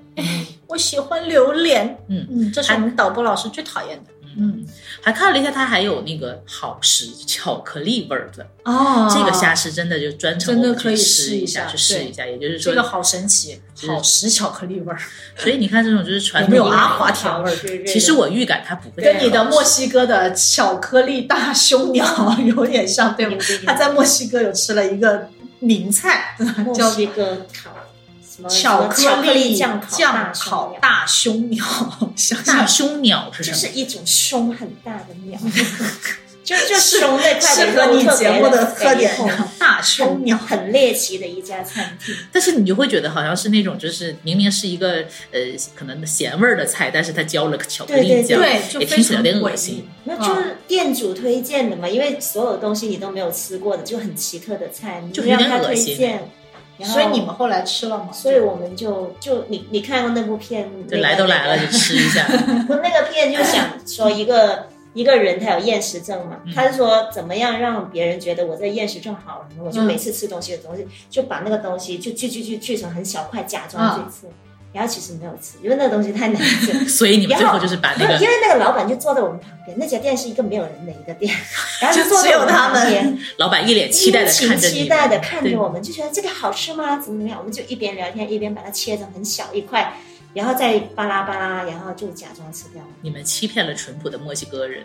[SPEAKER 3] 我喜欢榴莲，
[SPEAKER 2] 嗯
[SPEAKER 3] 嗯，这是我们导播老师最讨厌的。嗯，
[SPEAKER 2] 还看了一下，它还有那个好时巧克力味儿的，
[SPEAKER 3] 哦，
[SPEAKER 2] 这个虾是真的就专程
[SPEAKER 3] 真的
[SPEAKER 2] 我们
[SPEAKER 3] 可以
[SPEAKER 2] 去
[SPEAKER 3] 试
[SPEAKER 2] 试
[SPEAKER 3] 一
[SPEAKER 2] 下，
[SPEAKER 3] 下
[SPEAKER 2] 去试
[SPEAKER 3] 对
[SPEAKER 2] 一下。也就是说，嗯
[SPEAKER 3] 这个好神奇，好食巧克力味儿，
[SPEAKER 2] 所以你看这种就是传
[SPEAKER 3] 有
[SPEAKER 2] 统
[SPEAKER 3] 没有
[SPEAKER 2] 的
[SPEAKER 3] 阿华田味儿？
[SPEAKER 2] 其实我预感它不会
[SPEAKER 3] 跟
[SPEAKER 2] 太
[SPEAKER 3] 你的
[SPEAKER 2] 好
[SPEAKER 3] 墨西哥的巧克力大胸鸟 有点像，对吗？他在墨西哥有吃了一个名菜，
[SPEAKER 4] 墨
[SPEAKER 3] 叫
[SPEAKER 4] 西哥烤什么
[SPEAKER 3] 巧
[SPEAKER 4] 什么巧克力
[SPEAKER 3] 酱
[SPEAKER 4] 酱烤
[SPEAKER 3] 烤
[SPEAKER 4] 大
[SPEAKER 3] 大胸鸟，想
[SPEAKER 2] 大
[SPEAKER 3] 想
[SPEAKER 2] 胸鸟是
[SPEAKER 4] 蒜，
[SPEAKER 2] 什
[SPEAKER 4] 就
[SPEAKER 2] 么？
[SPEAKER 4] 是一种胸很大的 鸟，就就胸那块
[SPEAKER 3] 适
[SPEAKER 4] 的
[SPEAKER 3] 合
[SPEAKER 4] 肉
[SPEAKER 3] 你
[SPEAKER 4] 特
[SPEAKER 3] 节
[SPEAKER 4] 别
[SPEAKER 3] 目的特
[SPEAKER 4] 肥
[SPEAKER 3] 点
[SPEAKER 4] 厚，
[SPEAKER 3] 大胸鸟。
[SPEAKER 4] 很猎奇的一家餐厅。
[SPEAKER 2] 但是你就会觉得好像是那种，就是明明是一个呃可能咸味儿的菜，但是它浇了个巧克力
[SPEAKER 4] 对对
[SPEAKER 2] 酱，
[SPEAKER 3] 对就
[SPEAKER 2] 也
[SPEAKER 3] 非
[SPEAKER 2] 听起来有
[SPEAKER 3] 常
[SPEAKER 2] 点
[SPEAKER 3] 诡
[SPEAKER 2] 恶
[SPEAKER 3] 异
[SPEAKER 2] 心。
[SPEAKER 4] 那就是店主推荐的嘛，因为所有东西你都没有吃过的，就很奇特的菜，你
[SPEAKER 2] 就有
[SPEAKER 4] 让
[SPEAKER 2] 点
[SPEAKER 4] 他
[SPEAKER 2] 恶
[SPEAKER 4] 推
[SPEAKER 2] 心
[SPEAKER 4] 荐。然后
[SPEAKER 3] 所以你们后来吃了吗？
[SPEAKER 4] 所以我们就就你你看过那部片？
[SPEAKER 2] 就来都来了，就吃一下。
[SPEAKER 4] 不，那个片就想说一个 一个人他有厌食症嘛，
[SPEAKER 2] 嗯
[SPEAKER 4] 他是说怎么样让别人觉得我这厌食症好了，我就
[SPEAKER 3] 嗯
[SPEAKER 4] 每次吃东西的东西就把那个东西就锯锯锯锯成很小块，假装自己
[SPEAKER 2] 啊
[SPEAKER 4] 吃，然后其实没有吃，因为那个东西太 难吃。
[SPEAKER 2] 所以你们最后就是把那
[SPEAKER 4] 不
[SPEAKER 2] 个
[SPEAKER 4] 因为那个老板就坐在我们旁边，那家店是一个没有人的一个 店，然后就坐
[SPEAKER 3] 只
[SPEAKER 4] 在
[SPEAKER 3] 有
[SPEAKER 4] 我们
[SPEAKER 3] 他
[SPEAKER 4] 旁
[SPEAKER 3] 们
[SPEAKER 4] 边，
[SPEAKER 2] 老板一脸期待的
[SPEAKER 4] 殷勤
[SPEAKER 2] 看着你们，
[SPEAKER 4] 期待的看
[SPEAKER 2] 对
[SPEAKER 4] 着我们，就觉得这个好吃吗？怎么怎么样？我们就一边聊天一边把它切成很小一块，然后再巴拉巴拉，然后就假装吃掉。
[SPEAKER 2] 你们欺骗了淳朴的墨西哥人。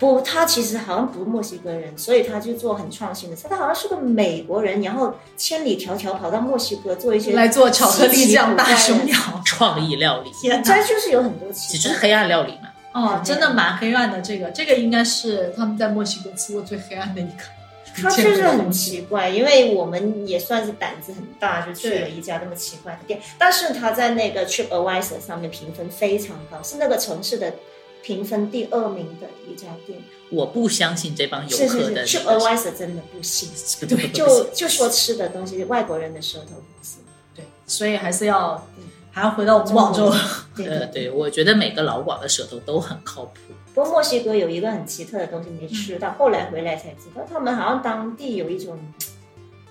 [SPEAKER 4] 不，他其实好像不是墨西哥人，所以他就做很创新的菜。他好像是个美国人，然后千里迢迢跑到墨西哥做一些
[SPEAKER 3] 来做巧克力酱大胸鸟，
[SPEAKER 2] 创意料理，
[SPEAKER 3] 天哪！
[SPEAKER 4] 这就是有很多奇
[SPEAKER 2] 也就
[SPEAKER 4] 怪
[SPEAKER 2] 是黑暗料理嘛。
[SPEAKER 3] 哦，真的蛮黑暗的。这个，这个应该是他们在墨西哥吃过最黑暗的一个。
[SPEAKER 4] 他就是很奇怪，因为我们也算是胆子很大，就去了一家那么奇怪的店。但是他在那个 TripAdvisor 上面评分非常高，是那个城市的评分第二名的一家店。
[SPEAKER 2] 我不相信这帮游
[SPEAKER 4] 是
[SPEAKER 2] 客
[SPEAKER 4] 是
[SPEAKER 2] 的
[SPEAKER 4] 是
[SPEAKER 2] 那个
[SPEAKER 4] ，TripAdvisor 真的不行，
[SPEAKER 2] 不不不不
[SPEAKER 4] 就就说吃的东西，外国人的舌头不行。
[SPEAKER 3] 对，所以还是要，
[SPEAKER 4] 嗯
[SPEAKER 3] 还要回到我们广州。
[SPEAKER 4] 对
[SPEAKER 2] 呃，对，我觉得每个老广的舌头都很靠谱。
[SPEAKER 4] 不过墨西哥有一个很奇特的东西没吃
[SPEAKER 3] 嗯
[SPEAKER 4] 到，后来回来才知道，他们好像当地有一种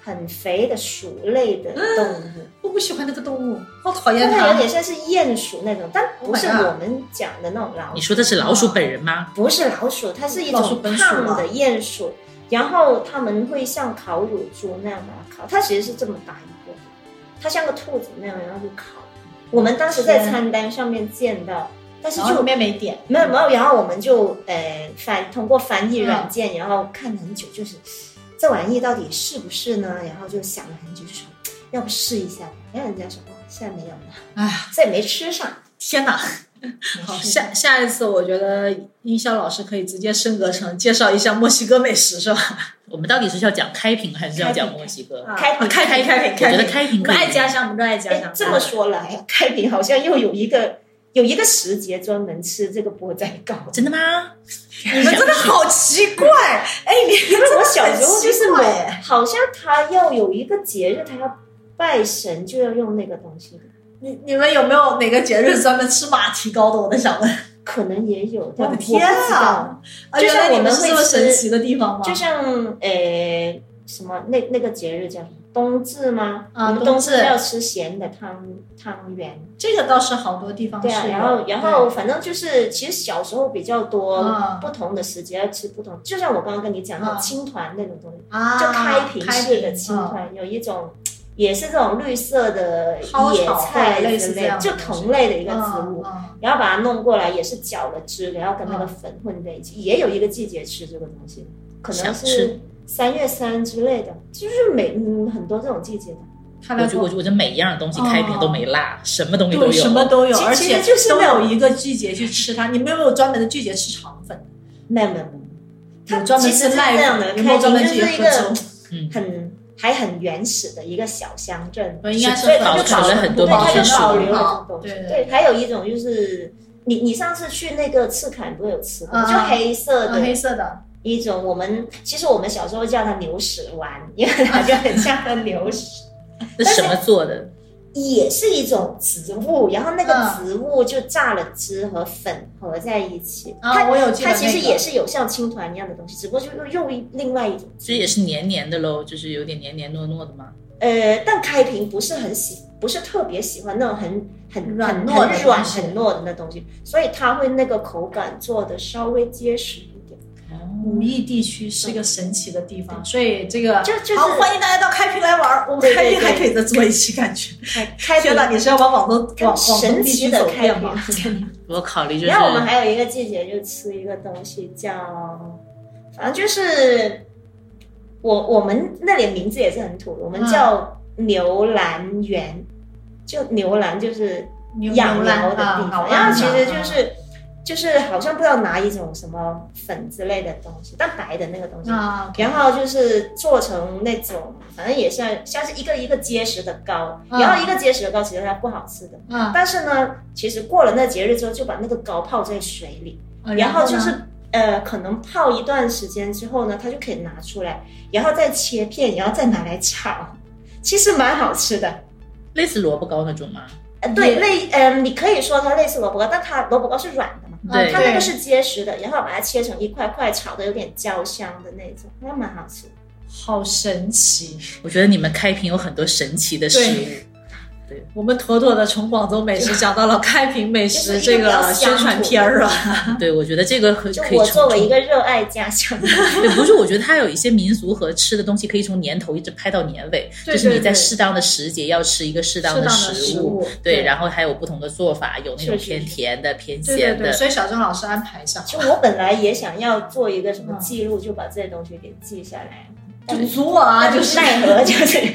[SPEAKER 4] 很肥的鼠类的
[SPEAKER 3] 嗯
[SPEAKER 4] 动物，
[SPEAKER 3] 我不喜欢那个动物，好讨厌
[SPEAKER 4] 但它有
[SPEAKER 3] 它。
[SPEAKER 4] 点像是鼹鼠那种，但不是
[SPEAKER 3] Oh my god
[SPEAKER 4] 我们讲的那种老
[SPEAKER 2] 你
[SPEAKER 4] 鼠，
[SPEAKER 2] 说的是老鼠本人吗？
[SPEAKER 4] 不是老鼠，它是一
[SPEAKER 3] 老鼠
[SPEAKER 4] 种
[SPEAKER 3] 本鼠
[SPEAKER 4] 胖
[SPEAKER 3] 吗
[SPEAKER 4] 的鼹鼠，然后他们会像烤乳猪那样把它烤，它其实是这么大一个，它像个兔子那样，然后就烤。我们当时在
[SPEAKER 3] 天
[SPEAKER 4] 餐单上面见到，但是嗯
[SPEAKER 3] 然
[SPEAKER 4] 就
[SPEAKER 3] 后后面没点，
[SPEAKER 4] 没有没有，然后我们就呃翻通过翻译
[SPEAKER 3] 嗯
[SPEAKER 4] 软件，然后看了很久，就是这玩意到底是不是呢？然后就想了很久，就说哎要不试一下吧。然后人家说哦，现在没有了，
[SPEAKER 3] 哎呀，
[SPEAKER 4] 这也没吃上。
[SPEAKER 3] 天哪！好，下下一次我觉得音效老师可以直接升格成介绍一下墨西哥美食，是吧？
[SPEAKER 2] 我们到底是要讲开平还是要讲墨西哥？
[SPEAKER 4] 开
[SPEAKER 3] 啊开
[SPEAKER 4] 开
[SPEAKER 3] 屏
[SPEAKER 2] 我觉
[SPEAKER 3] 开屏开屏
[SPEAKER 2] 得，开平
[SPEAKER 3] 我
[SPEAKER 2] 可
[SPEAKER 3] 们爱
[SPEAKER 2] 以。
[SPEAKER 3] 家乡，我们热爱家
[SPEAKER 4] 哎
[SPEAKER 3] 乡。，啊
[SPEAKER 4] 这么说来，开平好像又有一个有一个时节专门吃这个钵仔糕。
[SPEAKER 2] 真的吗？
[SPEAKER 3] 你们真的好奇怪，哎，你
[SPEAKER 4] 因为我小时候就是
[SPEAKER 3] 很奇怪
[SPEAKER 4] 我
[SPEAKER 3] 哎，
[SPEAKER 4] 好像他要有一个节日，他要拜神就要用那个东西，
[SPEAKER 3] 你你们有没有哪个节日专门吃马蹄糕的？我在想问。
[SPEAKER 4] 可能也有，
[SPEAKER 3] 我
[SPEAKER 4] 但
[SPEAKER 3] 的
[SPEAKER 4] 我不
[SPEAKER 3] 天
[SPEAKER 4] 知道
[SPEAKER 3] 啊。啊，原来你们是这么神奇的地方吗？
[SPEAKER 4] 就像呃什么那那个节日叫什么冬至吗？
[SPEAKER 3] 啊
[SPEAKER 4] 我们
[SPEAKER 3] 冬
[SPEAKER 4] 冬
[SPEAKER 3] 至
[SPEAKER 4] 至要吃咸的汤汤圆。
[SPEAKER 3] 这个倒是好多地方
[SPEAKER 4] 对啊，
[SPEAKER 3] 哦是有
[SPEAKER 4] 然后然后反正就是，其实小时候比较多
[SPEAKER 3] 啊
[SPEAKER 4] 不同的时节要吃不同，就像我刚刚跟你讲
[SPEAKER 3] 啊
[SPEAKER 4] 的青团那种东西，
[SPEAKER 3] 对啊，
[SPEAKER 4] 就开平式的
[SPEAKER 3] 开
[SPEAKER 4] 青
[SPEAKER 3] 嗯
[SPEAKER 4] 团，有一种。也是这种绿色的
[SPEAKER 3] 蒿
[SPEAKER 4] 野
[SPEAKER 3] 草
[SPEAKER 4] 菜
[SPEAKER 3] 或者类
[SPEAKER 4] 之
[SPEAKER 3] 似这
[SPEAKER 4] 类
[SPEAKER 3] 样
[SPEAKER 4] 的，
[SPEAKER 3] 的
[SPEAKER 4] 就
[SPEAKER 3] 东西
[SPEAKER 4] 同类的一个
[SPEAKER 3] 嗯
[SPEAKER 4] 植物，
[SPEAKER 3] 嗯
[SPEAKER 4] 然后把它弄过来，也是搅了汁，然后跟那个
[SPEAKER 3] 嗯
[SPEAKER 4] 粉混在一起。也有一个季节吃这个东西，可能
[SPEAKER 2] 想吃
[SPEAKER 4] 是三月三之类的，就是每嗯很多这种季节的。
[SPEAKER 3] 他
[SPEAKER 2] 我
[SPEAKER 3] 来
[SPEAKER 2] 就我
[SPEAKER 3] 过。
[SPEAKER 2] 就我觉得每一样东西开瓶都没落，什么东西都
[SPEAKER 3] 哦对，
[SPEAKER 2] 有，哦
[SPEAKER 3] 什么都有，
[SPEAKER 4] 其
[SPEAKER 3] 而
[SPEAKER 4] 其
[SPEAKER 3] 且
[SPEAKER 4] 实就是
[SPEAKER 3] 都
[SPEAKER 4] 那种
[SPEAKER 3] 有一个季节去吃它。你们有没有专门的季节吃肠粉？
[SPEAKER 4] 没有没有没有，它
[SPEAKER 3] 有专门
[SPEAKER 4] 其实
[SPEAKER 3] 是
[SPEAKER 4] 是
[SPEAKER 3] 卖
[SPEAKER 4] 这样的，
[SPEAKER 3] 有没有
[SPEAKER 4] 开
[SPEAKER 3] 专
[SPEAKER 4] 瓶
[SPEAKER 3] 门
[SPEAKER 4] 就
[SPEAKER 3] 自己
[SPEAKER 4] 是一
[SPEAKER 3] 喝
[SPEAKER 4] 个
[SPEAKER 3] 粥？
[SPEAKER 4] 很还很原始的一个小乡镇，
[SPEAKER 3] 呃应该是
[SPEAKER 4] 所以它
[SPEAKER 3] 保
[SPEAKER 4] 就
[SPEAKER 3] 存
[SPEAKER 4] 保
[SPEAKER 3] 了
[SPEAKER 2] 很多
[SPEAKER 4] 对，它
[SPEAKER 2] 民
[SPEAKER 4] 就
[SPEAKER 2] 俗
[SPEAKER 4] 保留
[SPEAKER 3] 文
[SPEAKER 4] 了
[SPEAKER 3] 化
[SPEAKER 4] 很多东西
[SPEAKER 3] 哦对对
[SPEAKER 4] 对，还有一种就是。你你上次去那个赤坎不是有吃过，
[SPEAKER 3] 嗯
[SPEAKER 4] 就黑色
[SPEAKER 3] 呃
[SPEAKER 4] 的
[SPEAKER 3] 黑色的，
[SPEAKER 4] 一种，我们其实我们小时候叫它牛屎丸，因为
[SPEAKER 3] 啊
[SPEAKER 4] 它就很像个牛屎，
[SPEAKER 2] 那什么做的？
[SPEAKER 4] 也是一种植物，然后那个
[SPEAKER 3] 嗯
[SPEAKER 4] 植物就榨了汁和粉合在一起，
[SPEAKER 3] 啊，
[SPEAKER 4] 它
[SPEAKER 3] 我有记得
[SPEAKER 4] 它其实
[SPEAKER 3] 那个
[SPEAKER 4] 也是有像青团一样的东西，只不过就又又一另外一种。
[SPEAKER 2] 其实也是黏黏的喽，就是有点黏黏糯糯的嘛。
[SPEAKER 4] 呃，但开瓶不是很喜，不是特别喜欢那种很很
[SPEAKER 3] 软
[SPEAKER 4] 很
[SPEAKER 3] 糯的
[SPEAKER 4] 很软
[SPEAKER 3] 东西
[SPEAKER 4] 很糯的那东西，所以它会那个口感做的稍微结实一点。
[SPEAKER 3] 五邑地区是一个神奇的地方，所以这个
[SPEAKER 4] 就就是
[SPEAKER 3] 好欢迎大家到开平来玩儿，我们
[SPEAKER 4] 对对
[SPEAKER 3] 开平还
[SPEAKER 4] 对
[SPEAKER 3] 可以再做一期，感觉。
[SPEAKER 4] 开开
[SPEAKER 3] 天
[SPEAKER 4] 瓶
[SPEAKER 3] 哪，你是要把广东广
[SPEAKER 4] 很
[SPEAKER 3] 广东
[SPEAKER 4] 神
[SPEAKER 3] 地区
[SPEAKER 4] 奇
[SPEAKER 3] 走
[SPEAKER 4] 的开
[SPEAKER 3] 遍吗？
[SPEAKER 4] 瓶。
[SPEAKER 2] 我考虑就是
[SPEAKER 4] 然后我们还有一个季节就吃一个东西叫，反正就是我我们那里名字也是很土，我们
[SPEAKER 3] 嗯
[SPEAKER 4] 叫牛栏园，就牛栏就是
[SPEAKER 3] 牛
[SPEAKER 4] 养
[SPEAKER 3] 牛
[SPEAKER 4] 牛
[SPEAKER 3] 栏
[SPEAKER 4] 的地
[SPEAKER 3] 啊
[SPEAKER 4] 方，然后
[SPEAKER 3] 牛
[SPEAKER 4] 其
[SPEAKER 3] 栏
[SPEAKER 4] 实
[SPEAKER 3] 啊
[SPEAKER 4] 就是就是好像不知道拿一种什么粉之类的东西，蛋白的那个东西，
[SPEAKER 3] 啊，
[SPEAKER 4] 然后就是做成那种反正也像像是一个一个结实的糕，
[SPEAKER 3] 嗯
[SPEAKER 4] 然后一个结实的糕其实它不好吃的，
[SPEAKER 3] 啊，
[SPEAKER 4] 但是呢，其实过了那节日之后就把那个糕泡在水里，然后就
[SPEAKER 3] 哦呢
[SPEAKER 4] 是。呃，可能泡一段时间之后呢，它就可以拿出来，然后再切片，然后再拿来炒，其实蛮好吃的。
[SPEAKER 2] 类似萝卜糕那种嘛。
[SPEAKER 4] 呃，对，
[SPEAKER 3] 也
[SPEAKER 4] 类呃，你可以说它类似萝卜糕，但它萝卜糕是软的嘛，
[SPEAKER 3] 啊
[SPEAKER 2] 对
[SPEAKER 4] 它那
[SPEAKER 3] 对
[SPEAKER 4] 个是结实的，然后把它切成一块块，炒的有点焦香的那种，还蛮好吃的。
[SPEAKER 3] 好神奇。
[SPEAKER 2] 我觉得你们开瓶有很多神奇的食
[SPEAKER 3] 对
[SPEAKER 2] 物，
[SPEAKER 3] 我们妥妥的从广州美食讲到了开平美食
[SPEAKER 4] 就是一
[SPEAKER 3] 这
[SPEAKER 4] 个比较
[SPEAKER 3] 个宣传片儿 啊，
[SPEAKER 2] 对我觉得这个可
[SPEAKER 4] 就
[SPEAKER 2] 可以
[SPEAKER 4] 我
[SPEAKER 2] 从
[SPEAKER 4] 作为一个热爱家乡的人，
[SPEAKER 2] 对，不是，我觉得它有一些民俗和吃的东西，可以从年头一直拍到年尾，
[SPEAKER 3] 对
[SPEAKER 2] 就是你
[SPEAKER 3] 对
[SPEAKER 2] 在
[SPEAKER 3] 对
[SPEAKER 2] 适当的时节要吃一个适当
[SPEAKER 3] 适当的
[SPEAKER 2] 食
[SPEAKER 3] 食物
[SPEAKER 2] 对，
[SPEAKER 3] 对
[SPEAKER 2] 然后还有不同的做法，有那种
[SPEAKER 4] 是是
[SPEAKER 2] 偏
[SPEAKER 4] 是
[SPEAKER 2] 甜的、偏
[SPEAKER 3] 对对
[SPEAKER 2] 咸
[SPEAKER 3] 对，
[SPEAKER 2] 的。
[SPEAKER 3] 所以小郑老师安排一下，
[SPEAKER 4] 就我本来也想要做一个什么记录，就把这些东西给记下来。
[SPEAKER 3] 就阻我啊，就是
[SPEAKER 4] 奈何就是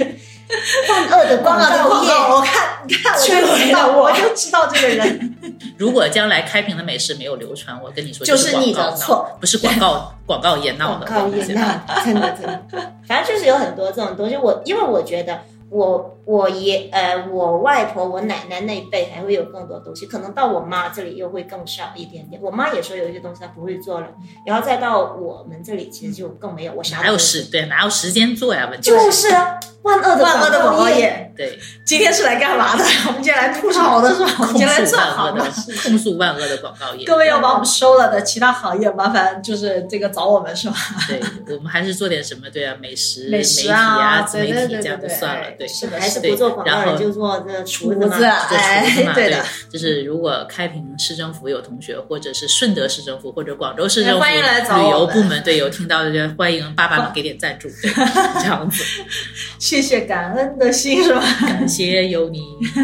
[SPEAKER 4] 万恶的
[SPEAKER 3] 光
[SPEAKER 4] 广
[SPEAKER 3] 啊，这
[SPEAKER 4] 告
[SPEAKER 3] 广告，
[SPEAKER 4] 业，
[SPEAKER 3] 我看你看，我
[SPEAKER 4] 摧
[SPEAKER 3] 就
[SPEAKER 4] 毁
[SPEAKER 3] 知道，
[SPEAKER 4] 了我
[SPEAKER 3] 我就知道这个 人，
[SPEAKER 2] 如果将来开平的美食没有流传，我跟你说，
[SPEAKER 3] 就是是
[SPEAKER 2] 广
[SPEAKER 3] 你
[SPEAKER 2] 告
[SPEAKER 3] 的
[SPEAKER 2] 闹
[SPEAKER 3] 错，
[SPEAKER 2] 不是广 告广告也闹
[SPEAKER 4] 广
[SPEAKER 2] 的。啊
[SPEAKER 4] 告
[SPEAKER 2] 我跟
[SPEAKER 4] 业
[SPEAKER 2] 你，讲
[SPEAKER 4] 那真的真的，反正就是有很多这种东西。我因为我觉得我我爷呃我外婆我奶奶那一辈还会有更多东西，可能到我妈这里又会更少一点点。我妈也说有一些东西她不会做了，然后再到我们这里其实就更没有，我啥都
[SPEAKER 2] 哪有
[SPEAKER 4] 不会
[SPEAKER 2] 时对哪有时间做呀？问题
[SPEAKER 4] 就是是啊，万恶的
[SPEAKER 3] 万恶的广告
[SPEAKER 4] 告业。
[SPEAKER 3] 业，
[SPEAKER 2] 对
[SPEAKER 3] 今天是来干嘛 的？我们今天来吐槽的哦 是吧？我们
[SPEAKER 2] 控
[SPEAKER 3] 今天来
[SPEAKER 2] 诉
[SPEAKER 3] 赚
[SPEAKER 2] 万
[SPEAKER 3] 好
[SPEAKER 2] 恶
[SPEAKER 3] 的
[SPEAKER 2] 的。控诉万恶的广告业。
[SPEAKER 3] 各位要把我们收了的其他行业，麻烦就是这个找我们是吧？
[SPEAKER 2] 对我们还是做点什么对啊，美食、
[SPEAKER 3] 美
[SPEAKER 2] 媒
[SPEAKER 3] 食
[SPEAKER 2] 体
[SPEAKER 3] 啊
[SPEAKER 2] 啊、自媒
[SPEAKER 3] 对对
[SPEAKER 2] 体
[SPEAKER 3] 对
[SPEAKER 2] 这样就
[SPEAKER 3] 对对
[SPEAKER 2] 算了，对。
[SPEAKER 4] 是
[SPEAKER 3] 的
[SPEAKER 4] 还是
[SPEAKER 2] 是的
[SPEAKER 4] 不做广
[SPEAKER 2] 然
[SPEAKER 4] 告
[SPEAKER 2] 后
[SPEAKER 4] 人就做这厨子
[SPEAKER 3] 厨
[SPEAKER 4] 嘛
[SPEAKER 2] 做厨
[SPEAKER 3] 子，
[SPEAKER 2] 子啊嘛，
[SPEAKER 3] 哎对的
[SPEAKER 2] 就是如果开平市政府有同学，或者是顺德市政府或者广州市政府
[SPEAKER 3] 哎欢迎来找
[SPEAKER 2] 旅游
[SPEAKER 3] 我们
[SPEAKER 2] 部门，对有听到的就欢迎爸爸们给点赞 助，对，这样子，
[SPEAKER 3] 谢谢感恩的心是吧？
[SPEAKER 2] 感谢有你。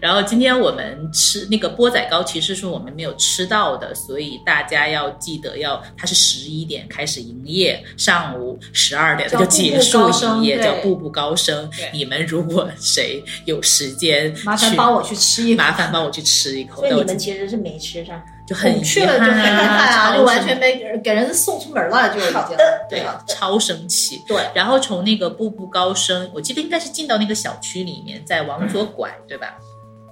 [SPEAKER 2] 然后今天我们吃那个钵仔糕，其实是我们没有吃到的，所以大家要记得要，它是十一点开始营业，上午十二点它
[SPEAKER 3] 叫
[SPEAKER 2] 就
[SPEAKER 3] 步步
[SPEAKER 2] 结束
[SPEAKER 3] 高升
[SPEAKER 2] 营业，
[SPEAKER 3] 对
[SPEAKER 2] 叫步步高升
[SPEAKER 3] 对。
[SPEAKER 2] 你们如果谁有时间去，
[SPEAKER 3] 麻烦帮我去吃一口
[SPEAKER 2] 麻烦帮我去吃一口。
[SPEAKER 4] 所以
[SPEAKER 2] 但我
[SPEAKER 4] 你们其实是没吃上。
[SPEAKER 2] 就很
[SPEAKER 3] 去了就很遗憾啊，
[SPEAKER 2] 超
[SPEAKER 3] 就完全没给人给人送出门了，就已经。
[SPEAKER 4] 好的
[SPEAKER 2] 对，超生气。
[SPEAKER 3] 对，
[SPEAKER 2] 然后从那个步步高升，我记得应该是进到那个小区里面，再往左拐，对吧？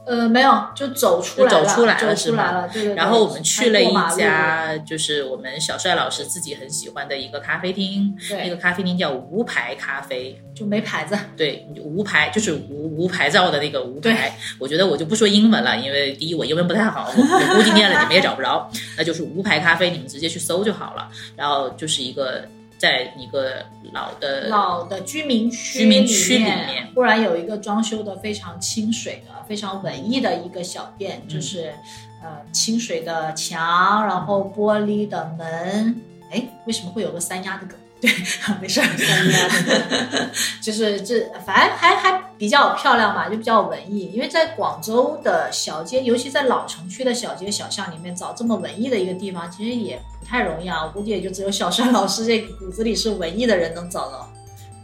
[SPEAKER 3] 呃，没有，就走出来了，
[SPEAKER 2] 就走出来了
[SPEAKER 3] 走
[SPEAKER 2] 是
[SPEAKER 3] 出
[SPEAKER 2] 吗
[SPEAKER 3] 来了，对对对。
[SPEAKER 2] 然后我们去了一
[SPEAKER 3] 还过马
[SPEAKER 2] 家，就是我们小帅老师自己很喜欢的一个咖啡厅，
[SPEAKER 3] 对
[SPEAKER 2] 那个咖啡厅叫无牌咖啡，
[SPEAKER 3] 路，就没牌子，
[SPEAKER 2] 对，无牌就是无无牌照的那个无牌。我觉得我就不说英文了，因为第一我英文不太好，我我估计念了你们也找不 着。那就是无牌咖啡，你们直接去搜就好了。然后就是一个在一个老的
[SPEAKER 3] 老的居民区
[SPEAKER 2] 居民区
[SPEAKER 3] 里
[SPEAKER 2] 里
[SPEAKER 3] 面
[SPEAKER 2] 面，
[SPEAKER 3] 忽然有一个装修的非常清水的、非常文艺的一个小店，就是呃清水的墙，然后玻璃的门。哎，为什么会有个三丫的梗？ 对，没事儿，三丫的梗， 就是这，反正还还比较漂亮吧，就比较文艺。因为在广州的小街，尤其在老城区的小街小巷里面找这么文艺的一个地方，其实也不太容易啊。我估计也就只有小帅老师这骨子里是文艺的人能找到。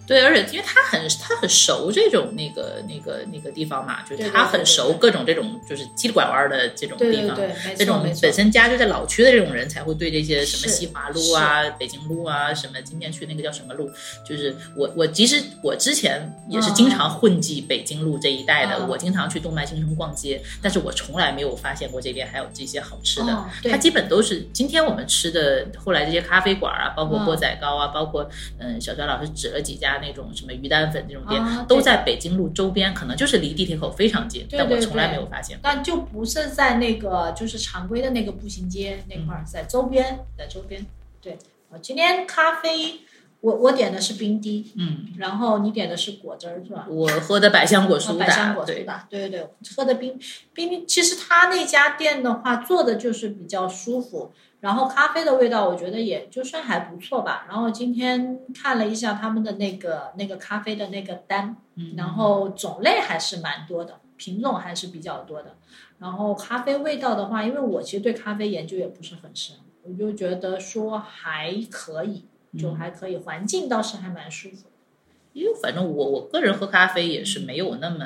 [SPEAKER 2] 对，而且因为他很他很熟这种那个那个那个地方嘛，就是
[SPEAKER 3] 对
[SPEAKER 2] 他
[SPEAKER 3] 对对
[SPEAKER 2] 很
[SPEAKER 3] 对
[SPEAKER 2] 熟各种这种就是叽里拐弯的这种
[SPEAKER 3] 对
[SPEAKER 2] 地
[SPEAKER 3] 对
[SPEAKER 2] 方。
[SPEAKER 3] 对，没
[SPEAKER 2] 这
[SPEAKER 3] 错
[SPEAKER 2] 种
[SPEAKER 3] 没错
[SPEAKER 2] 本。身家就在老区的这种人，才会对这些什么
[SPEAKER 3] 是
[SPEAKER 2] 西华路啊、北京路啊、什么今天去那个叫什么路，就是我我其实我之前也是经常混迹北京路这一带的，
[SPEAKER 3] 嗯
[SPEAKER 2] 我经常去动脉新城逛街，但是我从来没有发现过这边还有这些好吃的。
[SPEAKER 3] 哦对
[SPEAKER 2] 它基本都是今天我们吃的，后来这些咖啡馆啊，包括
[SPEAKER 3] 嗯
[SPEAKER 2] 钵仔糕啊，包括嗯小张老师指了几家那种什么鱼蛋粉这种店，
[SPEAKER 3] 啊
[SPEAKER 2] 都
[SPEAKER 3] 对
[SPEAKER 2] 在北京路周边，可能就是离地铁口非常近，
[SPEAKER 3] 对
[SPEAKER 2] 但我
[SPEAKER 3] 对
[SPEAKER 2] 从来
[SPEAKER 3] 对
[SPEAKER 2] 没有发现过。
[SPEAKER 3] 但就不是在那个就是常规的那个步行街那
[SPEAKER 2] 嗯
[SPEAKER 3] 块儿，在周边，在周边。对，我今天咖啡，我我点的是冰滴，
[SPEAKER 2] 嗯，
[SPEAKER 3] 然后你点的是果汁儿是吧？
[SPEAKER 2] 我喝的百香果苏
[SPEAKER 3] 呃
[SPEAKER 2] 打，
[SPEAKER 3] 百香果苏
[SPEAKER 2] 对，
[SPEAKER 3] 打，对对对，喝的冰冰冰。其实他那家店的话，做的就是比较舒服，然后咖啡的味道我觉得也就算还不错吧。然后今天看了一下他们的那个那个咖啡的那个单，
[SPEAKER 2] 嗯
[SPEAKER 3] 然后种类还是蛮多的，品种还是比较多的。然后咖啡味道的话，因为我其实对咖啡研究也不是很深，我就觉得说还可以，
[SPEAKER 2] 嗯
[SPEAKER 3] 就还可以，环境倒是还蛮舒服的。
[SPEAKER 2] 因为反正我我个人喝咖啡也是没有那么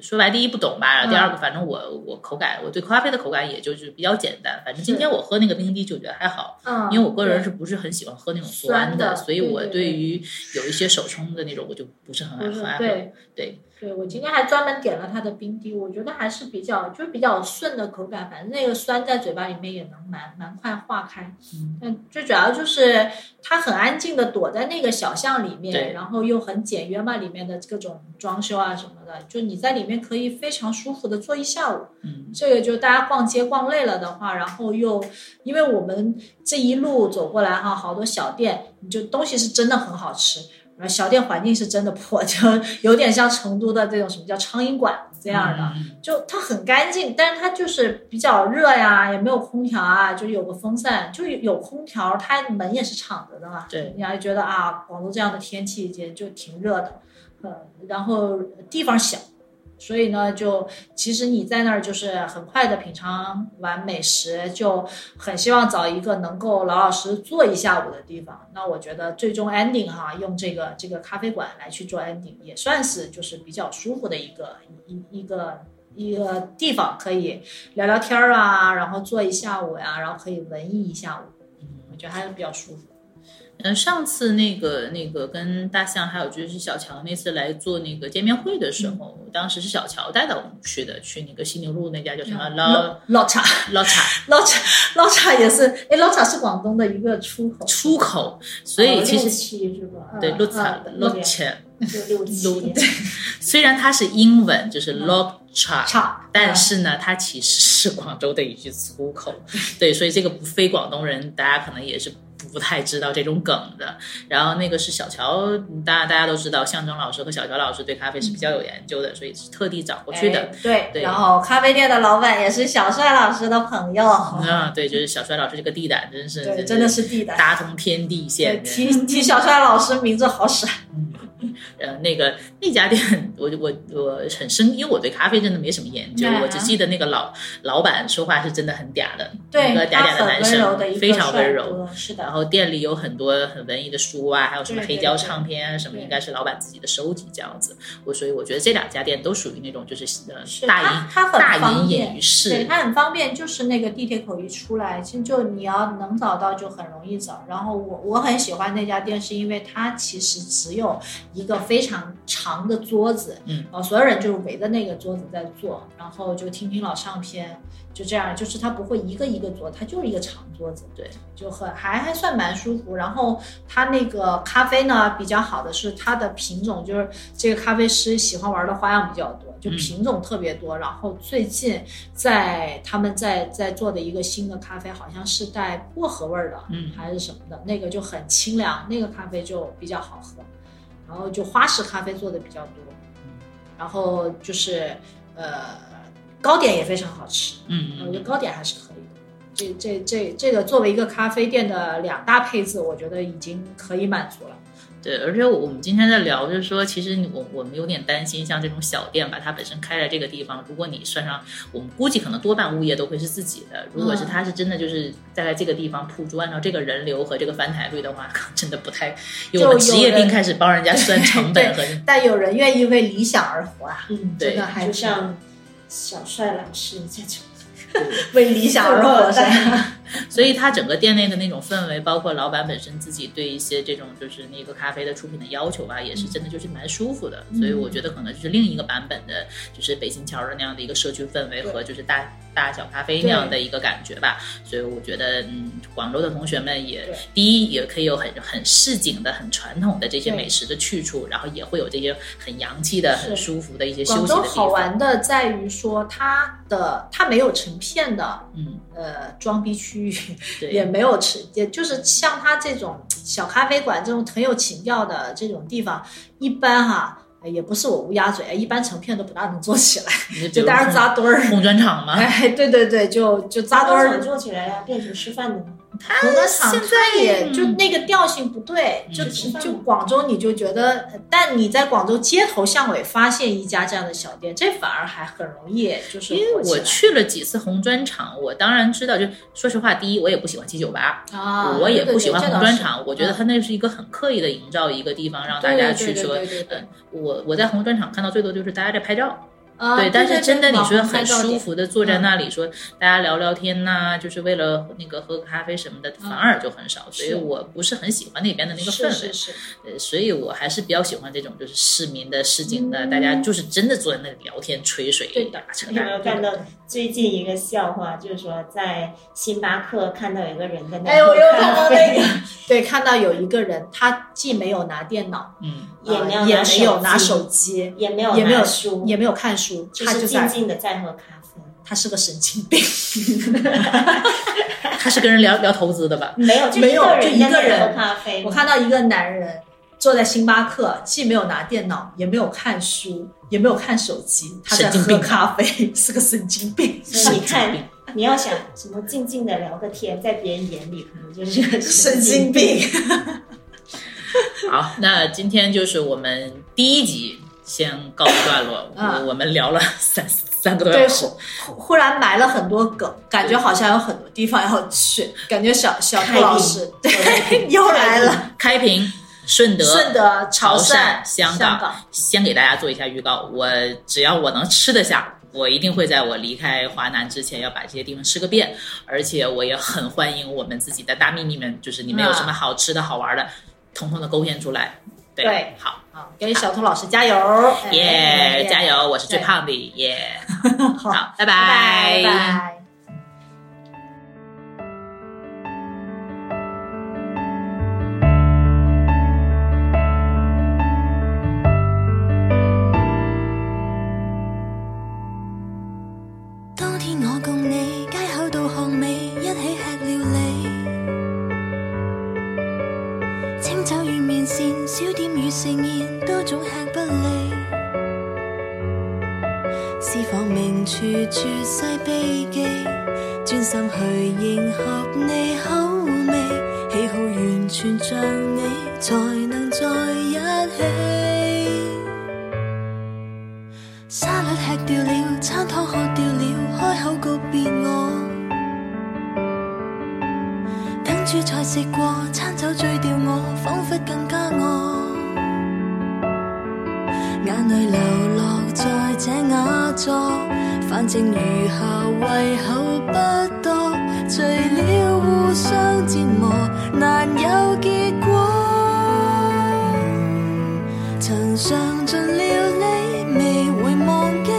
[SPEAKER 2] 说白，第一不懂吧，第二
[SPEAKER 3] 嗯
[SPEAKER 2] 个反正我我口感我对咖啡的口感也就是比较简单，反正今天我喝那个冰滴就觉得还好，
[SPEAKER 3] 嗯
[SPEAKER 2] 因为我个人是不是很喜欢喝那种
[SPEAKER 3] 酸
[SPEAKER 2] 的，
[SPEAKER 3] 的
[SPEAKER 2] 所以我
[SPEAKER 3] 对对
[SPEAKER 2] 对于有一些手冲的那种我就不是很爱
[SPEAKER 3] 不是
[SPEAKER 2] 很爱喝。
[SPEAKER 3] 对
[SPEAKER 2] 对，
[SPEAKER 3] 对我今天还专门点了它的冰滴，我觉得还是比较就比较顺的口感，反正那个酸在嘴巴里面也能蛮蛮快化开。
[SPEAKER 2] 嗯
[SPEAKER 3] 嗯，最主要就是它很安静的躲在那个小巷里
[SPEAKER 2] 对
[SPEAKER 3] 面，然后又很简约嘛，里面的各种装修啊什么的，就你在里面可以非常舒服的坐一下午。
[SPEAKER 2] 嗯，
[SPEAKER 3] 这个就大家逛街逛累了的话，然后又因为我们这一路走过来哈，好多小店，你就东西是真的很好吃，然后小店环境是真的破，就有点像成都的这种什么叫苍蝇馆子
[SPEAKER 2] 这
[SPEAKER 3] 这样的，就它很干净，但是它就是比较热呀，也没有空调啊，就有个风扇，就有空调，它门也是敞着的嘛。
[SPEAKER 2] 对，
[SPEAKER 3] 你还觉得啊，广州这样的天气也就挺热的，呃，然后地方小，所以呢，就其实你在那儿就是很快的品尝完美食，就很希望找一个能够老老实实坐一下午的地方。那我觉得最终 ending 哈，用这个这个咖啡馆来去做 ending，也算是就是比较舒服的一个一一个一个地方，可以聊聊天儿啊，然后坐一下午呀、然后可以文艺一下午，嗯我觉得还是比较舒服。
[SPEAKER 2] 嗯，上次那个那个跟大象还有就是小乔那次来做那个见面会的时候，当时是小乔带到我们去的，去那个犀牛路那家叫什么嗯老
[SPEAKER 3] 老茶，
[SPEAKER 2] 老茶
[SPEAKER 3] 老茶，老茶也是，哎，老茶是广东的一个出口，
[SPEAKER 2] 出口，所以其
[SPEAKER 4] 六
[SPEAKER 2] 实
[SPEAKER 4] 七是吧？
[SPEAKER 2] 对
[SPEAKER 3] 嗯
[SPEAKER 2] 落哦茶
[SPEAKER 3] 嗯
[SPEAKER 2] 落
[SPEAKER 3] 六点
[SPEAKER 2] 茶，
[SPEAKER 4] 就
[SPEAKER 2] 六
[SPEAKER 4] 六七，嗯
[SPEAKER 2] 虽然它是英文，就是
[SPEAKER 3] 嗯
[SPEAKER 2] log 茶。
[SPEAKER 3] 茶，
[SPEAKER 2] 但是呢，它其实是广州的一句粗口，对，所以这个不非广东人，大家可能也是不太知道这种梗的。然后那个是小乔，大家大家都知道，象征老师和小乔老师对咖啡是比较有研究的，所以是特地找过去的
[SPEAKER 3] 哎。对，
[SPEAKER 2] 对
[SPEAKER 3] 然后咖啡店的老板也是小帅老师的朋友，
[SPEAKER 2] 啊，对，就是小帅老师这个地胆真是
[SPEAKER 3] 对，真的是地的。
[SPEAKER 2] 搭通天地
[SPEAKER 3] 对
[SPEAKER 2] 线，
[SPEAKER 3] 提提小帅老师名字好使，
[SPEAKER 2] 呃，那个那家店，我我我很深，因为我对咖啡真的没什么研究，
[SPEAKER 3] 对啊
[SPEAKER 2] 我只记得那个老老板说话是真的很嗲的，一个
[SPEAKER 3] 对，
[SPEAKER 2] 嗲嗲
[SPEAKER 3] 他
[SPEAKER 2] 的
[SPEAKER 3] 很
[SPEAKER 2] 男
[SPEAKER 3] 温柔
[SPEAKER 2] 生
[SPEAKER 3] 的一，个
[SPEAKER 2] 非常
[SPEAKER 3] 帅
[SPEAKER 2] 温柔。
[SPEAKER 3] 哥，是
[SPEAKER 2] 然
[SPEAKER 3] 的，
[SPEAKER 2] 后店里有很多很文艺的书啊，还有什么
[SPEAKER 3] 对
[SPEAKER 2] 黑
[SPEAKER 3] 对
[SPEAKER 2] 胶
[SPEAKER 3] 对
[SPEAKER 2] 唱片啊，什么
[SPEAKER 3] 对
[SPEAKER 2] 应该是老板自己的收集这样子。我所以我觉得这两家店都属于那种就是呃
[SPEAKER 3] 是
[SPEAKER 2] 大
[SPEAKER 3] 他
[SPEAKER 2] 隐
[SPEAKER 3] 他很
[SPEAKER 2] 大
[SPEAKER 3] 方
[SPEAKER 2] 隐
[SPEAKER 3] 便
[SPEAKER 2] 隐于
[SPEAKER 3] 对，
[SPEAKER 2] 市，
[SPEAKER 3] 它很方便，就是那个地铁口一出来，其实就你要能找到就很容易找。然后我我很喜欢那家店，是因为它其实只有一个非常长的桌子，
[SPEAKER 2] 嗯，
[SPEAKER 3] 然后所有人就是围着那个桌子在坐，然后就听听老唱片，就这样，就是它不会一个一个坐，它就是一个长桌子，
[SPEAKER 2] 对，
[SPEAKER 3] 就很还还算蛮舒服。然后它那个咖啡呢比较好的是它的品种，就是这个咖啡师喜欢玩的花样比较多，就
[SPEAKER 2] 嗯
[SPEAKER 3] 品种特别多。然后最近在他们在在做的一个新的咖啡，好像是带薄荷味儿的，
[SPEAKER 2] 嗯
[SPEAKER 3] 还是什么的，那个就很清凉，那个咖啡就比较好喝。然后就花式咖啡做的比较多，嗯然后就是呃糕点也非常好吃，
[SPEAKER 2] 嗯
[SPEAKER 3] 我觉得
[SPEAKER 2] 嗯，
[SPEAKER 3] 糕点还是可以的。这这这这个作为一个咖啡店的两大配置，我觉得已经可以满足了。
[SPEAKER 2] 对，而且我我们今天在聊，就是说，其实你我我们有点担心，像这种小店吧，它本身开在这个地方，如果你算上，我们估计可能多半物业都会是自己的。如果
[SPEAKER 3] 嗯
[SPEAKER 2] 是它是真的就是在这个地方铺租，按照这个人流和这个翻台率的话，可能真的不太有我们职业病开始帮人家算成本和
[SPEAKER 3] 但有人愿意为理想而活啊，
[SPEAKER 4] 嗯，
[SPEAKER 2] 对
[SPEAKER 3] 真的还
[SPEAKER 4] 就
[SPEAKER 3] 挺
[SPEAKER 4] 像小帅老师这种
[SPEAKER 3] 为理想而活的。
[SPEAKER 2] 所以它整个店内的那种氛围，包括老板本身自己对一些这种就是那个咖啡的出品的要求吧，
[SPEAKER 3] 嗯
[SPEAKER 2] 也是真的就是蛮舒服的。所以我觉得可能就是另一个版本的，就是北新桥的那样的一个社区氛围和就是大大小咖啡那样的一个感觉吧。所以我觉得，嗯，广州的同学们也
[SPEAKER 4] 对
[SPEAKER 2] 第一也可以有很很市井的、很传统的这些
[SPEAKER 3] 对
[SPEAKER 2] 美食的去处，然后也会有这些很洋气的、很舒服的一些休
[SPEAKER 3] 广
[SPEAKER 2] 息的
[SPEAKER 3] 州
[SPEAKER 2] 地
[SPEAKER 3] 好
[SPEAKER 2] 方。
[SPEAKER 3] 玩的在于说，它的它没有成片的
[SPEAKER 2] 嗯，
[SPEAKER 3] 呃装逼区域，
[SPEAKER 2] 对，
[SPEAKER 3] 也没有吃，也就是像它这种小咖啡馆这种很有情调的这种地方，一般哈、呃也不是我乌鸦嘴，一般成片都不大能做起来，就在那儿扎堆儿。
[SPEAKER 2] 红砖厂 吗？
[SPEAKER 3] 哎，对对对，就就 扎堆
[SPEAKER 4] 当
[SPEAKER 3] 儿
[SPEAKER 4] 场。做起来呀，变成吃饭的了。
[SPEAKER 3] 土的
[SPEAKER 2] 嗯
[SPEAKER 3] 厂
[SPEAKER 2] 现
[SPEAKER 3] 它也就
[SPEAKER 2] 嗯
[SPEAKER 3] 那个调性不对，就
[SPEAKER 4] 嗯
[SPEAKER 3] 就广州你就觉得，呃但你在广州街头巷尾发现一家这样的小店，这反而还很容易就是
[SPEAKER 2] 因为
[SPEAKER 3] 火起
[SPEAKER 2] 我
[SPEAKER 3] 来
[SPEAKER 2] 去了几次红砖厂，我当然知道，就说实话，第一我也不喜欢七九八，
[SPEAKER 3] 啊，
[SPEAKER 2] 我也
[SPEAKER 3] 对
[SPEAKER 2] 不喜欢红砖，
[SPEAKER 3] 对
[SPEAKER 2] 厂，我觉得它那是一个很刻意的营造一个地方，让大家去说
[SPEAKER 3] 嗯对对对对对。
[SPEAKER 2] 呃我我在红砖厂看到最多就是大家在拍照，
[SPEAKER 3] 这倒
[SPEAKER 2] 呃
[SPEAKER 3] 啊
[SPEAKER 2] 对，但是真的你觉得很舒，
[SPEAKER 3] 对对对
[SPEAKER 2] 服的坐在那里说大家聊聊天呐、就是为了那个喝个咖啡什么的，反而就很少，所以
[SPEAKER 3] 嗯是
[SPEAKER 2] 我不是很喜欢那边的那
[SPEAKER 3] 对
[SPEAKER 2] 个
[SPEAKER 3] 对
[SPEAKER 2] 氛
[SPEAKER 3] 对
[SPEAKER 2] 围。
[SPEAKER 3] 是是是，
[SPEAKER 2] 呃，所以我还是比较喜欢这种就是市民的市井的，大家就是真的坐在那里聊天、吹水
[SPEAKER 3] 嗯对、
[SPEAKER 2] 打扯
[SPEAKER 4] 有没有
[SPEAKER 2] 淡。
[SPEAKER 4] 看到最近一个笑话？就是说在星巴克看到有个人在那
[SPEAKER 3] 哎，我又
[SPEAKER 4] 喝
[SPEAKER 3] 看
[SPEAKER 4] 咖
[SPEAKER 3] 到
[SPEAKER 4] 啡
[SPEAKER 3] 那个，对，看到有一个人，他既没有拿电脑，
[SPEAKER 2] 嗯，
[SPEAKER 4] 也没有
[SPEAKER 3] 呃
[SPEAKER 4] 拿
[SPEAKER 3] 也没有拿
[SPEAKER 4] 手
[SPEAKER 3] 手机，
[SPEAKER 4] 也没有
[SPEAKER 3] 也没有
[SPEAKER 4] 拿书，
[SPEAKER 3] 也没有看书，
[SPEAKER 4] 就
[SPEAKER 3] 他
[SPEAKER 4] 是
[SPEAKER 3] 就
[SPEAKER 4] 静
[SPEAKER 3] 在，
[SPEAKER 4] 静的在喝咖啡，
[SPEAKER 3] 他是个神经 病。
[SPEAKER 2] 他是跟人聊聊投资的吧？
[SPEAKER 4] 没有就
[SPEAKER 3] 没有
[SPEAKER 4] 人
[SPEAKER 3] 就一
[SPEAKER 4] 在
[SPEAKER 3] 个
[SPEAKER 4] 那
[SPEAKER 3] 人
[SPEAKER 4] 喝咖啡。
[SPEAKER 3] 我看到一个男人坐在星巴克，既没有拿电脑，也没有看书，也没有看手机，他在
[SPEAKER 2] 神经
[SPEAKER 3] 喝
[SPEAKER 2] 病
[SPEAKER 3] 咖啡，是个神经病。
[SPEAKER 4] 所以
[SPEAKER 2] 神
[SPEAKER 4] 你
[SPEAKER 2] 经病
[SPEAKER 4] 看，你要想什么静静的聊个天，在别人眼里可能就是 个
[SPEAKER 3] 神经
[SPEAKER 4] 病。
[SPEAKER 3] 病，
[SPEAKER 2] 好，那今天就是我们第一集先告一段落，
[SPEAKER 3] 啊
[SPEAKER 2] 我我们聊了三三个多
[SPEAKER 3] 对，
[SPEAKER 2] 小时
[SPEAKER 3] 忽。忽忽然埋了很多梗，感觉好像有很多地方要去，感觉小小
[SPEAKER 4] 开
[SPEAKER 3] 兔
[SPEAKER 4] 屏
[SPEAKER 3] 老师对
[SPEAKER 4] 对
[SPEAKER 3] 又来了，
[SPEAKER 2] 开平、顺德、
[SPEAKER 3] 顺德、潮汕、
[SPEAKER 2] 香
[SPEAKER 3] 港，
[SPEAKER 2] 先给大家做一下预告，我只要我能吃得下。我一定会在我离开华南之前要把这些地方吃个遍，而且我也很欢迎我们自己的大秘密们，就是你们有什么好吃的好玩的，统统的勾选出来。对，
[SPEAKER 3] 对
[SPEAKER 2] 好，
[SPEAKER 3] 好，给小兔老师加油，
[SPEAKER 2] 耶、
[SPEAKER 3] 哎
[SPEAKER 2] 加！油！我是最
[SPEAKER 3] 对
[SPEAKER 2] 胖的，耶、
[SPEAKER 3] 好，
[SPEAKER 2] 好，拜
[SPEAKER 3] 拜拜。
[SPEAKER 6] 當天我共你街口到巷尾，一起吃料理。清酒與面線，小點與盛宴，都總吃不理。私房名廚絕世秘技，專心去迎合你口味，喜好完全像你，才能在一起。沙律吃掉了，餐湯喝掉了，開口告別我。等主菜食過，餐酒醉掉我，彷彿更加我。眼淚流落在這雅座，反正餘下胃口不多，除了互相折磨，難有結果。曾嘗盡了你，未會忘記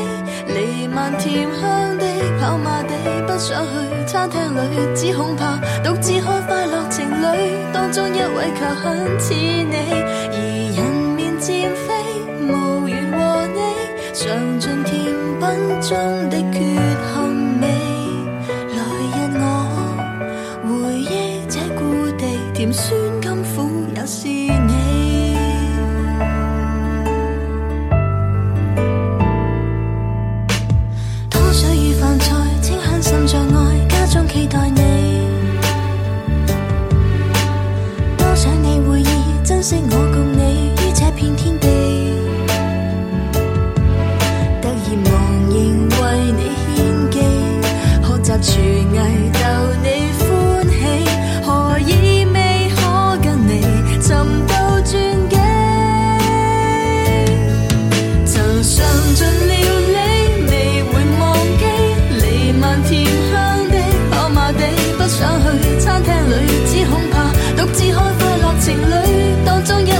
[SPEAKER 6] 瀰漫甜香的跑馬地，不想去餐廳裏，只恐怕獨自看快樂情侶，當中一位卻很似你，而人面漸飛，無緣和你嘗盡甜品中的缺陷美，來日我回憶這故地，甜酸甘苦也是你。湯水與飯菜，清香滲在愛，家中期待你。多想你會意，珍惜我共你，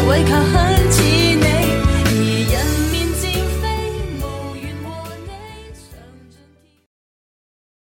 [SPEAKER 6] 位靠喺